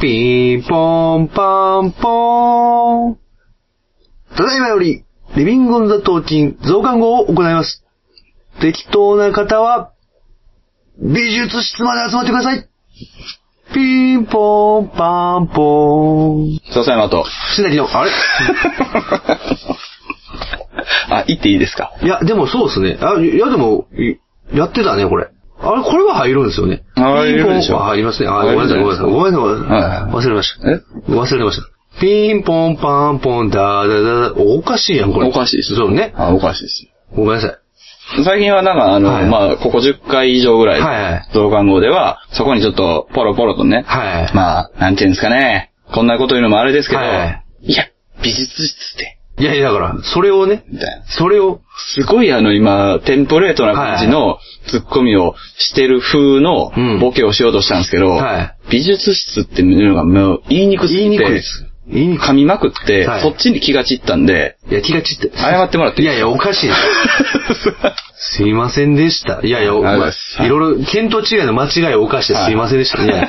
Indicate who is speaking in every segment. Speaker 1: ピンポンパンポーン。ただいまより、リビングオンザトーキン増刊号を行います。適当な方は、美術室まで集まってください。ピンポンパンポーン。
Speaker 2: 笹山と。
Speaker 1: しなきの、あ れ
Speaker 2: あ、行っていいですか
Speaker 1: いや、でもそうですね。あ、いやでも、いやってたね、これ。あれ、これは入るんですよね。
Speaker 2: 入るでし
Speaker 1: ピ
Speaker 2: ょ
Speaker 1: ンポンあ入りますね。あ、ご
Speaker 2: 入
Speaker 1: めんな
Speaker 2: るじ
Speaker 1: さ
Speaker 2: ゃ
Speaker 1: い、ごめんな
Speaker 2: ないです
Speaker 1: さ
Speaker 2: か
Speaker 1: い。ごめんなさいごめんな
Speaker 2: はい
Speaker 1: さい。忘れました。
Speaker 2: え
Speaker 1: 忘れました。ピンポンパンポンダーダダダおかしいやん、これ。
Speaker 2: おかしいです
Speaker 1: そうね。
Speaker 2: あ、おかしいですよ。
Speaker 1: ごめんなさい。
Speaker 2: 最近はなんか、あの、
Speaker 1: はい
Speaker 2: まあ、ここ10回以上ぐらい、
Speaker 1: はいはい
Speaker 2: 増刊号では、そこにちょっと、ポロポロとね、
Speaker 1: はい。
Speaker 2: まあ、なんていうんですかね、こんなこと言うのもあれですけど、、
Speaker 1: はい
Speaker 2: や、美術室で、
Speaker 1: いやいや、だから、それをね、
Speaker 2: みたいな。
Speaker 1: それを、
Speaker 2: すごいあの今、テンプレートな感じのツッコミをしてる風の
Speaker 1: うん
Speaker 2: ボケをしようとしたんですけど、
Speaker 1: はい
Speaker 2: 美術室っていうのがもう言いにくす
Speaker 1: 言い
Speaker 2: ぎ
Speaker 1: にくいで
Speaker 2: て、
Speaker 1: す。言いにく
Speaker 2: 噛みまくって、
Speaker 1: はい
Speaker 2: そっちに気が散ったんで、
Speaker 1: い。いや、気が散って。
Speaker 2: 謝ってもらって
Speaker 1: い
Speaker 2: い
Speaker 1: やいや、おかしい。すいませんでした。いやいや、
Speaker 2: ありがとうござい
Speaker 1: ま
Speaker 2: ます
Speaker 1: あいろいろ、見当違いの間違いを犯してすいませんでした。いや、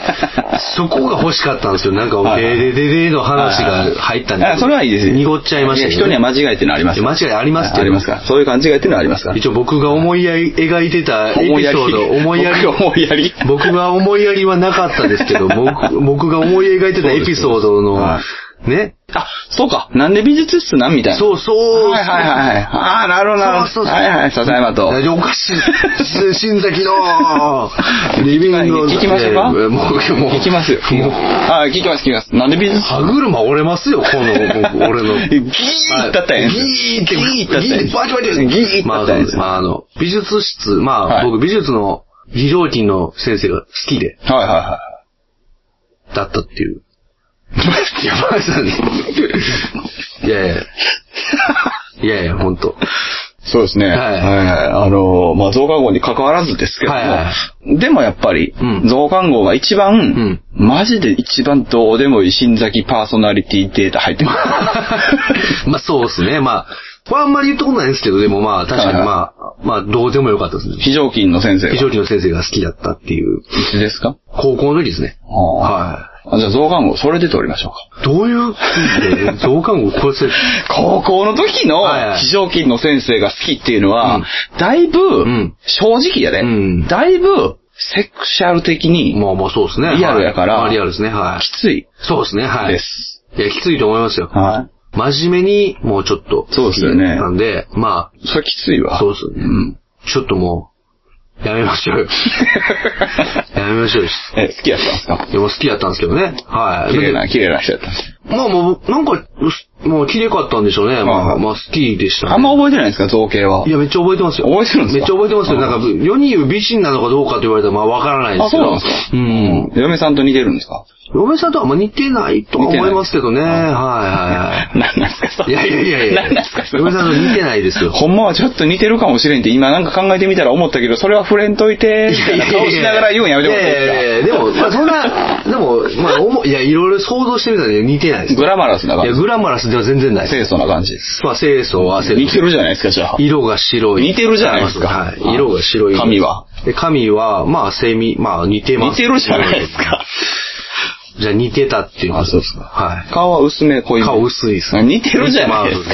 Speaker 1: そこが欲しかったんですよ。なんか、
Speaker 2: はい
Speaker 1: ででで での話が入ったんで。
Speaker 2: あそれはいいですよ。
Speaker 1: 濁っちゃいました
Speaker 2: や
Speaker 1: け
Speaker 2: 人
Speaker 1: どね
Speaker 2: には間違いっていうのはあります。
Speaker 1: いや間違いありますけど
Speaker 2: ありますか。そういう勘違いっていうのはありますか。
Speaker 1: 一応僕が思いやり、描いてたエピ
Speaker 2: 思いやり。
Speaker 1: ソード、思いやり。
Speaker 2: 僕思いやり。
Speaker 1: 僕が思いやりはなかったですけ ど、僕僕が思い描いてたエピソードの
Speaker 2: は、
Speaker 1: ね。
Speaker 2: あ、そうか。なんで美術室なんみたいな。
Speaker 1: そうそう。
Speaker 2: はいはいはい。ああ、なるほどなるほど。
Speaker 1: そうそうそう
Speaker 2: はいはい、笹山と。
Speaker 1: 大丈夫おか しい。新崎のリビング
Speaker 2: 聞きます
Speaker 1: え
Speaker 2: か
Speaker 1: ーもう、もう、
Speaker 2: 聞きますよ。
Speaker 1: もう、
Speaker 2: あ、聞きます聞きます。なんで美術室
Speaker 1: 歯車折れますよ、この、僕俺の。
Speaker 2: ギーッだったやん。
Speaker 1: ギーって、
Speaker 2: ギーッだった
Speaker 1: ギー
Speaker 2: やん。
Speaker 1: ってバチバチ
Speaker 2: ギーッ
Speaker 1: ま
Speaker 2: だ
Speaker 1: あ、
Speaker 2: った
Speaker 1: そう
Speaker 2: や
Speaker 1: です。ま
Speaker 2: ん。
Speaker 1: あ、あの、美術室、まあ、
Speaker 2: はい
Speaker 1: 僕、美術の非常勤の先生が好きで、
Speaker 2: はいはいはい。
Speaker 1: だったって いう。いや、ばあさんね。 いやいや。いやいや、ほんと。
Speaker 2: そうですね。はいいはい。あのー、まあ、増刊号に関わらずですけども、
Speaker 1: はいは
Speaker 2: でもやっぱり、
Speaker 1: うん
Speaker 2: 増刊号が一番、
Speaker 1: う
Speaker 2: マジで一番どうでもいい新崎パーソナリティデータ入ってます。
Speaker 1: まあ、そうですね。まあ、これあんまり言ったことないんですけど、でもまあ、確かに
Speaker 2: はい
Speaker 1: まあ、まあ、どうでもよかったですね。
Speaker 2: 非常勤の先生が。
Speaker 1: 非常勤の先生が好きだったっていう、
Speaker 2: いつですか
Speaker 1: 高校の時ですね。
Speaker 2: は
Speaker 1: は
Speaker 2: あ、じゃあ増刊号、それで撮りましょうか。
Speaker 1: い。どういう、えー増刊号これそれ
Speaker 2: 高校の時
Speaker 1: はいは
Speaker 2: の
Speaker 1: い
Speaker 2: 非常勤の先生が好きっていうのは、
Speaker 1: うん
Speaker 2: だいぶ、
Speaker 1: ん
Speaker 2: 正直やで、
Speaker 1: うん
Speaker 2: だいぶ、セクシャル的に、
Speaker 1: まあまあそうですね。
Speaker 2: リアルやから
Speaker 1: はいまあリアルですね、は
Speaker 2: きつい
Speaker 1: い。そうですね、はい。
Speaker 2: です。
Speaker 1: いや、きついと思いますよ。
Speaker 2: はい。
Speaker 1: 真面目に、もうちょっと、
Speaker 2: そうですよね
Speaker 1: なんで、ま
Speaker 2: それきつい
Speaker 1: あ、
Speaker 2: わ。
Speaker 1: そうですよね。
Speaker 2: うん。
Speaker 1: ちょっともう、やめましょうよ。やめましょうよ。
Speaker 2: え、好きやったんですか
Speaker 1: でもう好きやったんですけどね。はい。
Speaker 2: 綺麗な、綺麗な人やったんです。
Speaker 1: まあもう、なんか、もう綺麗かったんでしょうね。ま
Speaker 2: は
Speaker 1: あ、
Speaker 2: い
Speaker 1: まあ好きでしたね。
Speaker 2: あんま覚えてないんですか造形は。
Speaker 1: いや、めっちゃ覚えてますよ。
Speaker 2: 覚えてるんですか
Speaker 1: めっちゃ覚えてますよ。
Speaker 2: あ
Speaker 1: なんか、世に言う美人なのかどうかと言われたら、まあ、わからないで
Speaker 2: あ、
Speaker 1: すけ
Speaker 2: そう
Speaker 1: ど。
Speaker 2: なんですか
Speaker 1: うん。
Speaker 2: 嫁さんと似てるんですか
Speaker 1: 嫁さんとはあんま似てないとは思いますけどね。はいは
Speaker 2: 何なんですかそ
Speaker 1: いはい。い
Speaker 2: れ
Speaker 1: やいやいやいや。
Speaker 2: 何なんですかそれ
Speaker 1: 嫁さんと似てないですよ。
Speaker 2: ほんまはちょっと似てるかもしれんって、今なんか考えてみたら思ったけど、それは触れんといて、みたいな 顔しながら言うんやめてもらっ
Speaker 1: いやいや
Speaker 2: ていい
Speaker 1: いやでも、まあ、そんな、でも、まあ、おもいや、いろいろ想像してみたら似てないで。
Speaker 2: ですすかグラマラスない
Speaker 1: や、
Speaker 2: 感
Speaker 1: グラマラスでは全然ない
Speaker 2: じ。
Speaker 1: で
Speaker 2: 清楚な感じ。
Speaker 1: す。まあ、清楚は清楚。
Speaker 2: 似てるじゃないですか、じゃあ。
Speaker 1: 色が白い。
Speaker 2: 似てるじゃないですか
Speaker 1: はい。色が白い。
Speaker 2: 髪は
Speaker 1: で髪は、まあ、セミ、まあ、似てます。
Speaker 2: 似てるじゃないですか。
Speaker 1: じゃあ似てたっていうこと
Speaker 2: あそうですか
Speaker 1: は
Speaker 2: 顔は薄め、濃い
Speaker 1: い。
Speaker 2: め。
Speaker 1: 顔薄いですね。
Speaker 2: 似てるじゃないですか。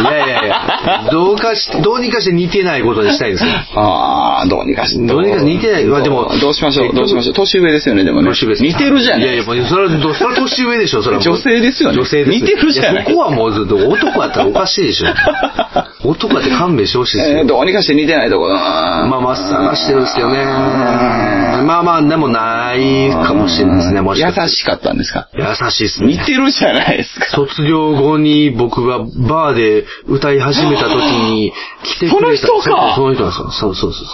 Speaker 1: いやいやいや、どうかし、どうにかして似てないことにしたいですよ。
Speaker 2: ああ、どうにかして。
Speaker 1: どうにか似てないまあでも
Speaker 2: どうしましょう、どうしましょう。年上ですよね、でもね。
Speaker 1: 年上です
Speaker 2: 似てるじゃない
Speaker 1: やいや、もうそれは、それは年上でしょ、それはもう。
Speaker 2: 女性ですよね
Speaker 1: 女性です。
Speaker 2: 似てるじゃな
Speaker 1: や
Speaker 2: い
Speaker 1: そこはもうずっと男やったらおかしいでしょ。男やって勘弁してほしいです
Speaker 2: え
Speaker 1: よ
Speaker 2: ー。どうにかして似てないとこだな
Speaker 1: まあまあ探してるんですけどね。まあまあ、でもないかもしれないですね、もしかしたら
Speaker 2: 優しかったんですか
Speaker 1: 優しいです
Speaker 2: 似
Speaker 1: ね。
Speaker 2: てるじゃないですか。
Speaker 1: 卒業後に僕がバーで歌い始めた時に来てくれた。
Speaker 2: その人
Speaker 1: そう
Speaker 2: か
Speaker 1: その人なんですよ。そうそうそう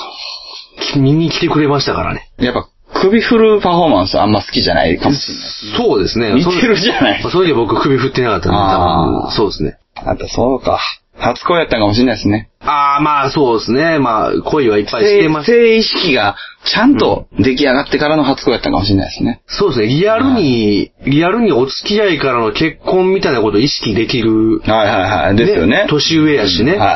Speaker 1: そう。見に来てくれましたからね。
Speaker 2: やっぱ、首振るパフォーマンスあんま好きじゃないかもしれない。
Speaker 1: そうですね。
Speaker 2: 似てるじゃない
Speaker 1: そのその時僕首振ってなかったんで、多
Speaker 2: あ
Speaker 1: 分そうですね。
Speaker 2: あんたそうか。初恋やったんかもしれないですね。
Speaker 1: ああ、まあそうですね。まあ恋はいっぱいして
Speaker 2: 性
Speaker 1: ます。
Speaker 2: 性意識がちゃんと出来上がってからの初恋やったかもしれないですね。
Speaker 1: そうですね。リアルに、リアルにお付き合いからの結婚みたいなことを意識できる。
Speaker 2: はいはいはい。ですよね。
Speaker 1: 年上やしね。
Speaker 2: はいは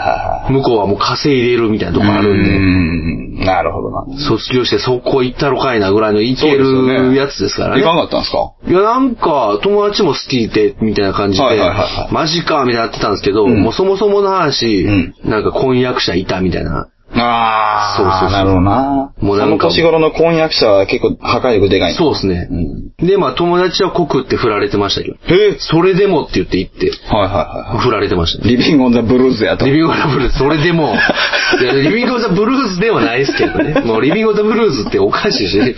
Speaker 2: いはい。
Speaker 1: 向こうはもう稼いでるみたいなとこある
Speaker 2: うん
Speaker 1: で。
Speaker 2: ん。なるほどな。
Speaker 1: 卒業してそこ行ったろかいなぐらいのいけ
Speaker 2: そうですよ
Speaker 1: る
Speaker 2: ね
Speaker 1: やつですから
Speaker 2: いか
Speaker 1: ね。
Speaker 2: なかったんですか
Speaker 1: いや、なんか、友達も好きで、みたいな感じで
Speaker 2: はいはいはいは、
Speaker 1: マジか、みたいになってたんですけど、
Speaker 2: ん
Speaker 1: もうそもそもの話
Speaker 2: うん、
Speaker 1: なんか婚約者いたみたいな。
Speaker 2: ああ、
Speaker 1: そうそうそう
Speaker 2: なるほどな。
Speaker 1: もうな
Speaker 2: そ
Speaker 1: ん
Speaker 2: の
Speaker 1: か
Speaker 2: 年頃の婚約者は結構破壊力でかい。
Speaker 1: そうですね
Speaker 2: う。ん。
Speaker 1: で、まあ友達は告って振られてましたけど、
Speaker 2: へえ。
Speaker 1: それでもって言って行って、
Speaker 2: はいはいは
Speaker 1: 振られてましたね
Speaker 2: い。リビングオンザブルーズやと。
Speaker 1: リビングオブザブルーズ、それで も、いや、リビングオブザブルーズではないですけどね。もうリビングオブザブルーズっておかしいし、ね、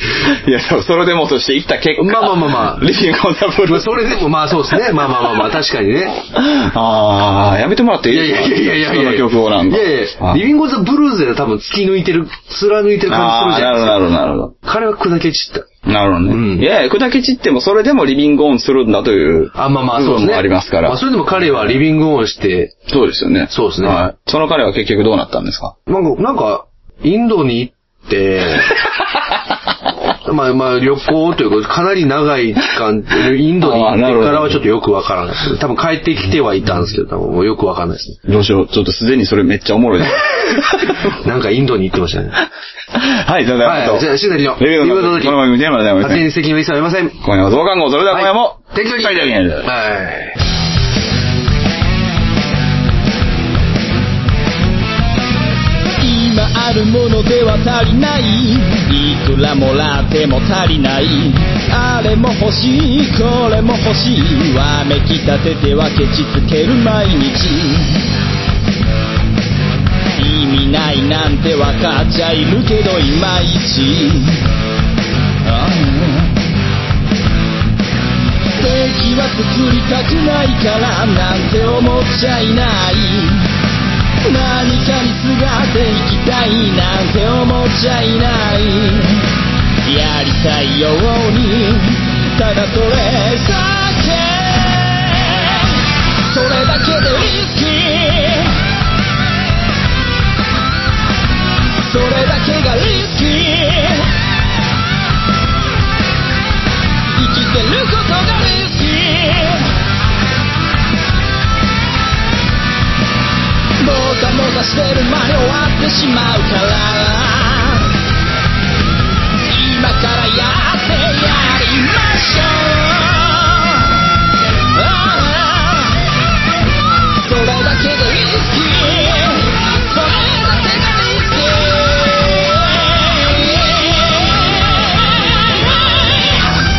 Speaker 2: いや、でもそれでもとして生きた結果。
Speaker 1: まあまあまあまあ
Speaker 2: リビングオンザブ ル
Speaker 1: ま
Speaker 2: ー
Speaker 1: あ
Speaker 2: ズ。
Speaker 1: それでもまあそうですね。まあまあまあまあ、確かにね。
Speaker 2: ああ、やめてもらってい
Speaker 1: い
Speaker 2: い
Speaker 1: やいやいやいやいやいや。
Speaker 2: その曲をなんか。
Speaker 1: いやいや、
Speaker 2: あ
Speaker 1: リビングオブザブルーズでは多分突き抜いてる、貫いてる感じするじゃないです
Speaker 2: あ
Speaker 1: か。
Speaker 2: あなるほど、なるほど。
Speaker 1: 彼は砕け散っ
Speaker 2: なるほどね。
Speaker 1: うん
Speaker 2: いやいや、砕け散ってもそれでもリビングオンするんだという。
Speaker 1: た。あ、まあまあ、そうです
Speaker 2: 部分
Speaker 1: ね。
Speaker 2: もありますから
Speaker 1: まあ、それでも彼はリビングオンして、
Speaker 2: そうですよね。
Speaker 1: そうですね
Speaker 2: はい。その彼は結局どうなったんですか
Speaker 1: なんか、なんか、インドに行って、 まあまあ旅行というか、かなり長い期間、インドに行ってからはちょっとよくわからないです。多分帰ってきてはいたんですけど、多分もうよくわからないです
Speaker 2: どうしよう。ちょっとすでにそれめっちゃお もろいです。
Speaker 1: ね。なんかインドに行ってました ね。
Speaker 2: はい、じゃあ、
Speaker 1: はい、じゃあ、シナリオ。
Speaker 2: レビューの時、この番組テーマでございま
Speaker 1: 発
Speaker 2: す、
Speaker 1: 展
Speaker 2: ね。
Speaker 1: に責任は一切ありません。
Speaker 2: 今夜は増刊号、それでは今夜も、
Speaker 1: はい適当に
Speaker 2: はい、適当に
Speaker 1: はい。
Speaker 3: 今あるものでは足りないいくらもらっても足りないあれも欲しいこれも欲しいわめきたててはケチつける毎日意味ないなんてわかっちゃいるけどいまいちああ敵は作りたくないからなんて思っちゃいない何かにすがっていきたいなんて思っちゃいないやりたいようにただそれだけそれだけでリスキーそれだけがリスキー生きてることがリスキーもたもたしてる間に終わってしまうから今からやってやりましょうああそれだけがリスキーそれだけがリスキ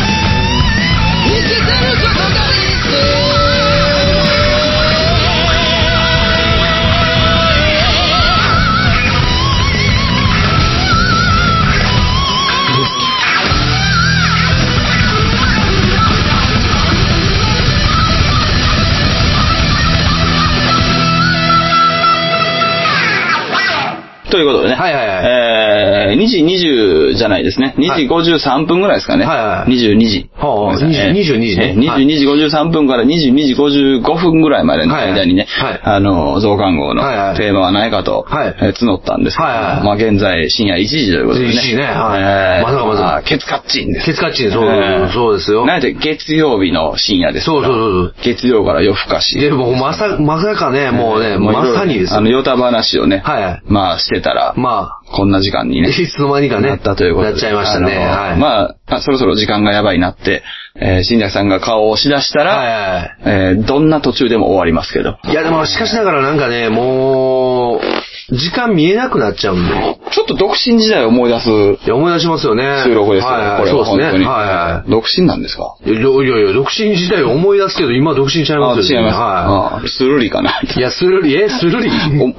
Speaker 3: ー生きてることがリスキー
Speaker 2: ということでね。
Speaker 1: はいはいはい
Speaker 2: えー、2時20じゃないですね。2時53分ぐらいですかね。
Speaker 1: はいはいはい
Speaker 2: 22時。
Speaker 1: はあはあ
Speaker 2: ごめんなさい
Speaker 1: 22時ね
Speaker 2: えー22時53分から22時55分ぐらいまでの間にね、
Speaker 1: はいはい
Speaker 2: あの、増刊号の
Speaker 1: はいはい
Speaker 2: テーマはないかと、
Speaker 1: はい
Speaker 2: えー募ったんですけど、
Speaker 1: はいはいはい
Speaker 2: まあ現在深夜1時ということでね。
Speaker 1: 1時ねはい
Speaker 2: えー
Speaker 1: まさかまさか
Speaker 2: あケツカッチンです。
Speaker 1: ケツカッチン、そう、
Speaker 2: えー
Speaker 1: そうですよ。
Speaker 2: なんで月曜日の深夜ですか
Speaker 1: そ
Speaker 2: ら
Speaker 1: うそうそう
Speaker 2: 月曜から夜更かし。
Speaker 1: そう。でも、まさ、まさかね、もうね、
Speaker 2: もういろいろ
Speaker 1: まさにです
Speaker 2: あ
Speaker 1: よ
Speaker 2: の、ヨタ話をね、
Speaker 1: はい
Speaker 2: まあしてたら、
Speaker 1: ま
Speaker 2: こんな時間に
Speaker 1: あ、
Speaker 2: ね。
Speaker 1: いつの間にかね、
Speaker 2: なったということで。
Speaker 1: なっちゃいましたね。
Speaker 2: あ
Speaker 1: は
Speaker 2: の
Speaker 1: い。あ、
Speaker 2: まあ、あそろそろ時間がやばいなって、えー、新宅さんが顔を押し出したら、
Speaker 1: はいはい。
Speaker 2: えー、どんな途中でも終わりますけど。
Speaker 1: いやでもしかしながらなんかね、もう、時間見えなくなっちゃうんで。
Speaker 2: ちょっと独身時代を思い出す
Speaker 1: いや、思い出しますよね。
Speaker 2: 収録ですよ、
Speaker 1: はいはい
Speaker 2: これは
Speaker 1: そう
Speaker 2: 本
Speaker 1: です
Speaker 2: 当
Speaker 1: ね。
Speaker 2: に。
Speaker 1: はいはい
Speaker 2: 独身なんですか
Speaker 1: いや。いやいや、独身時代を思い出すけど、今独身ちゃい
Speaker 2: あ、
Speaker 1: ます
Speaker 2: 違
Speaker 1: よ
Speaker 2: い
Speaker 1: ね。
Speaker 2: ます。
Speaker 1: は
Speaker 2: あスルリかな。
Speaker 1: い。いや、するり、え、するり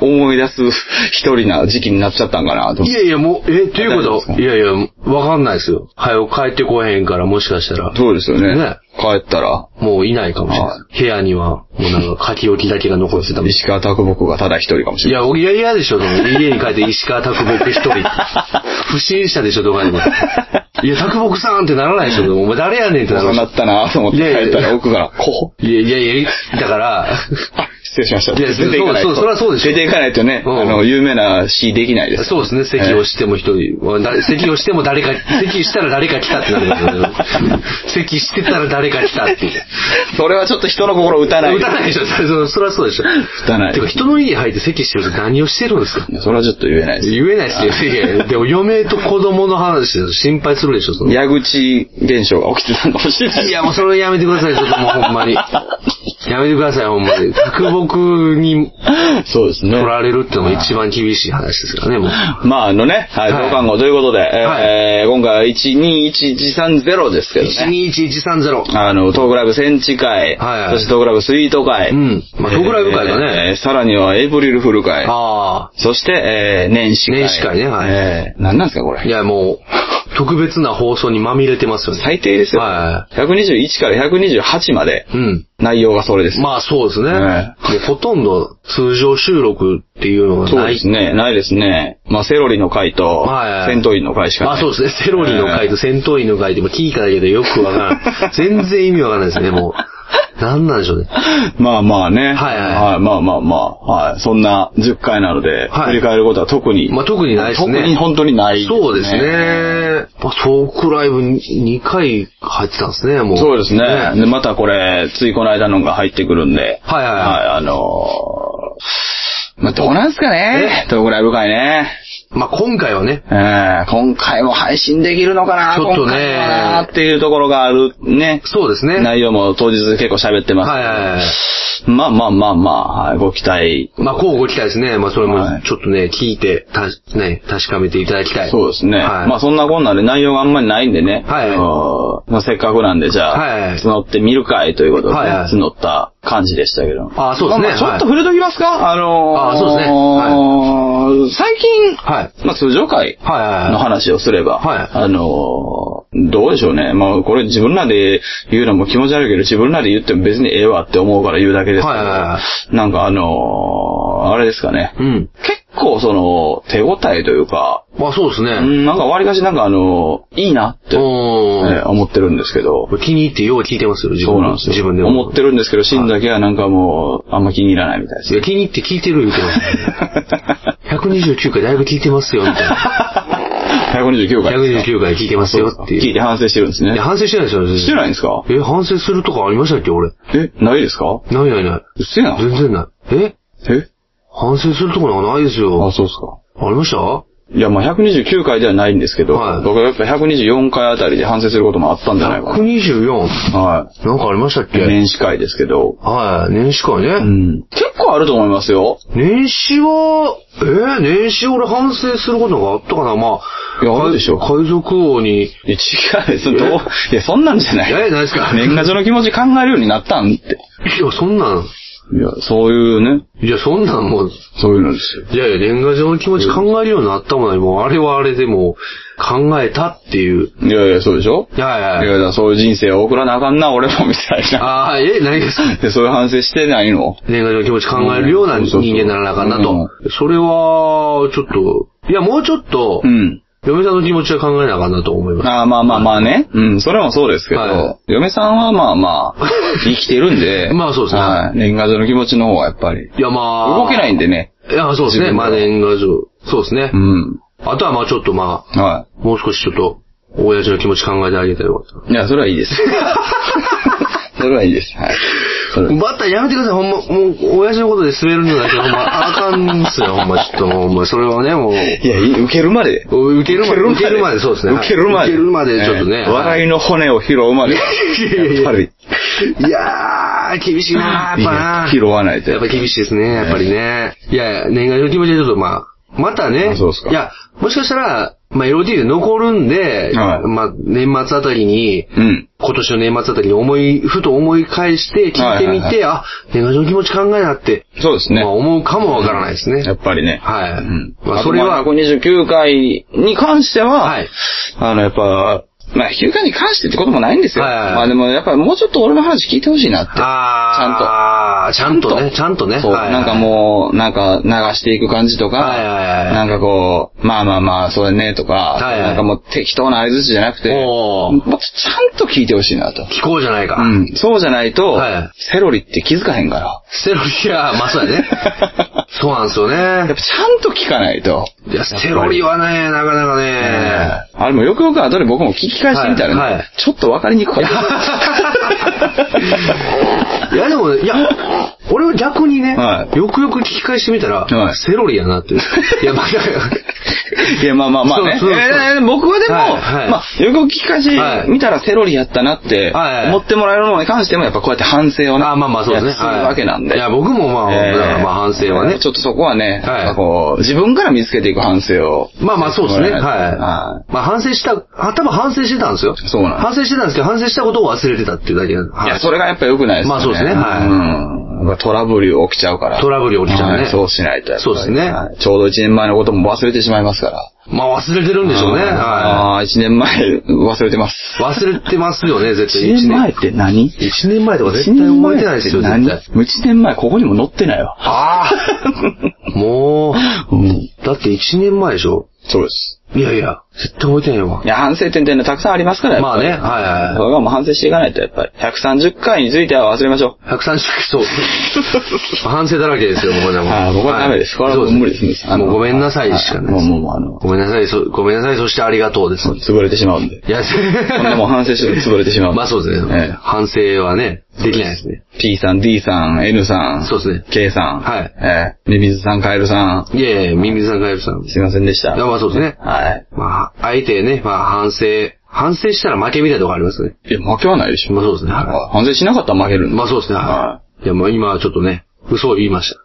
Speaker 2: お思い出す一人な時期になっちゃったんかなと
Speaker 1: い。やいや、もう、え、という
Speaker 2: 大丈夫で
Speaker 1: こ
Speaker 2: すか
Speaker 1: といやいや、わかんないですよ。早く帰ってこへんから、もしかしたら。
Speaker 2: そうですよね。
Speaker 1: ね
Speaker 2: 帰ったら、
Speaker 1: もういないかもしれない。部屋には、もうなんか書き置きだけが残って たもん。い
Speaker 2: 石川拓木がただ一人かもしれない。
Speaker 1: や、お嫌々でしょ、でも家に帰って石川拓木一人。 不審者でしょ、どこにも。いや、拓木さんってならないでしょ、でもお前誰やねんってなる
Speaker 2: そう
Speaker 1: でしょ
Speaker 2: なったなと思って帰ったら奥から、こう。
Speaker 1: いやいやいや、だから、
Speaker 2: あ、失礼しました。
Speaker 1: いや
Speaker 2: 出ていかない
Speaker 1: そうそう
Speaker 2: と。
Speaker 1: それはそうでしょ
Speaker 2: 出ていかないとね、
Speaker 1: うん
Speaker 2: あの、有名な詩できないです。
Speaker 1: そうですね、席をしても一人、まあだ席をしても誰か、席したら誰か来たってなるんですよね。席してたら誰か来たっていう。
Speaker 2: それはちょっと人の心を打たない。
Speaker 1: 打たないでしょ、それそれそれはそうでしょ。
Speaker 2: 打たない
Speaker 1: てか人の家入って席してると何をしてるんですか
Speaker 2: それはちょっと言えないです。
Speaker 1: 言えないですよ。いやいやでも嫁と子供の話で心配するでしょ、その。
Speaker 2: 矢口現象が起きてたのかもしれない。
Speaker 1: いや、もうそれやめてください、ちょっともうほんまに。やめてください、ほんまに。卓木に
Speaker 2: そうですね
Speaker 1: 取。られるってのが一番厳しい話ですからね、もう。
Speaker 2: まあ、あのね、はい、
Speaker 1: はい
Speaker 2: 増刊号ということで、
Speaker 1: はい
Speaker 2: えー今回は121130ですけどね。
Speaker 1: 121130。
Speaker 2: あの、トークライブ戦地会、
Speaker 1: はいはい
Speaker 2: そしてトークライブスイート会。
Speaker 1: うんまあトークライブ会だね
Speaker 2: えーさらにはエイプリルフール会。
Speaker 1: あ
Speaker 2: そして、えー年始会。
Speaker 1: 年始会ねはい
Speaker 2: えー何なんですか、こ
Speaker 1: あ。い
Speaker 2: れ。
Speaker 1: や、もう、特別な放送にまみれてますよね。
Speaker 2: 最低ですよ。
Speaker 1: は
Speaker 2: 121から128まで、
Speaker 1: い。うん。
Speaker 2: 内容がそれです。
Speaker 1: まあそうですね。
Speaker 2: ね
Speaker 1: もうほとんど通常収録っていうのが
Speaker 2: そう
Speaker 1: ない。
Speaker 2: ですね。ないですね。まあ、セロリの回と
Speaker 1: はいは、い
Speaker 2: 戦闘員の回しか
Speaker 1: ま
Speaker 2: ない。
Speaker 1: あそうですね。セロリの回と戦闘員の回でも聞いただけでよくわから ん。全然意味わからないですね、もう。なんなんでしょうね。
Speaker 2: まあまあ
Speaker 1: はい
Speaker 2: ね。
Speaker 1: はい
Speaker 2: まあまあまあ。はい。そんな10回なので、
Speaker 1: はい
Speaker 2: 振り返ることは特に。
Speaker 1: まあ特にないですね。
Speaker 2: 特に本当にない、
Speaker 1: そうです。ね。まあトークライブに2回入ってたんですね、もう。
Speaker 2: そうですね。で、またこれ、ついこの間のが入ってくるんで。
Speaker 1: はいはいはい
Speaker 2: あのーまあどうなんすかね。トークライブ会ね。
Speaker 1: まあ今回はね、
Speaker 2: えー今回も配信できるのかな
Speaker 1: ちょっとね
Speaker 2: 今回はなっていうところがあるね。
Speaker 1: そうですね。
Speaker 2: 内容も当日結構喋ってます。
Speaker 1: はいはいはい。
Speaker 2: まあまあまあまあ、はいご期待
Speaker 1: まあ、こうご期待ですね。まあ、それ
Speaker 2: は
Speaker 1: も
Speaker 2: い、
Speaker 1: ちょっとね、聞いて、た、ね、確かめていただきたい。
Speaker 2: そうですね。
Speaker 1: はい。
Speaker 2: まあそんなこんなで内容があんまりないんでね。
Speaker 1: はい
Speaker 2: あのまあせっかくなんで、じゃあ、
Speaker 1: はい
Speaker 2: 募ってみるかいということで、
Speaker 1: はいはい
Speaker 2: 募った感じでしたけど。
Speaker 1: あそうですね
Speaker 2: ままちょっと触れときますかあのー、
Speaker 1: あそうですね
Speaker 2: 最近、
Speaker 1: はい。
Speaker 2: まあ通常会
Speaker 1: はいはいはい
Speaker 2: の話をすれば、
Speaker 1: はい
Speaker 2: あのー、どうでしょうね。まあこれ自分らで言うのも気持ち悪いけど、自分らで言っても別にええわって思うから言うだけですけど、
Speaker 1: はいはいは
Speaker 2: なんかあのー、あれですかね。
Speaker 1: うん。
Speaker 2: 結構その、手応えというか、
Speaker 1: まあ、そうです
Speaker 2: う
Speaker 1: ね。
Speaker 2: ん、なんか割かしなんかあの、いいなって、
Speaker 1: う
Speaker 2: え
Speaker 1: ん
Speaker 2: ー。思ってるんですけど、
Speaker 1: 気に入ってよう聞いてますよ、自分
Speaker 2: そうなんですよ。
Speaker 1: 自分でも
Speaker 2: 思ってるんですけど、シーンだけはなんかもう、あんま気に入らないみ たいです
Speaker 1: い
Speaker 2: ね。
Speaker 1: や、気に入って聞いてる言うてます。129回だいぶ聞いてますよ、みた いな。
Speaker 2: 129回ですか。
Speaker 1: 129回聞いてますよっていう。
Speaker 2: 聞いて反省してるんです
Speaker 1: い
Speaker 2: ね
Speaker 1: や、。反省してないですよ、全然
Speaker 2: してないんですか
Speaker 1: え、反省するとかありましたっけ、俺。
Speaker 2: え、ないですか
Speaker 1: ないないな
Speaker 2: うっせ
Speaker 1: い。全
Speaker 2: えな。
Speaker 1: 然ない。え
Speaker 2: え
Speaker 1: 反省するとこなんかないです
Speaker 2: あ、
Speaker 1: よ。
Speaker 2: そうですか。
Speaker 1: ありました
Speaker 2: いや、まあ129回ではないんですけど、
Speaker 1: はい
Speaker 2: 僕はやっぱ124回あたりで反省することもあったんじゃないか
Speaker 1: ?124?
Speaker 2: な。は
Speaker 1: なんかありましたっ
Speaker 2: い。
Speaker 1: け
Speaker 2: 年始会ですけど、
Speaker 1: はい、年始会ね。
Speaker 2: うん。結構あると思いますよ。
Speaker 1: 年始は、えー、年始俺反省することがあったかなまあ。
Speaker 2: いやあるでしょ
Speaker 1: 海賊王に。
Speaker 2: いや、違う、そどういや、そんなんじゃない。
Speaker 1: え、何ですか
Speaker 2: 年賀状の気持ち考えるようになったんって。
Speaker 1: いや、そんなん。
Speaker 2: いや、そういうね、
Speaker 1: いや、そんなんもう、
Speaker 2: そういうのですよ。
Speaker 1: いやいや、年賀状の気持ち考えるようになったもんね。もう、あれはあれでも、考えたっていう。
Speaker 2: いやいや、そうでしょ
Speaker 1: いや
Speaker 2: い
Speaker 1: い
Speaker 2: や、
Speaker 1: や。
Speaker 2: だからそういう人生を送らなあかんな、俺も、みたいな。
Speaker 1: ああ、え、何ですか
Speaker 2: で、そういう反省してないの
Speaker 1: 年賀状の気持ち考えるような
Speaker 2: うん
Speaker 1: 人
Speaker 2: そうそうそう
Speaker 1: 間にならなあかんなと。それは、ちょっと、いや、もうちょっと
Speaker 2: う、ん。
Speaker 1: 嫁さんの気持ちは考えなあかんなと思います。
Speaker 2: ああ、まあまあまあね。うん、それもそうですけど、
Speaker 1: は
Speaker 2: 嫁さんはまあま あ、生きてるんで。
Speaker 1: まあそうですね
Speaker 2: はい。年賀状の気持ちの方はやっぱり。
Speaker 1: いや、まあ。
Speaker 2: 動けないんでね。
Speaker 1: いや、そうです
Speaker 2: 自
Speaker 1: ね。
Speaker 2: 分で
Speaker 1: まあ年賀状。そうですね
Speaker 2: う。ん。
Speaker 1: あとはまあちょっとま
Speaker 2: は
Speaker 1: あ、もう少しちょっと、親父の気持ち考えてあげたらよかっ
Speaker 2: い。いや、それはいい です。それはいいです。はい。それ
Speaker 1: た。バッターやめてください、ほんま。もう、親父のことで滑るんじゃないけど、ほんま、あかんっすよ、ほんま、ちょっともう、ほんま、それはね、もう。
Speaker 2: いや、い受けるまで。
Speaker 1: 受けるまで、受けるまで、そうですね。
Speaker 2: 受けるま
Speaker 1: はい
Speaker 2: で。
Speaker 1: 受けるまで、ちょっとね。
Speaker 2: えー笑いの骨を拾うまで。やっぱり。
Speaker 1: いやー、厳しいなー、やっぱな。
Speaker 2: 拾わないと。
Speaker 1: やっぱ厳しいですね、やっぱりね。いや、年賀状の気持ちでちょっとまあ、またね。
Speaker 2: あそうですか
Speaker 1: いや、もしかしたら、まあ LOD で残るんで、
Speaker 2: はい
Speaker 1: まあ年末あたりに、
Speaker 2: うん。
Speaker 1: 今年の年末あたりに思い、ふと思い返して聞いてみて、
Speaker 2: はいはい
Speaker 1: あ、年賀状の気持ち考えなって、
Speaker 2: そうですね
Speaker 1: まあ。思うかもわからないですね。
Speaker 2: やっぱりね。
Speaker 1: はい
Speaker 2: うん。
Speaker 1: まあ
Speaker 2: あと
Speaker 1: それは
Speaker 2: まあ129回に関しては、
Speaker 1: はい
Speaker 2: あの、やっぱ、まあ、休暇に関してってこともないんですよ。
Speaker 1: はいはいはい
Speaker 2: まあでも、やっぱりもうちょっと俺の話聞いてほしいなって。
Speaker 1: ああ、あ、ちゃんとね、ちゃんとね。
Speaker 2: そう、
Speaker 1: はいはい
Speaker 2: なんかもう、なんか流していく感じとか、
Speaker 1: はいはいはい
Speaker 2: なんかこう、まあまあまあ、それね、とか、
Speaker 1: はいはい
Speaker 2: なんかもう適当な合図じゃなくて、
Speaker 1: おー
Speaker 2: もうちゃんと聞いてほしいなと。
Speaker 1: 聞こうじゃないか。
Speaker 2: うん。そうじゃないと、
Speaker 1: はい
Speaker 2: セロリって気づかへんから。
Speaker 1: セロリは、ま さにね。そうなんですよ
Speaker 2: やっぱ
Speaker 1: ね。
Speaker 2: ちゃんと聞かないと。
Speaker 1: いや、セロリはね、なかなかね。
Speaker 2: あれもよくよく後で僕も聞き返してみたらね、
Speaker 1: はいはい
Speaker 2: ちょっとわかり にくかった。
Speaker 1: いや、でも、いや、俺は逆にね、
Speaker 2: はい
Speaker 1: よくよく聞き返してみたら、
Speaker 2: はい
Speaker 1: セロリやな って。いや、まあ、だから
Speaker 2: いや、まあまあまあね。
Speaker 1: そうそうそう
Speaker 2: えー僕はでも、
Speaker 1: はいはい
Speaker 2: まあ、よくよく聞き返し、
Speaker 1: はい
Speaker 2: 見たらセロリやったなって、
Speaker 1: はいはい
Speaker 2: 思ってもらえるものに関しても、やっぱこうやって反省をね。
Speaker 1: あまあまあ、そうですね。
Speaker 2: やっぱするわけなんで。
Speaker 1: はいいや、僕もまあ、
Speaker 2: えー
Speaker 1: だからまあ反省はね。
Speaker 2: ちょっとそこはね、
Speaker 1: はい
Speaker 2: やっぱこう、自分から見つけていく反省を。
Speaker 1: まあまあそうですね。
Speaker 2: は
Speaker 1: はいい。
Speaker 2: は
Speaker 1: まあ反省した、あ多分反省してたんですよ。
Speaker 2: そうなんです
Speaker 1: 反省してたんですけど、反省したことを忘れてたっていうだけなんで
Speaker 2: いや、
Speaker 1: はい。
Speaker 2: それがやっぱ良くないですよ
Speaker 1: まあ
Speaker 2: ね。
Speaker 1: そうですねはい
Speaker 2: うん。やっぱトラブル起きちゃうから。
Speaker 1: トラブル起きちゃうね
Speaker 2: はいそうしないとやっぱり。
Speaker 1: そうですね
Speaker 2: はいちょうど1年前のことも忘れてしまいますから。
Speaker 1: まあ忘れてるんでしょうね。は
Speaker 2: ああ、1年前忘れてます。
Speaker 1: い。忘れてますよね、絶対。
Speaker 2: 1年前って何
Speaker 1: 一年前とか絶対覚えてないですよ、
Speaker 2: 一年
Speaker 1: 絶
Speaker 2: 前っ
Speaker 1: 対
Speaker 2: て。何もう一年前ここにも載っ てないわ。
Speaker 1: ああもう、
Speaker 2: うん。
Speaker 1: だって一年前でしょ
Speaker 2: そうです。
Speaker 1: いやいや、絶対覚えてないわ
Speaker 2: い。や、反省点っていうのはたくさんありますから、やっ
Speaker 1: ま
Speaker 2: ぱ
Speaker 1: あ
Speaker 2: り
Speaker 1: ね、はいはい
Speaker 2: こ
Speaker 1: はい。
Speaker 2: れはもう反省していかないと、やっぱり。130回については忘れましょ
Speaker 1: 130そう。反省だらけですよ、もうね。
Speaker 2: う。
Speaker 1: もう
Speaker 2: はい、僕はダメです。これはもう無理です。
Speaker 1: もうごめんなさいしかない
Speaker 2: も
Speaker 1: で
Speaker 2: う、
Speaker 1: す。
Speaker 2: もう、もうあの、
Speaker 1: ごめんなさい、そ、ごめんなさい、そしてありがとうです。
Speaker 2: 潰れてしまうんで。
Speaker 1: いや、
Speaker 2: こんなもん反省して潰れてしまう。
Speaker 1: まあそうですね。
Speaker 2: ええ
Speaker 1: 反省はね、できないですね。
Speaker 2: P さん、D さん、N さん、
Speaker 1: そうですね
Speaker 2: K さん、
Speaker 1: はい
Speaker 2: ええミミズさん、カエルさん、
Speaker 1: いやいや、ミミズさん、ガエルさん。い
Speaker 2: すいませんでした。
Speaker 1: やまあそうですね。
Speaker 2: はい。
Speaker 1: まあ、相手ね、まあ反省、反省したら負けみたいなとこありますね。
Speaker 2: いや、負けはないでしょ。
Speaker 1: まあそうですね。は
Speaker 2: 反省しなかったら負ける
Speaker 1: い
Speaker 2: んだ
Speaker 1: まあそうですね。
Speaker 2: は
Speaker 1: はい。いや、もう今はちょっとね、嘘を言いました。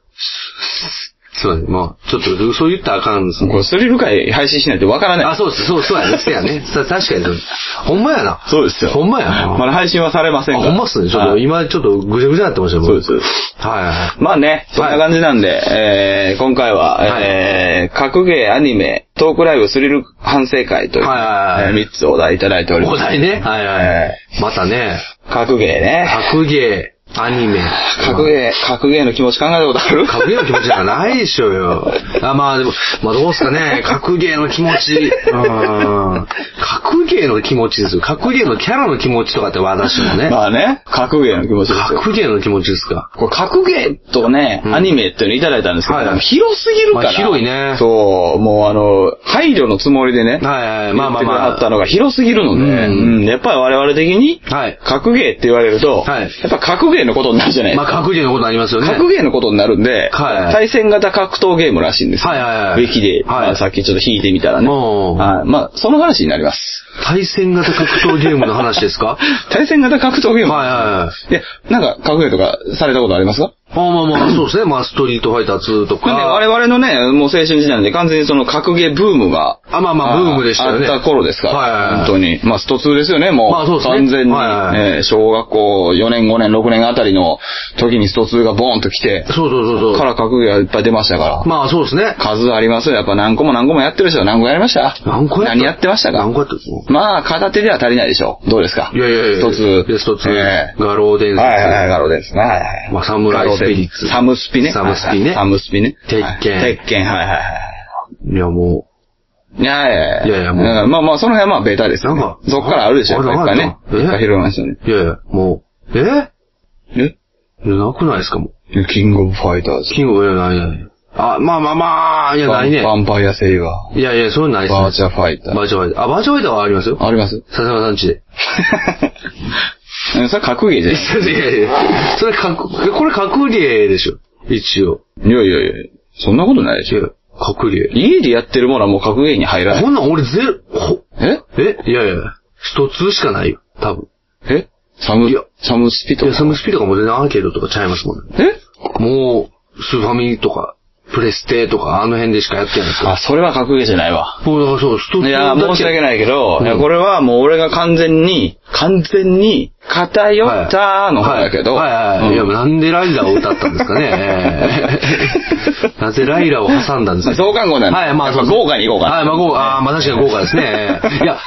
Speaker 1: すいません。まあ、ちょっと嘘言ったらあかんですね。
Speaker 2: これスリル回配信しないとわからない。
Speaker 1: あ、そうです。そう、そうやね。そうや ね。さ確かにそうです。ほんまやな。
Speaker 2: そうですよ。
Speaker 1: ほんまやな。
Speaker 2: まだ配信はされません
Speaker 1: あ
Speaker 2: から。
Speaker 1: ほんまっすね。ちょっと
Speaker 2: はい
Speaker 1: 今ちょっとぐちゃぐちゃになってましたよ、
Speaker 2: そう
Speaker 1: 僕
Speaker 2: ですそうです。
Speaker 1: はいはい。
Speaker 2: まあね、そんな感じなんで、えー、今回は、
Speaker 1: はい
Speaker 2: えー、格ゲー、アニメ、トークライブ、スリル反省会という、
Speaker 1: はいはいはい
Speaker 2: えー、3つお題いただいております。
Speaker 1: お題ね。はいは
Speaker 2: え
Speaker 1: い。またね、
Speaker 2: ー格ゲーね。
Speaker 1: 格ゲー、アニメ。
Speaker 2: 格ゲー、格ゲーの気持ち考えたことある
Speaker 1: 格ゲーの気持ちじゃないでしょうよ。あ、まあでも、まあどうすかね、格ゲーの気持ち。うん。格ゲーの気持ちですよ。格ゲーのキャラの気持ちとかって私もね。
Speaker 2: まあね、格ゲーの気持ちですよ。
Speaker 1: 格ゲーの気持ちですか。
Speaker 2: これ格ゲーとね、
Speaker 1: うん
Speaker 2: アニメっていうのいただいたんですけど、
Speaker 1: はいはい
Speaker 2: 広すぎるから、
Speaker 1: まあ広いね
Speaker 2: そう、もうあの、配慮のつもりでね。
Speaker 1: はいはいまあまあまあ
Speaker 2: あったのが広すぎるので、
Speaker 1: うん
Speaker 2: うんやっぱり我々的に、
Speaker 1: はい
Speaker 2: 格ゲーって言われると、
Speaker 1: はい
Speaker 2: やっぱ格ゲーのことになるじゃないです
Speaker 1: まあ
Speaker 2: か。
Speaker 1: 格ゲーのことありますよね。
Speaker 2: 格ゲーのことになるんで、
Speaker 1: はい
Speaker 2: 対戦型格闘ゲームらしいんですよ
Speaker 1: はいはいはい
Speaker 2: ウィキ
Speaker 1: はい
Speaker 2: で、まあさっきちょっと引いてみたらね。
Speaker 1: おー
Speaker 2: はいまあ、その話になります。
Speaker 1: 対戦型格闘ゲームの話ですか
Speaker 2: 対戦型格闘ゲーム。
Speaker 1: はいはいはい
Speaker 2: いや、なんか、格ゲーとかされたことありますか
Speaker 1: あまあまあ、そうですね。まあストリートファイター2とか。
Speaker 2: なんで我々のね、もう青春時代なんで完全にその格ゲーブームが。
Speaker 1: あまあまあブームでしたよね
Speaker 2: あった頃ですから。
Speaker 1: はいはいはい
Speaker 2: 本当に。まあスト2ですよね、もう。
Speaker 1: まあそうですね
Speaker 2: 完全に、
Speaker 1: はいはいはい
Speaker 2: えー小学校4年5年6年あたりの時にスト2がボーンと来て、
Speaker 1: そうそうそうそう。
Speaker 2: から格ゲーがいっぱい出ましたから。
Speaker 1: まあそうですね。
Speaker 2: 数ありますよ。やっぱ何個も何個もやってる人は何個やりました
Speaker 1: 何個やった
Speaker 2: 何やってましたか
Speaker 1: 何個やった
Speaker 2: まあ、片手では足りないでしょう。どうですか
Speaker 1: いやいやいや。
Speaker 2: スト2。
Speaker 1: でストツ
Speaker 2: ええ
Speaker 1: ー。画廊伝説。
Speaker 2: はいはいはい、ガロですね。はいはい。
Speaker 1: まあサムライスピリッツ
Speaker 2: サムスピね。
Speaker 1: サムスピね
Speaker 2: はいはいサムスピね。
Speaker 1: 鉄拳
Speaker 2: はい鉄拳、はいはいはい
Speaker 1: いやも
Speaker 2: いやいや
Speaker 1: いやいやもう
Speaker 2: うんまあまあ、その辺はまあベタですよね
Speaker 1: なんか。
Speaker 2: そっからあるでしょ、
Speaker 1: あ
Speaker 2: やっぱいっぱいね
Speaker 1: あ。るあ
Speaker 2: い
Speaker 1: る
Speaker 2: っぱい広がりますよね。
Speaker 1: う、いやいや、もう、え
Speaker 2: え
Speaker 1: いやなくないですかもう。
Speaker 2: キングオブファイターズ。
Speaker 1: キング、いや、ないない。あ、まあまあまあ、いや、ないね
Speaker 2: ヴ。ァンパイアセイバ
Speaker 1: いやいや、そういうのない
Speaker 2: ー。
Speaker 1: っす
Speaker 2: バー
Speaker 1: ね。
Speaker 2: チャファイター
Speaker 1: バ。ーチャファイター。あ、バーチャファイターはありますよ。
Speaker 2: あります
Speaker 1: 笹山さんちで。
Speaker 2: うんそれ格ゲーじゃない
Speaker 1: いやいやいや、それ格、えこれ格ゲーでしょ。一応。
Speaker 2: いやいやいや、そんなことないで
Speaker 1: い
Speaker 2: し
Speaker 1: や
Speaker 2: ょ。、
Speaker 1: 格ゲ
Speaker 2: 家でやってるものはもう格ゲーに入ら
Speaker 1: ー。
Speaker 2: ない。
Speaker 1: こんなん俺ゼロ、ほ、
Speaker 2: え
Speaker 1: えいやいや、一つしかないよ。多分。
Speaker 2: えサム
Speaker 1: いや、
Speaker 2: サムスピ
Speaker 1: い
Speaker 2: と
Speaker 1: や、サ
Speaker 2: か。
Speaker 1: ムスピとかも全然アーケードとかちゃいますもんね。
Speaker 2: え
Speaker 1: もう、スーファミとか、プレステとか、あの辺でしかやってないんですよ
Speaker 2: あ、。それは格ゲーじゃないわ。
Speaker 1: もうだからそう、スト
Speaker 2: いや、申し訳
Speaker 1: い。
Speaker 2: ないけど、
Speaker 1: うん
Speaker 2: いや、これはもう俺が完全に、完全に偏ったの方やけど。
Speaker 1: はいはいはい。いや、
Speaker 2: うん
Speaker 1: なんでライラを歌ったんですかね。えーなぜライラを挟んだんですか
Speaker 2: 増刊号なんで
Speaker 1: はい、まあ、
Speaker 2: やっぱ豪華に行こうかな
Speaker 1: はい、まあ、豪華、あーまあ、確かに豪華ですね。いや、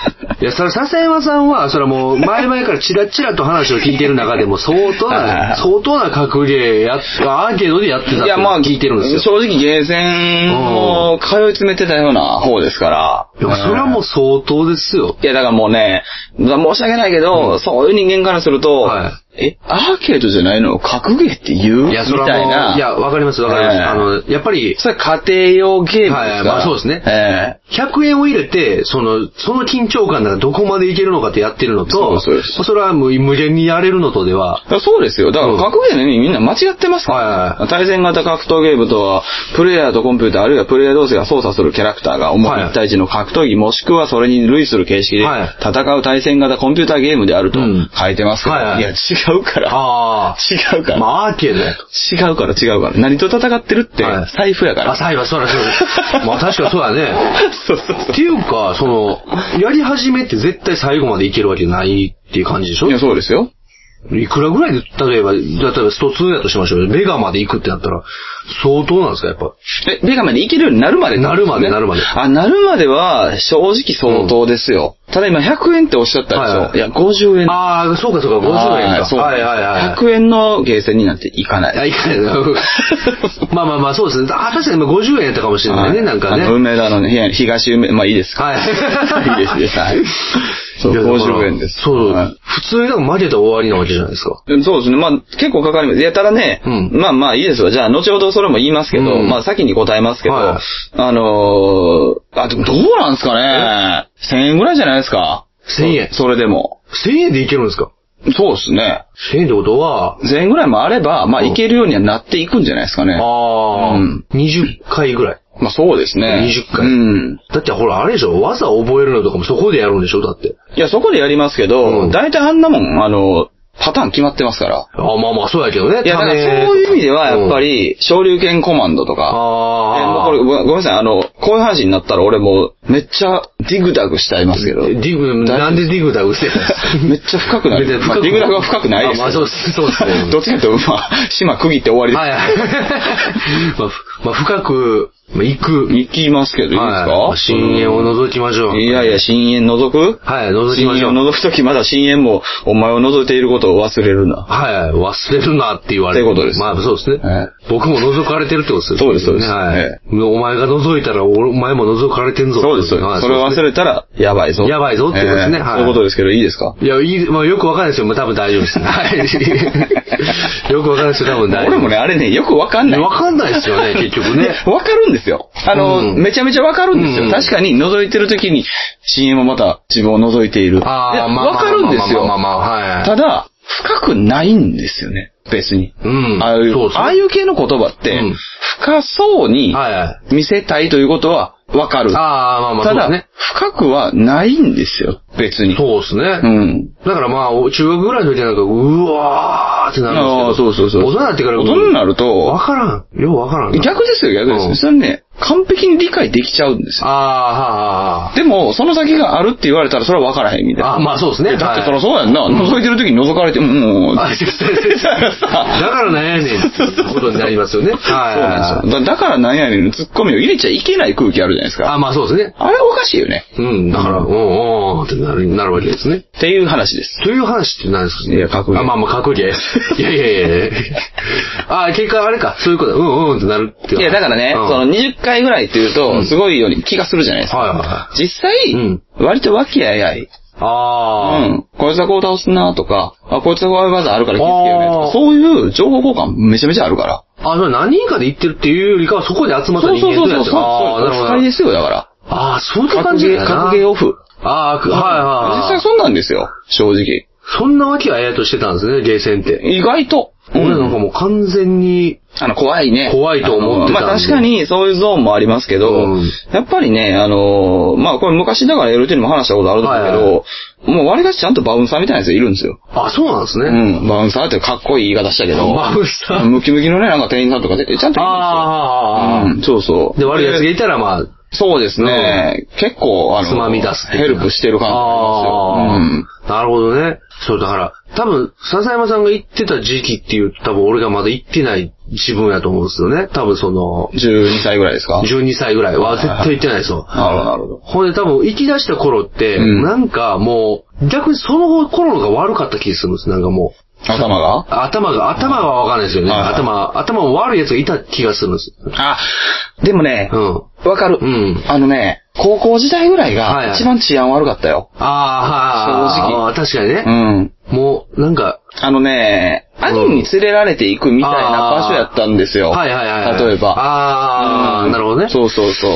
Speaker 1: いや、それ、笹山さんは、それはもう、前々からチラチラと話を聞いてる中でも、相当
Speaker 2: はいはいは
Speaker 1: な、
Speaker 2: い
Speaker 1: 相当な格ゲーやっ、アーケードでやってたって聞いてるんですよ。
Speaker 2: 正直ゲーセンを通い詰めてたような方ですから。
Speaker 1: いや、それはもう相当ですよ。
Speaker 2: いや、だからもうね、申し訳ないけど、そういう人間からすると、
Speaker 1: は
Speaker 2: え、アーケードじゃないのを格ゲーって言う
Speaker 1: いや、それ
Speaker 2: みたい
Speaker 1: はも
Speaker 2: な。
Speaker 1: う、いや、わかります、わかります。
Speaker 2: ええ
Speaker 1: あの、やっぱり、
Speaker 2: それ家庭用ゲームですから。
Speaker 1: はいまあそうですね
Speaker 2: え
Speaker 1: 100円を入れて、その、その緊張感ならどこまでいけるのかってやってるのと、
Speaker 2: そうですそうです
Speaker 1: れは無無限にやれるのとでは、
Speaker 2: えそうですよ。だから格ゲーの意味みんな間違ってますから、
Speaker 1: はいはいは
Speaker 2: 対戦型格闘ゲームとは、プレイヤーとコンピューターあるいはプレイヤー同士が操作するキャラクターが主
Speaker 1: はい
Speaker 2: に1対1の格闘技もしくはそれに類する形式で
Speaker 1: はい
Speaker 2: 戦う対戦型コンピューターゲームであると
Speaker 1: うん
Speaker 2: 書いてますけど、
Speaker 1: はいはい
Speaker 2: いや違うから。
Speaker 1: あ
Speaker 2: 違う
Speaker 1: あ、
Speaker 2: から。
Speaker 1: まあアーケードやと。
Speaker 2: 違うから違うから。何と戦ってるって
Speaker 1: はい、
Speaker 2: 財布やから。
Speaker 1: あ、最後、そうだ、そうだ。まあ確かにそうだね。
Speaker 2: そうそうそ
Speaker 1: っていうか、その、やり始めって絶対最後までいけるわけないっていう感じでしょ
Speaker 2: う。いや、そうですよ。
Speaker 1: いくらぐらいで、例えば、例えばスト2やとしましょうよ。メガまで行くってなったら、相当なんですか、やっぱ。
Speaker 2: え、ベガまでいけるようになるまで
Speaker 1: なるまで
Speaker 2: ね
Speaker 1: なるまで
Speaker 2: あ、なるまでは、正直相当ですよ。ただ今100円っておっしゃったでしょ。
Speaker 1: はいいはい
Speaker 2: や、50円。
Speaker 1: ああ、そうかそうか、50円か。
Speaker 2: はいそう
Speaker 1: はいはいはい。
Speaker 2: 100円のゲーセンになんていかない。
Speaker 1: あ、いかないな。 まあまあまあ、そうですね。あ、確かに今50円やったかもしれないね、
Speaker 2: はい
Speaker 1: なんかね。
Speaker 2: あの梅田のね、部屋に東梅、まあいいですか。
Speaker 1: はい
Speaker 2: いいですね。はい。そう、
Speaker 1: いやだから
Speaker 2: 50円です。
Speaker 1: そう、
Speaker 2: はい
Speaker 1: 普通になんか負けたら終わりなわけじゃないですか。
Speaker 2: そうですね。まあ、結構かかります。いや、ただね、
Speaker 1: うん
Speaker 2: まあまあいいですわ。じゃあ、後ほどそれも言いますけど、
Speaker 1: うん
Speaker 2: まあ先に答えますけど、
Speaker 1: はい
Speaker 2: あのー、あ、でもどうなんですかね。1000円ぐらいじゃないですか。
Speaker 1: 1000円。
Speaker 2: それでも。
Speaker 1: 1000円でいけるんですか
Speaker 2: そうですね。
Speaker 1: ?1000 円ってことは、
Speaker 2: 1000円ぐらいもあれば、まあ
Speaker 1: うん
Speaker 2: いけるようにはなっていくんじゃないですかね。
Speaker 1: ああ、
Speaker 2: うん
Speaker 1: 20回ぐらい。
Speaker 2: まあそうですね。
Speaker 1: 20回
Speaker 2: うん。
Speaker 1: だってほら、あれでしょ技覚えるのとかもそこでやるんでしょだって。
Speaker 2: いや、そこでやりますけ
Speaker 1: う
Speaker 2: ど、
Speaker 1: ん
Speaker 2: 大体あんなもん、あの、パターン決まってますから。
Speaker 1: あーまあまあ、そうやけどね。
Speaker 2: いや、だからそういう意味では、やっぱり、昇竜拳コマンドと
Speaker 1: あ
Speaker 2: か、えーもう
Speaker 1: あ
Speaker 2: これごごめんなさい、あの、こういう話になったら俺もうめっちゃディグダグしちゃいますけど。
Speaker 1: ディグ、なんでディグダグしてたんですか
Speaker 2: めっちゃ深くなる。
Speaker 1: 別に
Speaker 2: まあ、ディグダグは深くないですけど。
Speaker 1: あまあそうですそうですね
Speaker 2: どっちかというと、まあ、島区切って終わりです。
Speaker 1: はい はい。まあ、ふまあ、深く、まあ、行く。
Speaker 2: い。行きますけど、いいですか、
Speaker 1: はいまあ深淵を除きましょう。
Speaker 2: いやいや、深淵覗く
Speaker 1: はい、覗き
Speaker 2: 深
Speaker 1: まし
Speaker 2: 淵
Speaker 1: ょ
Speaker 2: を
Speaker 1: う。
Speaker 2: 覗くときまだ深淵もお前を覗いていることを忘れるな。
Speaker 1: はい、忘れるなって言われる。
Speaker 2: ってことです
Speaker 1: まあ、そうですね。
Speaker 2: はい
Speaker 1: 僕も覗かれてるってことですよ
Speaker 2: そうですそうです
Speaker 1: はい、
Speaker 2: え
Speaker 1: お前が覗いたら、おお前も覗かれてんぞ。
Speaker 2: そうです、そうで
Speaker 1: はい
Speaker 2: す。それを忘れたら、やばいぞ。
Speaker 1: やばいぞってことですねはい
Speaker 2: そういうことですけど、いいですか
Speaker 1: いや、いい、まあ、よくわかんないですよ。まあ、多分大丈夫 です。はい。 よくわかんないですよ。多分大丈夫。
Speaker 2: 俺もね、あれね、よくわかんない。
Speaker 1: わかんないです よね、結局ね。
Speaker 2: でわかるんですよ。あの、
Speaker 1: うん
Speaker 2: めちゃめちゃわかるんです
Speaker 1: う
Speaker 2: よ。
Speaker 1: ん
Speaker 2: 確かに覗いてる時に、CM もまた自分を覗いている。
Speaker 1: あー
Speaker 2: で
Speaker 1: まあまあ
Speaker 2: わかるんですよ。
Speaker 1: まあまあまあまあはい
Speaker 2: ただ、深くないんですよね。別に。
Speaker 1: うん
Speaker 2: ああいう、
Speaker 1: そうですね
Speaker 2: ああいう系の言葉って、
Speaker 1: うん
Speaker 2: 深そうに
Speaker 1: はいはい。
Speaker 2: 見せたいということはわかる。
Speaker 1: ああ、まあまあ、
Speaker 2: た
Speaker 1: そうで
Speaker 2: だ、
Speaker 1: すね。
Speaker 2: 深くはないんですよ。別に。
Speaker 1: そうですね。
Speaker 2: うん。
Speaker 1: だからまあ、お中学ぐらいの時なんか、うわーってなるんですけど。
Speaker 2: ああ、そうそうそう。
Speaker 1: 大人になってから、
Speaker 2: 大人になる
Speaker 1: わ
Speaker 2: と、
Speaker 1: からん。ようわからんな。
Speaker 2: 逆ですよ、逆です
Speaker 1: うん
Speaker 2: それね、完璧に理解できちゃうんですよ
Speaker 1: ああ、はあ、は
Speaker 2: でも、その先があるって言われたら、それは分からへんみたい
Speaker 1: あ。あ
Speaker 2: な。
Speaker 1: あ、まあそうですね。
Speaker 2: だって、そ
Speaker 1: は
Speaker 2: ら
Speaker 1: い
Speaker 2: そうやんな。覗いてる時に覗かれて、うんうんうん。
Speaker 1: あそうそうそう
Speaker 2: だか
Speaker 1: だ
Speaker 2: らさ
Speaker 1: からなんやねんっていうことになりますよね。はい。
Speaker 2: そうなんですよ。だだからなんやねん、ツッコミを入れちゃいけない空気あるじゃないです
Speaker 1: あ
Speaker 2: か。
Speaker 1: まあそうですね。
Speaker 2: あれおかしいよね。
Speaker 1: うん、だから、おーおーってなるなるわけですね。
Speaker 2: っていう話です。
Speaker 1: という話って何ですか
Speaker 2: いや格言
Speaker 1: あ、まあまあ、格 言。いやいやいやいや。あ、結果あれか、そういうこと。うんうんってなるって
Speaker 2: い
Speaker 1: いう。
Speaker 2: や、だからね、
Speaker 1: うん
Speaker 2: その20回ぐらいっていう
Speaker 1: う
Speaker 2: と、
Speaker 1: ん
Speaker 2: すごいように気がするじゃないですか。
Speaker 1: はいはいはい。
Speaker 2: 実際、
Speaker 1: うん
Speaker 2: 割と和気あいあい。う
Speaker 1: ああ、
Speaker 2: ん。こいつはこう倒すなとか、あ、こいつはこういう技あるから気をつけようねと
Speaker 1: あー
Speaker 2: か、そういう情報交換めちゃめちゃあるから。
Speaker 1: あ、それ何人かで行ってるっていうよりかは、そこで集まった人間とやつああ、なるほ
Speaker 2: 不快
Speaker 1: ど
Speaker 2: で。すよ、だから。
Speaker 1: ああ、そういう
Speaker 2: 格
Speaker 1: 感じ
Speaker 2: ゲ
Speaker 1: だ
Speaker 2: ー、
Speaker 1: な。
Speaker 2: 格ゲーオフ。
Speaker 1: ああ、くはいはい
Speaker 2: 実
Speaker 1: は
Speaker 2: 際
Speaker 1: い。
Speaker 2: そうなんですよ、正直。
Speaker 1: そんなわけあやとしてたんですね、ゲーセンって。
Speaker 2: 意外と。
Speaker 1: 俺なんかもう完全に、
Speaker 2: あの、怖いね。
Speaker 1: 怖いと思ってたんで
Speaker 2: あのまあ確かにそういうゾーンもありますけど、
Speaker 1: うん
Speaker 2: やっぱりね、あのー、まあこれ昔だから LT にも話したことあるんだけど、
Speaker 1: はい
Speaker 2: もう割りかしちゃんとバウンサーみたいなやついるんですよ。
Speaker 1: あ、そうなんです
Speaker 2: う
Speaker 1: ね。
Speaker 2: ん。バウンサーってかっこいい言い方したけど。
Speaker 1: バウンサー
Speaker 2: ムキムキのね、なんか店員さんとかで、ちゃんといるんですよ。
Speaker 1: ああ、
Speaker 2: うん、そうそう。
Speaker 1: で、悪い奴がいたら、まあ、
Speaker 2: そうですね。結構、あの、
Speaker 1: つまみ出すっていう
Speaker 2: ヘルプしてる感じ
Speaker 1: あ
Speaker 2: あ
Speaker 1: あ
Speaker 2: りますよ。
Speaker 1: ー、なるほどね。そう、だから、多分、笹山さんが行ってた時期っていう、多分俺がまだ行ってない自分やと思うんですよね。多分その
Speaker 2: う、ん。12歳ぐらいですか
Speaker 1: 12歳ぐらいは絶対行ってないですよ。
Speaker 2: なるほど、なるほど。
Speaker 1: ほんで多分行き出した頃って、
Speaker 2: うん
Speaker 1: なんかもう、逆にその頃のが悪かった気がするんです。なんかもう、
Speaker 2: 頭が
Speaker 1: 頭が、頭がわかんないですよね。
Speaker 2: はいはい
Speaker 1: 頭、頭も悪い奴がいた気がするんです。
Speaker 2: あ、でもね
Speaker 1: う、ん。
Speaker 2: わかる。
Speaker 1: うん
Speaker 2: あのね、高校時代ぐらい
Speaker 1: はいは
Speaker 2: が
Speaker 1: い
Speaker 2: 一番治安悪かったよ。
Speaker 1: ああ、はい。確かにね。
Speaker 2: うん。
Speaker 1: もう、なんか、
Speaker 2: あのね、兄に連れられて行くみたいな場所やったんですよ。
Speaker 1: はいはいはいはい。
Speaker 2: 例えば。
Speaker 1: ああ、
Speaker 2: うん
Speaker 1: なるほどね。そう
Speaker 2: そうそうそう。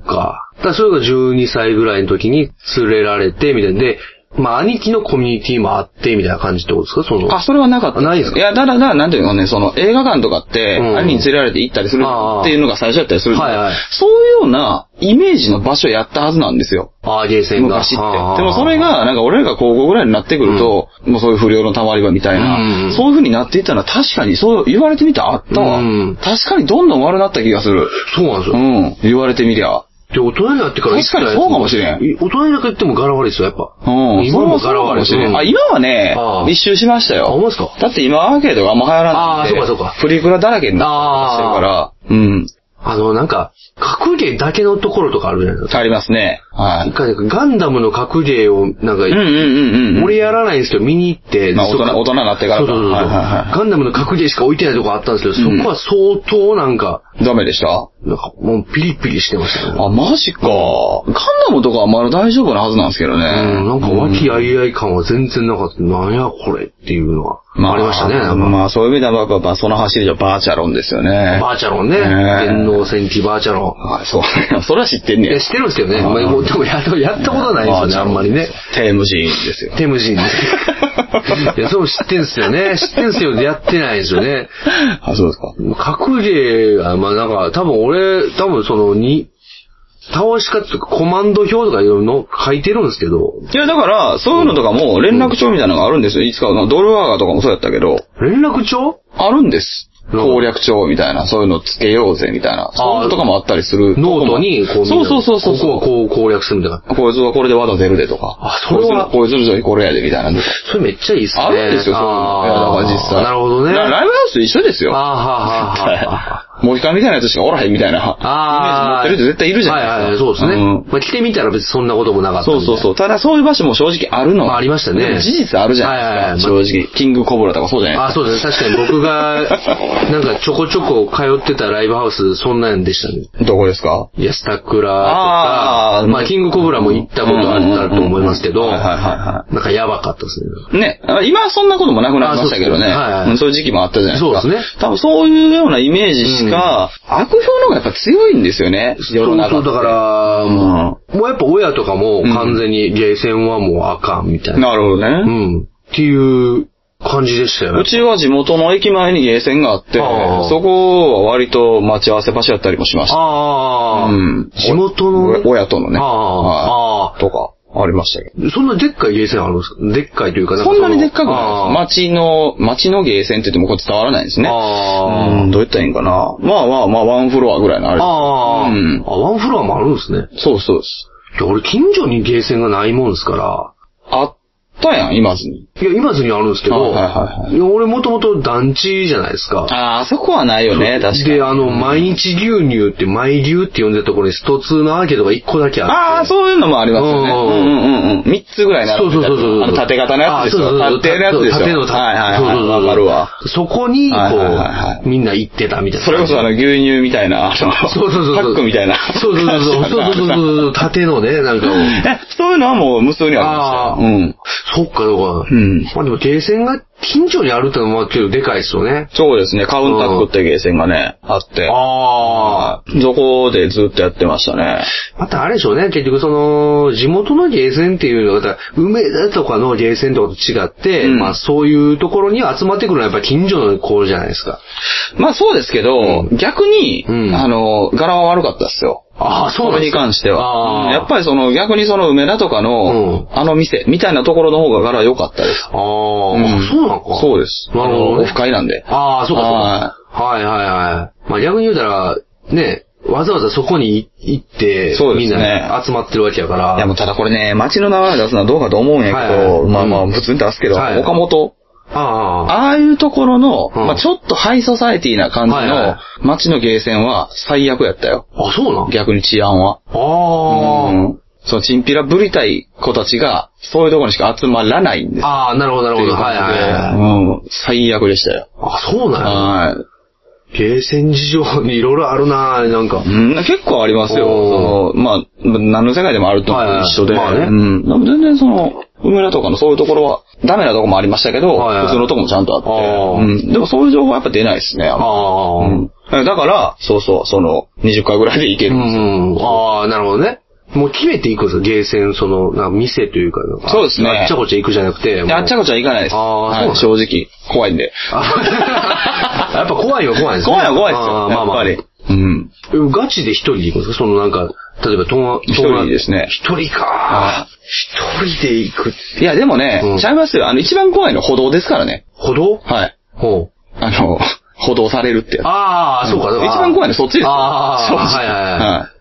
Speaker 1: か。だからそれが12歳ぐらいの時に連れられて、みたいな。で、まあ、兄貴のコミュニティもあって、みたいな感じってことですかその。
Speaker 2: あ、それはなかった。
Speaker 1: ないですか
Speaker 2: いや、だから、だからなんていうのね、その映画館とかって、
Speaker 1: うん
Speaker 2: 兄に連れられて行ったりするっていうのが最初だったりするんだけど
Speaker 1: はいはい
Speaker 2: そういうようなイメージの場所やったはずなんですよ。
Speaker 1: あーゲーセンが。
Speaker 2: 昔って。
Speaker 1: あー
Speaker 2: でもそれ、が、なんか俺らが高校ぐらいになってくると、もうそういう不良の溜まり場みたいな、
Speaker 1: うん
Speaker 2: そういう風になっていったのは確かに、そう言われてみたらあったわ、
Speaker 1: うん
Speaker 2: 確かにどんどん悪なった気がする。
Speaker 1: そうなんです
Speaker 2: う
Speaker 1: よ。
Speaker 2: ん、言われてみりゃ。
Speaker 1: で、大人になってから
Speaker 2: 確かにそうかもしれん
Speaker 1: い大人になってっても柄悪いですよ、やっぱ。
Speaker 2: うん、
Speaker 1: 今も
Speaker 2: そ
Speaker 1: 柄
Speaker 2: れはそうか
Speaker 1: 悪い
Speaker 2: もしれん。あ、今はね
Speaker 1: あ、ー
Speaker 2: 一周しましたよ。
Speaker 1: あほんまですか
Speaker 2: だって今アーケードがあんま流行らないんで。
Speaker 1: あーそうかそうか
Speaker 2: プリクラだらけになってるから、うん。
Speaker 1: あの、なんか、格ゲーだけのところとかあるじゃないですか。
Speaker 2: ありますね。はい。
Speaker 1: 一回なんかガンダムの格ゲーを、なんか、
Speaker 2: うんうんうんうん。
Speaker 1: 俺やらないんですけど、見に行って、
Speaker 2: まあ大人
Speaker 1: そっか
Speaker 2: 大人になってから
Speaker 1: そうそうそうそう、
Speaker 2: はいはいはい
Speaker 1: ガンダムの格ゲーしか置いてないとこあったんですけど、
Speaker 2: うん
Speaker 1: そこは相当なんか、
Speaker 2: ダメでした
Speaker 1: なんかもうピリピリしてましたね。
Speaker 2: あ、マジか。ガンダムとかはまだ大丈夫なはずなんですけどね。
Speaker 1: うん、なんか和気あいあい感は全然なかった。なんやこれっていうのは。ありましたね。なんか
Speaker 2: まあそういう意味では、まあまあ、その走りじゃバーチャロンですよね。
Speaker 1: バーチャロンね。
Speaker 2: ね
Speaker 1: 電脳戦記バーチャロン。
Speaker 2: はい、そう。 それは知ってんね
Speaker 1: いや、知ってるんですけどね。まあ、もうでもやったやったことはないですよね、あんまりね。。
Speaker 2: テームジーンです よ。
Speaker 1: テム ジンね。いや、そう知ってんすよね。知ってんすよ。やってないですよね。
Speaker 2: あ、そうですか。
Speaker 1: 格ゲーは、まあなんか、多分俺、多分その、に、倒し方とかコマンド表とかいうの書いてるんですけど、
Speaker 2: いや、だから、そういうのとかも連絡帳みたいなのがあるんですよ。いつか、ドルワーガーとかもそうやったけど、
Speaker 1: 連絡帳
Speaker 2: あるんです。
Speaker 1: うん
Speaker 2: 攻略帳みたいな、そういうのつけようぜみたいな、そういうのとかもあったりする。
Speaker 1: ノートに、こう、
Speaker 2: そうそうそうそう。
Speaker 1: ここはこう攻略するみたいな。
Speaker 2: こいつはこれで技出るでとか。
Speaker 1: あそれは
Speaker 2: こいつの上にこれやでみたいなんで。
Speaker 1: それめっちゃいいっすね。
Speaker 2: あるんですよ、そういうの。いや、
Speaker 1: あ
Speaker 2: だか
Speaker 1: ー
Speaker 2: ら実際。
Speaker 1: なるほどね。
Speaker 2: ラライブハウスと一緒ですよ。
Speaker 1: あーはーはーはーはー。
Speaker 2: モヒカンみたいなやつしかおらへんみたいな。
Speaker 1: ああ。
Speaker 2: イメージ持ってる人絶対いるじゃないですか。
Speaker 1: はいはい、そうですね。
Speaker 2: ん
Speaker 1: まあ、来てみたら別にそんなこともなかった。
Speaker 2: そうそうそうう。ただそういう場所も正直あるの。
Speaker 1: まあありましたね
Speaker 2: でも事実あるじゃないですか。
Speaker 1: はいはいはい
Speaker 2: 正直。キングコブラとかそうじゃない
Speaker 1: あ、そうですね。確かに僕 が、なんかちょこちょこ通ってたライブハウス、そんなんでしたね。
Speaker 2: ですか。どこですか
Speaker 1: いや、スタクラとか、
Speaker 2: あー
Speaker 1: まあ、キングコブラも行ったことあったと思いますけ
Speaker 2: うん
Speaker 1: ど、
Speaker 2: うんうんはいはい
Speaker 1: な
Speaker 2: はいはい。
Speaker 1: んかやばかったですね。
Speaker 2: ね、あ今はそんなこともなくなりましたけ
Speaker 1: あそ
Speaker 2: どね。
Speaker 1: うですねはいはい
Speaker 2: うんそういう時期もあったじゃないですか。
Speaker 1: そうですね
Speaker 2: 多分そういうようなイメージしか、悪評の方がやっぱ強いんですよね。世の中
Speaker 1: そ
Speaker 2: っ
Speaker 1: う
Speaker 2: て
Speaker 1: そう、だから、もうもうやっぱ親とかも完全にゲーセンはもうあかんみたいな。
Speaker 2: なるほど
Speaker 1: う
Speaker 2: ね。
Speaker 1: ん。っていう感じでしたよね
Speaker 2: う。ちは地元の駅前にゲーセンがあって、
Speaker 1: あー
Speaker 2: そこは割と待ち合わせ場所やったりもしました。
Speaker 1: ああ、
Speaker 2: うん
Speaker 1: 地元のね
Speaker 2: お親とのね。
Speaker 1: あー
Speaker 2: は
Speaker 1: あ
Speaker 2: い
Speaker 1: ー
Speaker 2: とか、ありましたけど。
Speaker 1: そんなでっかいゲーセンあるんですかでっかいというか、
Speaker 2: そんなにでっかく
Speaker 1: あ
Speaker 2: ないです。街の、街のゲーセンって言ってもこれ伝わらないです
Speaker 1: ー
Speaker 2: ね。
Speaker 1: あー
Speaker 2: うんどう言ったらいいんかな。まあまあまあ、ワンフロアぐらいのあれです。
Speaker 1: あー、
Speaker 2: うん
Speaker 1: あ、ワンフロアもあるんですね。
Speaker 2: そうそうです。
Speaker 1: いや、俺近所にゲーセンがないもんですか
Speaker 2: あったやん、今ずに。
Speaker 1: ら。いや、今津にあるんですけ
Speaker 2: あ
Speaker 1: ど、
Speaker 2: はいはいはい
Speaker 1: や俺もともと団地じゃないですか。
Speaker 2: ああ、あそこはないよね、確かに。
Speaker 1: で、あの、毎日牛乳って、毎牛って呼んでたところにスト2のアーケードが1個だけ
Speaker 2: あ
Speaker 1: あ
Speaker 2: あ、
Speaker 1: って。
Speaker 2: そういうのもありますよね。
Speaker 1: うん
Speaker 2: うんうんうん。三つぐらい並
Speaker 1: そ
Speaker 2: ん
Speaker 1: う
Speaker 2: で
Speaker 1: そう
Speaker 2: た
Speaker 1: そうそう。
Speaker 2: あの縦型のやつです
Speaker 1: あ
Speaker 2: よ。
Speaker 1: そうそうそう
Speaker 2: 縦のやつですよ。
Speaker 1: 縦の縦。
Speaker 2: はいはい
Speaker 1: そうそ
Speaker 2: は
Speaker 1: う
Speaker 2: い。
Speaker 1: そう
Speaker 2: わかるわ。
Speaker 1: そこに、こ
Speaker 2: はいはいはいは
Speaker 1: う、みんな行ってたみたいな。
Speaker 2: それこそあの、牛乳みたいな、あの、
Speaker 1: そうそうそうそう。
Speaker 2: パックみたいな。
Speaker 1: そうそう そう。そうそうそう
Speaker 2: う。
Speaker 1: そう。縦のね、なんか。
Speaker 2: え、そういうのはもう無数にありましたよ。うん。
Speaker 1: そっか、どうか。
Speaker 2: うん
Speaker 1: まあでも、ゲーセンが近所にあるってのも、けど、でかいですよね。
Speaker 2: そうですね、カウンタックってゲーセンがね、あって。
Speaker 1: ああ。
Speaker 2: そこでずっとやってましたね。
Speaker 1: またあれでしょうね、結局その、地元のゲーセンっていうのが、梅田とかのゲーセンとかと違って、
Speaker 2: うん
Speaker 1: まあそういうところに集まってくるのはやっぱ近所の子じゃないですか。
Speaker 2: まあそうですけど、逆に、
Speaker 1: うん
Speaker 2: あの、柄は悪かったですよ。
Speaker 1: ああ、そう
Speaker 2: こ
Speaker 1: なんで
Speaker 2: れに
Speaker 1: すか
Speaker 2: 関しては。
Speaker 1: ああ
Speaker 2: うんやっぱりその逆にその梅田とかの、
Speaker 1: うん
Speaker 2: あの店みたいなところの方が柄良かったです。
Speaker 1: ああ、
Speaker 2: ん
Speaker 1: そうなんか。
Speaker 2: そうです。
Speaker 1: なるほど、
Speaker 2: あの
Speaker 1: ね。
Speaker 2: オフ会なんで。
Speaker 1: ああ、そうかそうか。はいはいはい。まあ逆に言うたら、ね、わざわざそこに行って、
Speaker 2: そうで
Speaker 1: みん
Speaker 2: すね
Speaker 1: な集まってるわけやから。
Speaker 2: いやもうただこれね、街の名前出すのはどうかと思うんやけ
Speaker 1: はいは
Speaker 2: ど、
Speaker 1: い
Speaker 2: まあまあ普通に出すけど、
Speaker 1: はい
Speaker 2: 岡本、
Speaker 1: ああ。
Speaker 2: ああいうところの、
Speaker 1: うん
Speaker 2: まあちょっとハイソサエティな感じ
Speaker 1: はいは
Speaker 2: の街のゲーセンは最悪やったよ。
Speaker 1: あ、そうなん
Speaker 2: 逆に治安は。
Speaker 1: ああ、
Speaker 2: うんそのチンピラぶりたい子たちが、そういうところにしか集まらないんです。
Speaker 1: ああ、なるほど、なる
Speaker 2: って
Speaker 1: ほ
Speaker 2: い
Speaker 1: ど。
Speaker 2: う
Speaker 1: はいはい
Speaker 2: 感じ
Speaker 1: はい。
Speaker 2: でうん。最悪でしたよ。
Speaker 1: あ、そうなんや。
Speaker 2: はい。
Speaker 1: ゲーセン事情にいろいろあるななんか
Speaker 2: う。ん、結構ありますよ。
Speaker 1: お
Speaker 2: その、まあ、何の世界でもあると思う、
Speaker 1: はいはい
Speaker 2: 一緒で。
Speaker 1: まあね
Speaker 2: うん。でも全然その、梅田とかのそういうところは、ダメなとこもありましたけど、
Speaker 1: はいはい
Speaker 2: 普通のとこもちゃんとあって。
Speaker 1: あー
Speaker 2: うん。でもそういう情報はやっぱ出ないですね。あんま
Speaker 1: ああ。う
Speaker 2: うんん。だから、そうそう、その、20回ぐらいでいける。
Speaker 1: うん。ああ、なるほどね。もう決めていくんですよ、ゲーセン、その、なんか店というかなんか
Speaker 2: そうですね
Speaker 1: あっちゃこっちゃ行くじゃなくて。
Speaker 2: であっちゃ
Speaker 1: こ
Speaker 2: こっちゃいかないです。
Speaker 1: あーそう
Speaker 2: は、
Speaker 1: ないん
Speaker 2: 正直。怖いんで。
Speaker 1: やっぱ怖いは怖いですね。
Speaker 2: 怖いは怖いです
Speaker 1: あ
Speaker 2: よ。
Speaker 1: あまあまあ。
Speaker 2: やっぱり。うん。
Speaker 1: うんガチで一人で行くんですかそのなんか、例えば友達、
Speaker 2: 一人ですね
Speaker 1: 一人か
Speaker 2: あ。
Speaker 1: 一人で行く。
Speaker 2: いや、でもね、
Speaker 1: うん
Speaker 2: ちゃいますよ。あの、一番怖いの歩道ですからね。
Speaker 1: 歩道
Speaker 2: はい。
Speaker 1: ほう。
Speaker 2: あの、 歩道されるってやつ。
Speaker 1: ああ、そうか。
Speaker 2: うん一番怖いのそっちですよ
Speaker 1: ああ、
Speaker 2: 正直
Speaker 1: はいはいはい。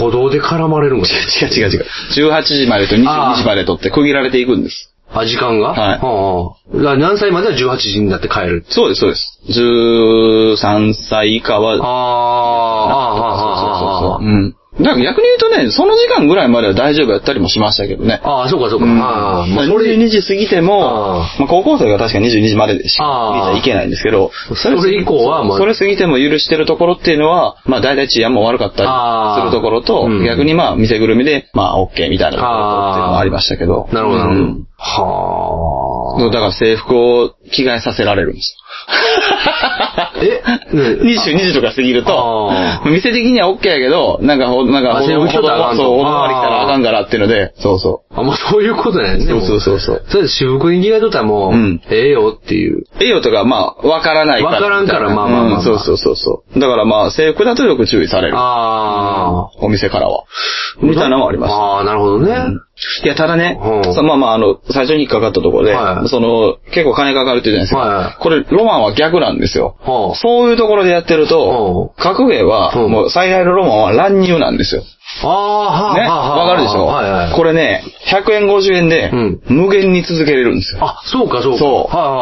Speaker 1: 歩道で絡まれるんか。
Speaker 2: 違う違う違う。18時までと22時までとって区切られていくんです。
Speaker 1: あ、時間が
Speaker 2: はい
Speaker 1: い。だから何歳までは18時になって帰る。
Speaker 2: そうです、そうです。13歳以下
Speaker 1: ああ、
Speaker 2: は、
Speaker 1: ああ、ああ、ああ。
Speaker 2: うん。だから逆に言うとね、その時間ぐらいまでは大丈夫やったりもしましたけどね。
Speaker 1: ああ、そうかそうか。ああ、
Speaker 2: ま
Speaker 1: ま
Speaker 2: あ、
Speaker 1: あそれ、
Speaker 2: 22時過ぎても
Speaker 1: あ、
Speaker 2: まあ、高校生が確か22時まででし
Speaker 1: あ
Speaker 2: か
Speaker 1: ー
Speaker 2: いけないんですけど、
Speaker 1: それ以降はまあ
Speaker 2: それ過ぎても許してるところっていうのは、まあ大体治安も悪かった
Speaker 1: あー
Speaker 2: りするところと、
Speaker 1: うん
Speaker 2: 逆にまあ店ぐるみで、まあ OK みたいなところっていうのはありましたけど。
Speaker 1: なるほど、なる
Speaker 2: う
Speaker 1: ほ
Speaker 2: ん
Speaker 1: ど。は
Speaker 2: そうだから制服を着替えさせられるんです
Speaker 1: あ。 え
Speaker 2: よ。
Speaker 1: ね
Speaker 2: 22時とか過ぎると
Speaker 1: あ、
Speaker 2: 店的には OK やけど、なんかほ、なんか
Speaker 1: あ
Speaker 2: ほど、
Speaker 1: 制服着
Speaker 2: ほ
Speaker 1: とったらあかん
Speaker 2: ど、
Speaker 1: と
Speaker 2: そう、ほどまで来たらあかんからっていうので、そうそ
Speaker 1: あ、まあそういうことだよ
Speaker 2: う。
Speaker 1: ね。
Speaker 2: そうそう
Speaker 1: う。
Speaker 2: そうそう。
Speaker 1: それで私服に着替えとったらもう、
Speaker 2: うん
Speaker 1: ええよっていう。
Speaker 2: 栄養とか、まあ、わからないから。
Speaker 1: わからんからまあまあまあまあ
Speaker 2: うんそうそうそうそう。だからまあ、制服だとよく注意される。
Speaker 1: ああ。
Speaker 2: お店からは。みたいなのはありました。
Speaker 1: ああ、なるほどね。
Speaker 2: いや、ただね、
Speaker 1: うん
Speaker 2: さまあまあ、あの、最初に引っかかったところで、
Speaker 1: はい
Speaker 2: その、結構金かかるって言うじゃない
Speaker 1: は
Speaker 2: ですか。これ、ロマンは逆なんですよ。
Speaker 1: はあ
Speaker 2: そういうところでやってると、格ゲーは、
Speaker 1: うん
Speaker 2: もう最大のロマンは乱入なんですよ。ね。
Speaker 1: ああ、はあ、はあ。
Speaker 2: わかるでしょ
Speaker 1: はいはい。
Speaker 2: これね、100円50円で
Speaker 1: うん、
Speaker 2: 無限に続けれるんですよ。
Speaker 1: あ、そうか、そうか。
Speaker 2: そう
Speaker 1: はい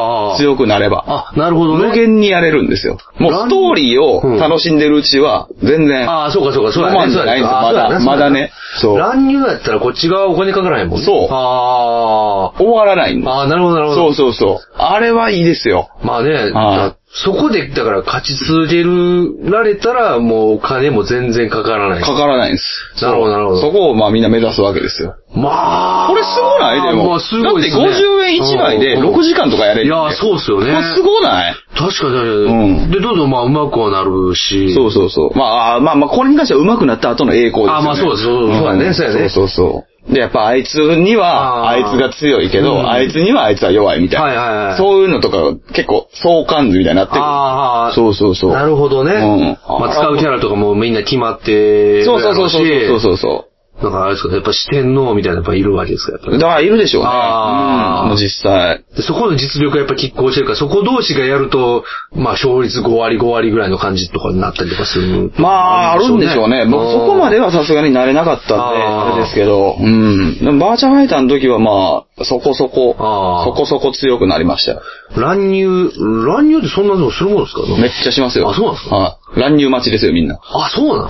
Speaker 1: はいはい。
Speaker 2: 強くなれば。
Speaker 1: あ、なるほどね。
Speaker 2: 無限にやれるんですよ。もうストーリーを楽しんでるうちは、全然。
Speaker 1: ああ、そうかそうか、そうや
Speaker 2: ロマン
Speaker 1: ね。
Speaker 2: じゃないんですよ
Speaker 1: そうやね
Speaker 2: まだまだねそう
Speaker 1: 乱入やったらこっち側お金かからへんもんね。
Speaker 2: そう
Speaker 1: あ
Speaker 2: 終わらないん
Speaker 1: あ。
Speaker 2: で
Speaker 1: ああ、なるほど、なる
Speaker 2: す。
Speaker 1: ほ
Speaker 2: そ
Speaker 1: ど。
Speaker 2: うそうそう。あれはいいですよ。
Speaker 1: まあね、
Speaker 2: あ
Speaker 1: そこで、だから勝ち続ける、られたら、もうお金も全然かからない。
Speaker 2: かからないんです。
Speaker 1: なるほどなるほど
Speaker 2: そこをまあみんな目指すわけですよ。
Speaker 1: まあ。
Speaker 2: これすごないでも。
Speaker 1: まあ、すごいですね。
Speaker 2: だって50円1枚で
Speaker 1: うん
Speaker 2: 6時間とかやれるんで。
Speaker 1: いやーそうっすよね
Speaker 2: これすごない
Speaker 1: 確かに、
Speaker 2: うん
Speaker 1: で、どんどんまあ、うまくはなるし。
Speaker 2: そうそうそう。まああー、まあまあ、これに関しては上手くなった後の栄光ですよね。
Speaker 1: あまあそうですそうそうそうだねそうやね
Speaker 2: そうそうそう。で、やっぱあいつには、あ
Speaker 1: あ
Speaker 2: い
Speaker 1: ー
Speaker 2: つが強いけど、
Speaker 1: うん
Speaker 2: あいつにはあいつは弱いみたいな。
Speaker 1: はいはいはい
Speaker 2: そういうのとか結構相関図みたいになってくる。
Speaker 1: ああ、
Speaker 2: そうそうそう。
Speaker 1: なるほどね。
Speaker 2: うん
Speaker 1: まあ、使うキャラとかもみんな決まって、。
Speaker 2: そうそうそうそうそうそううそう。
Speaker 1: なんかあれですか、やっぱ四天王みたいなのやっぱいるわけですか、やっぱり
Speaker 2: だからいるでしょうね。
Speaker 1: あー
Speaker 2: うんもう実際。
Speaker 1: でそこの実力がやっぱ拮抗してるから、そこ同士がやると、まあ勝率5割5割ぐらいの感じとかになったりとかする。
Speaker 2: まあ、あるんでしょうね。僕そこまで
Speaker 1: は。
Speaker 2: はさすがに慣れなかったんで、
Speaker 1: あー
Speaker 2: あれですけど、うん。でもバーチャファイターの時はまあ、そこそこ、
Speaker 1: あー
Speaker 2: そこそこ強くなりましたよ。
Speaker 1: 乱入、乱入ってそんなのするもんですか
Speaker 2: めっちゃしますよ。
Speaker 1: あそうなんですか
Speaker 2: はい。乱入待ちですよ、みんな。
Speaker 1: あ、そうなの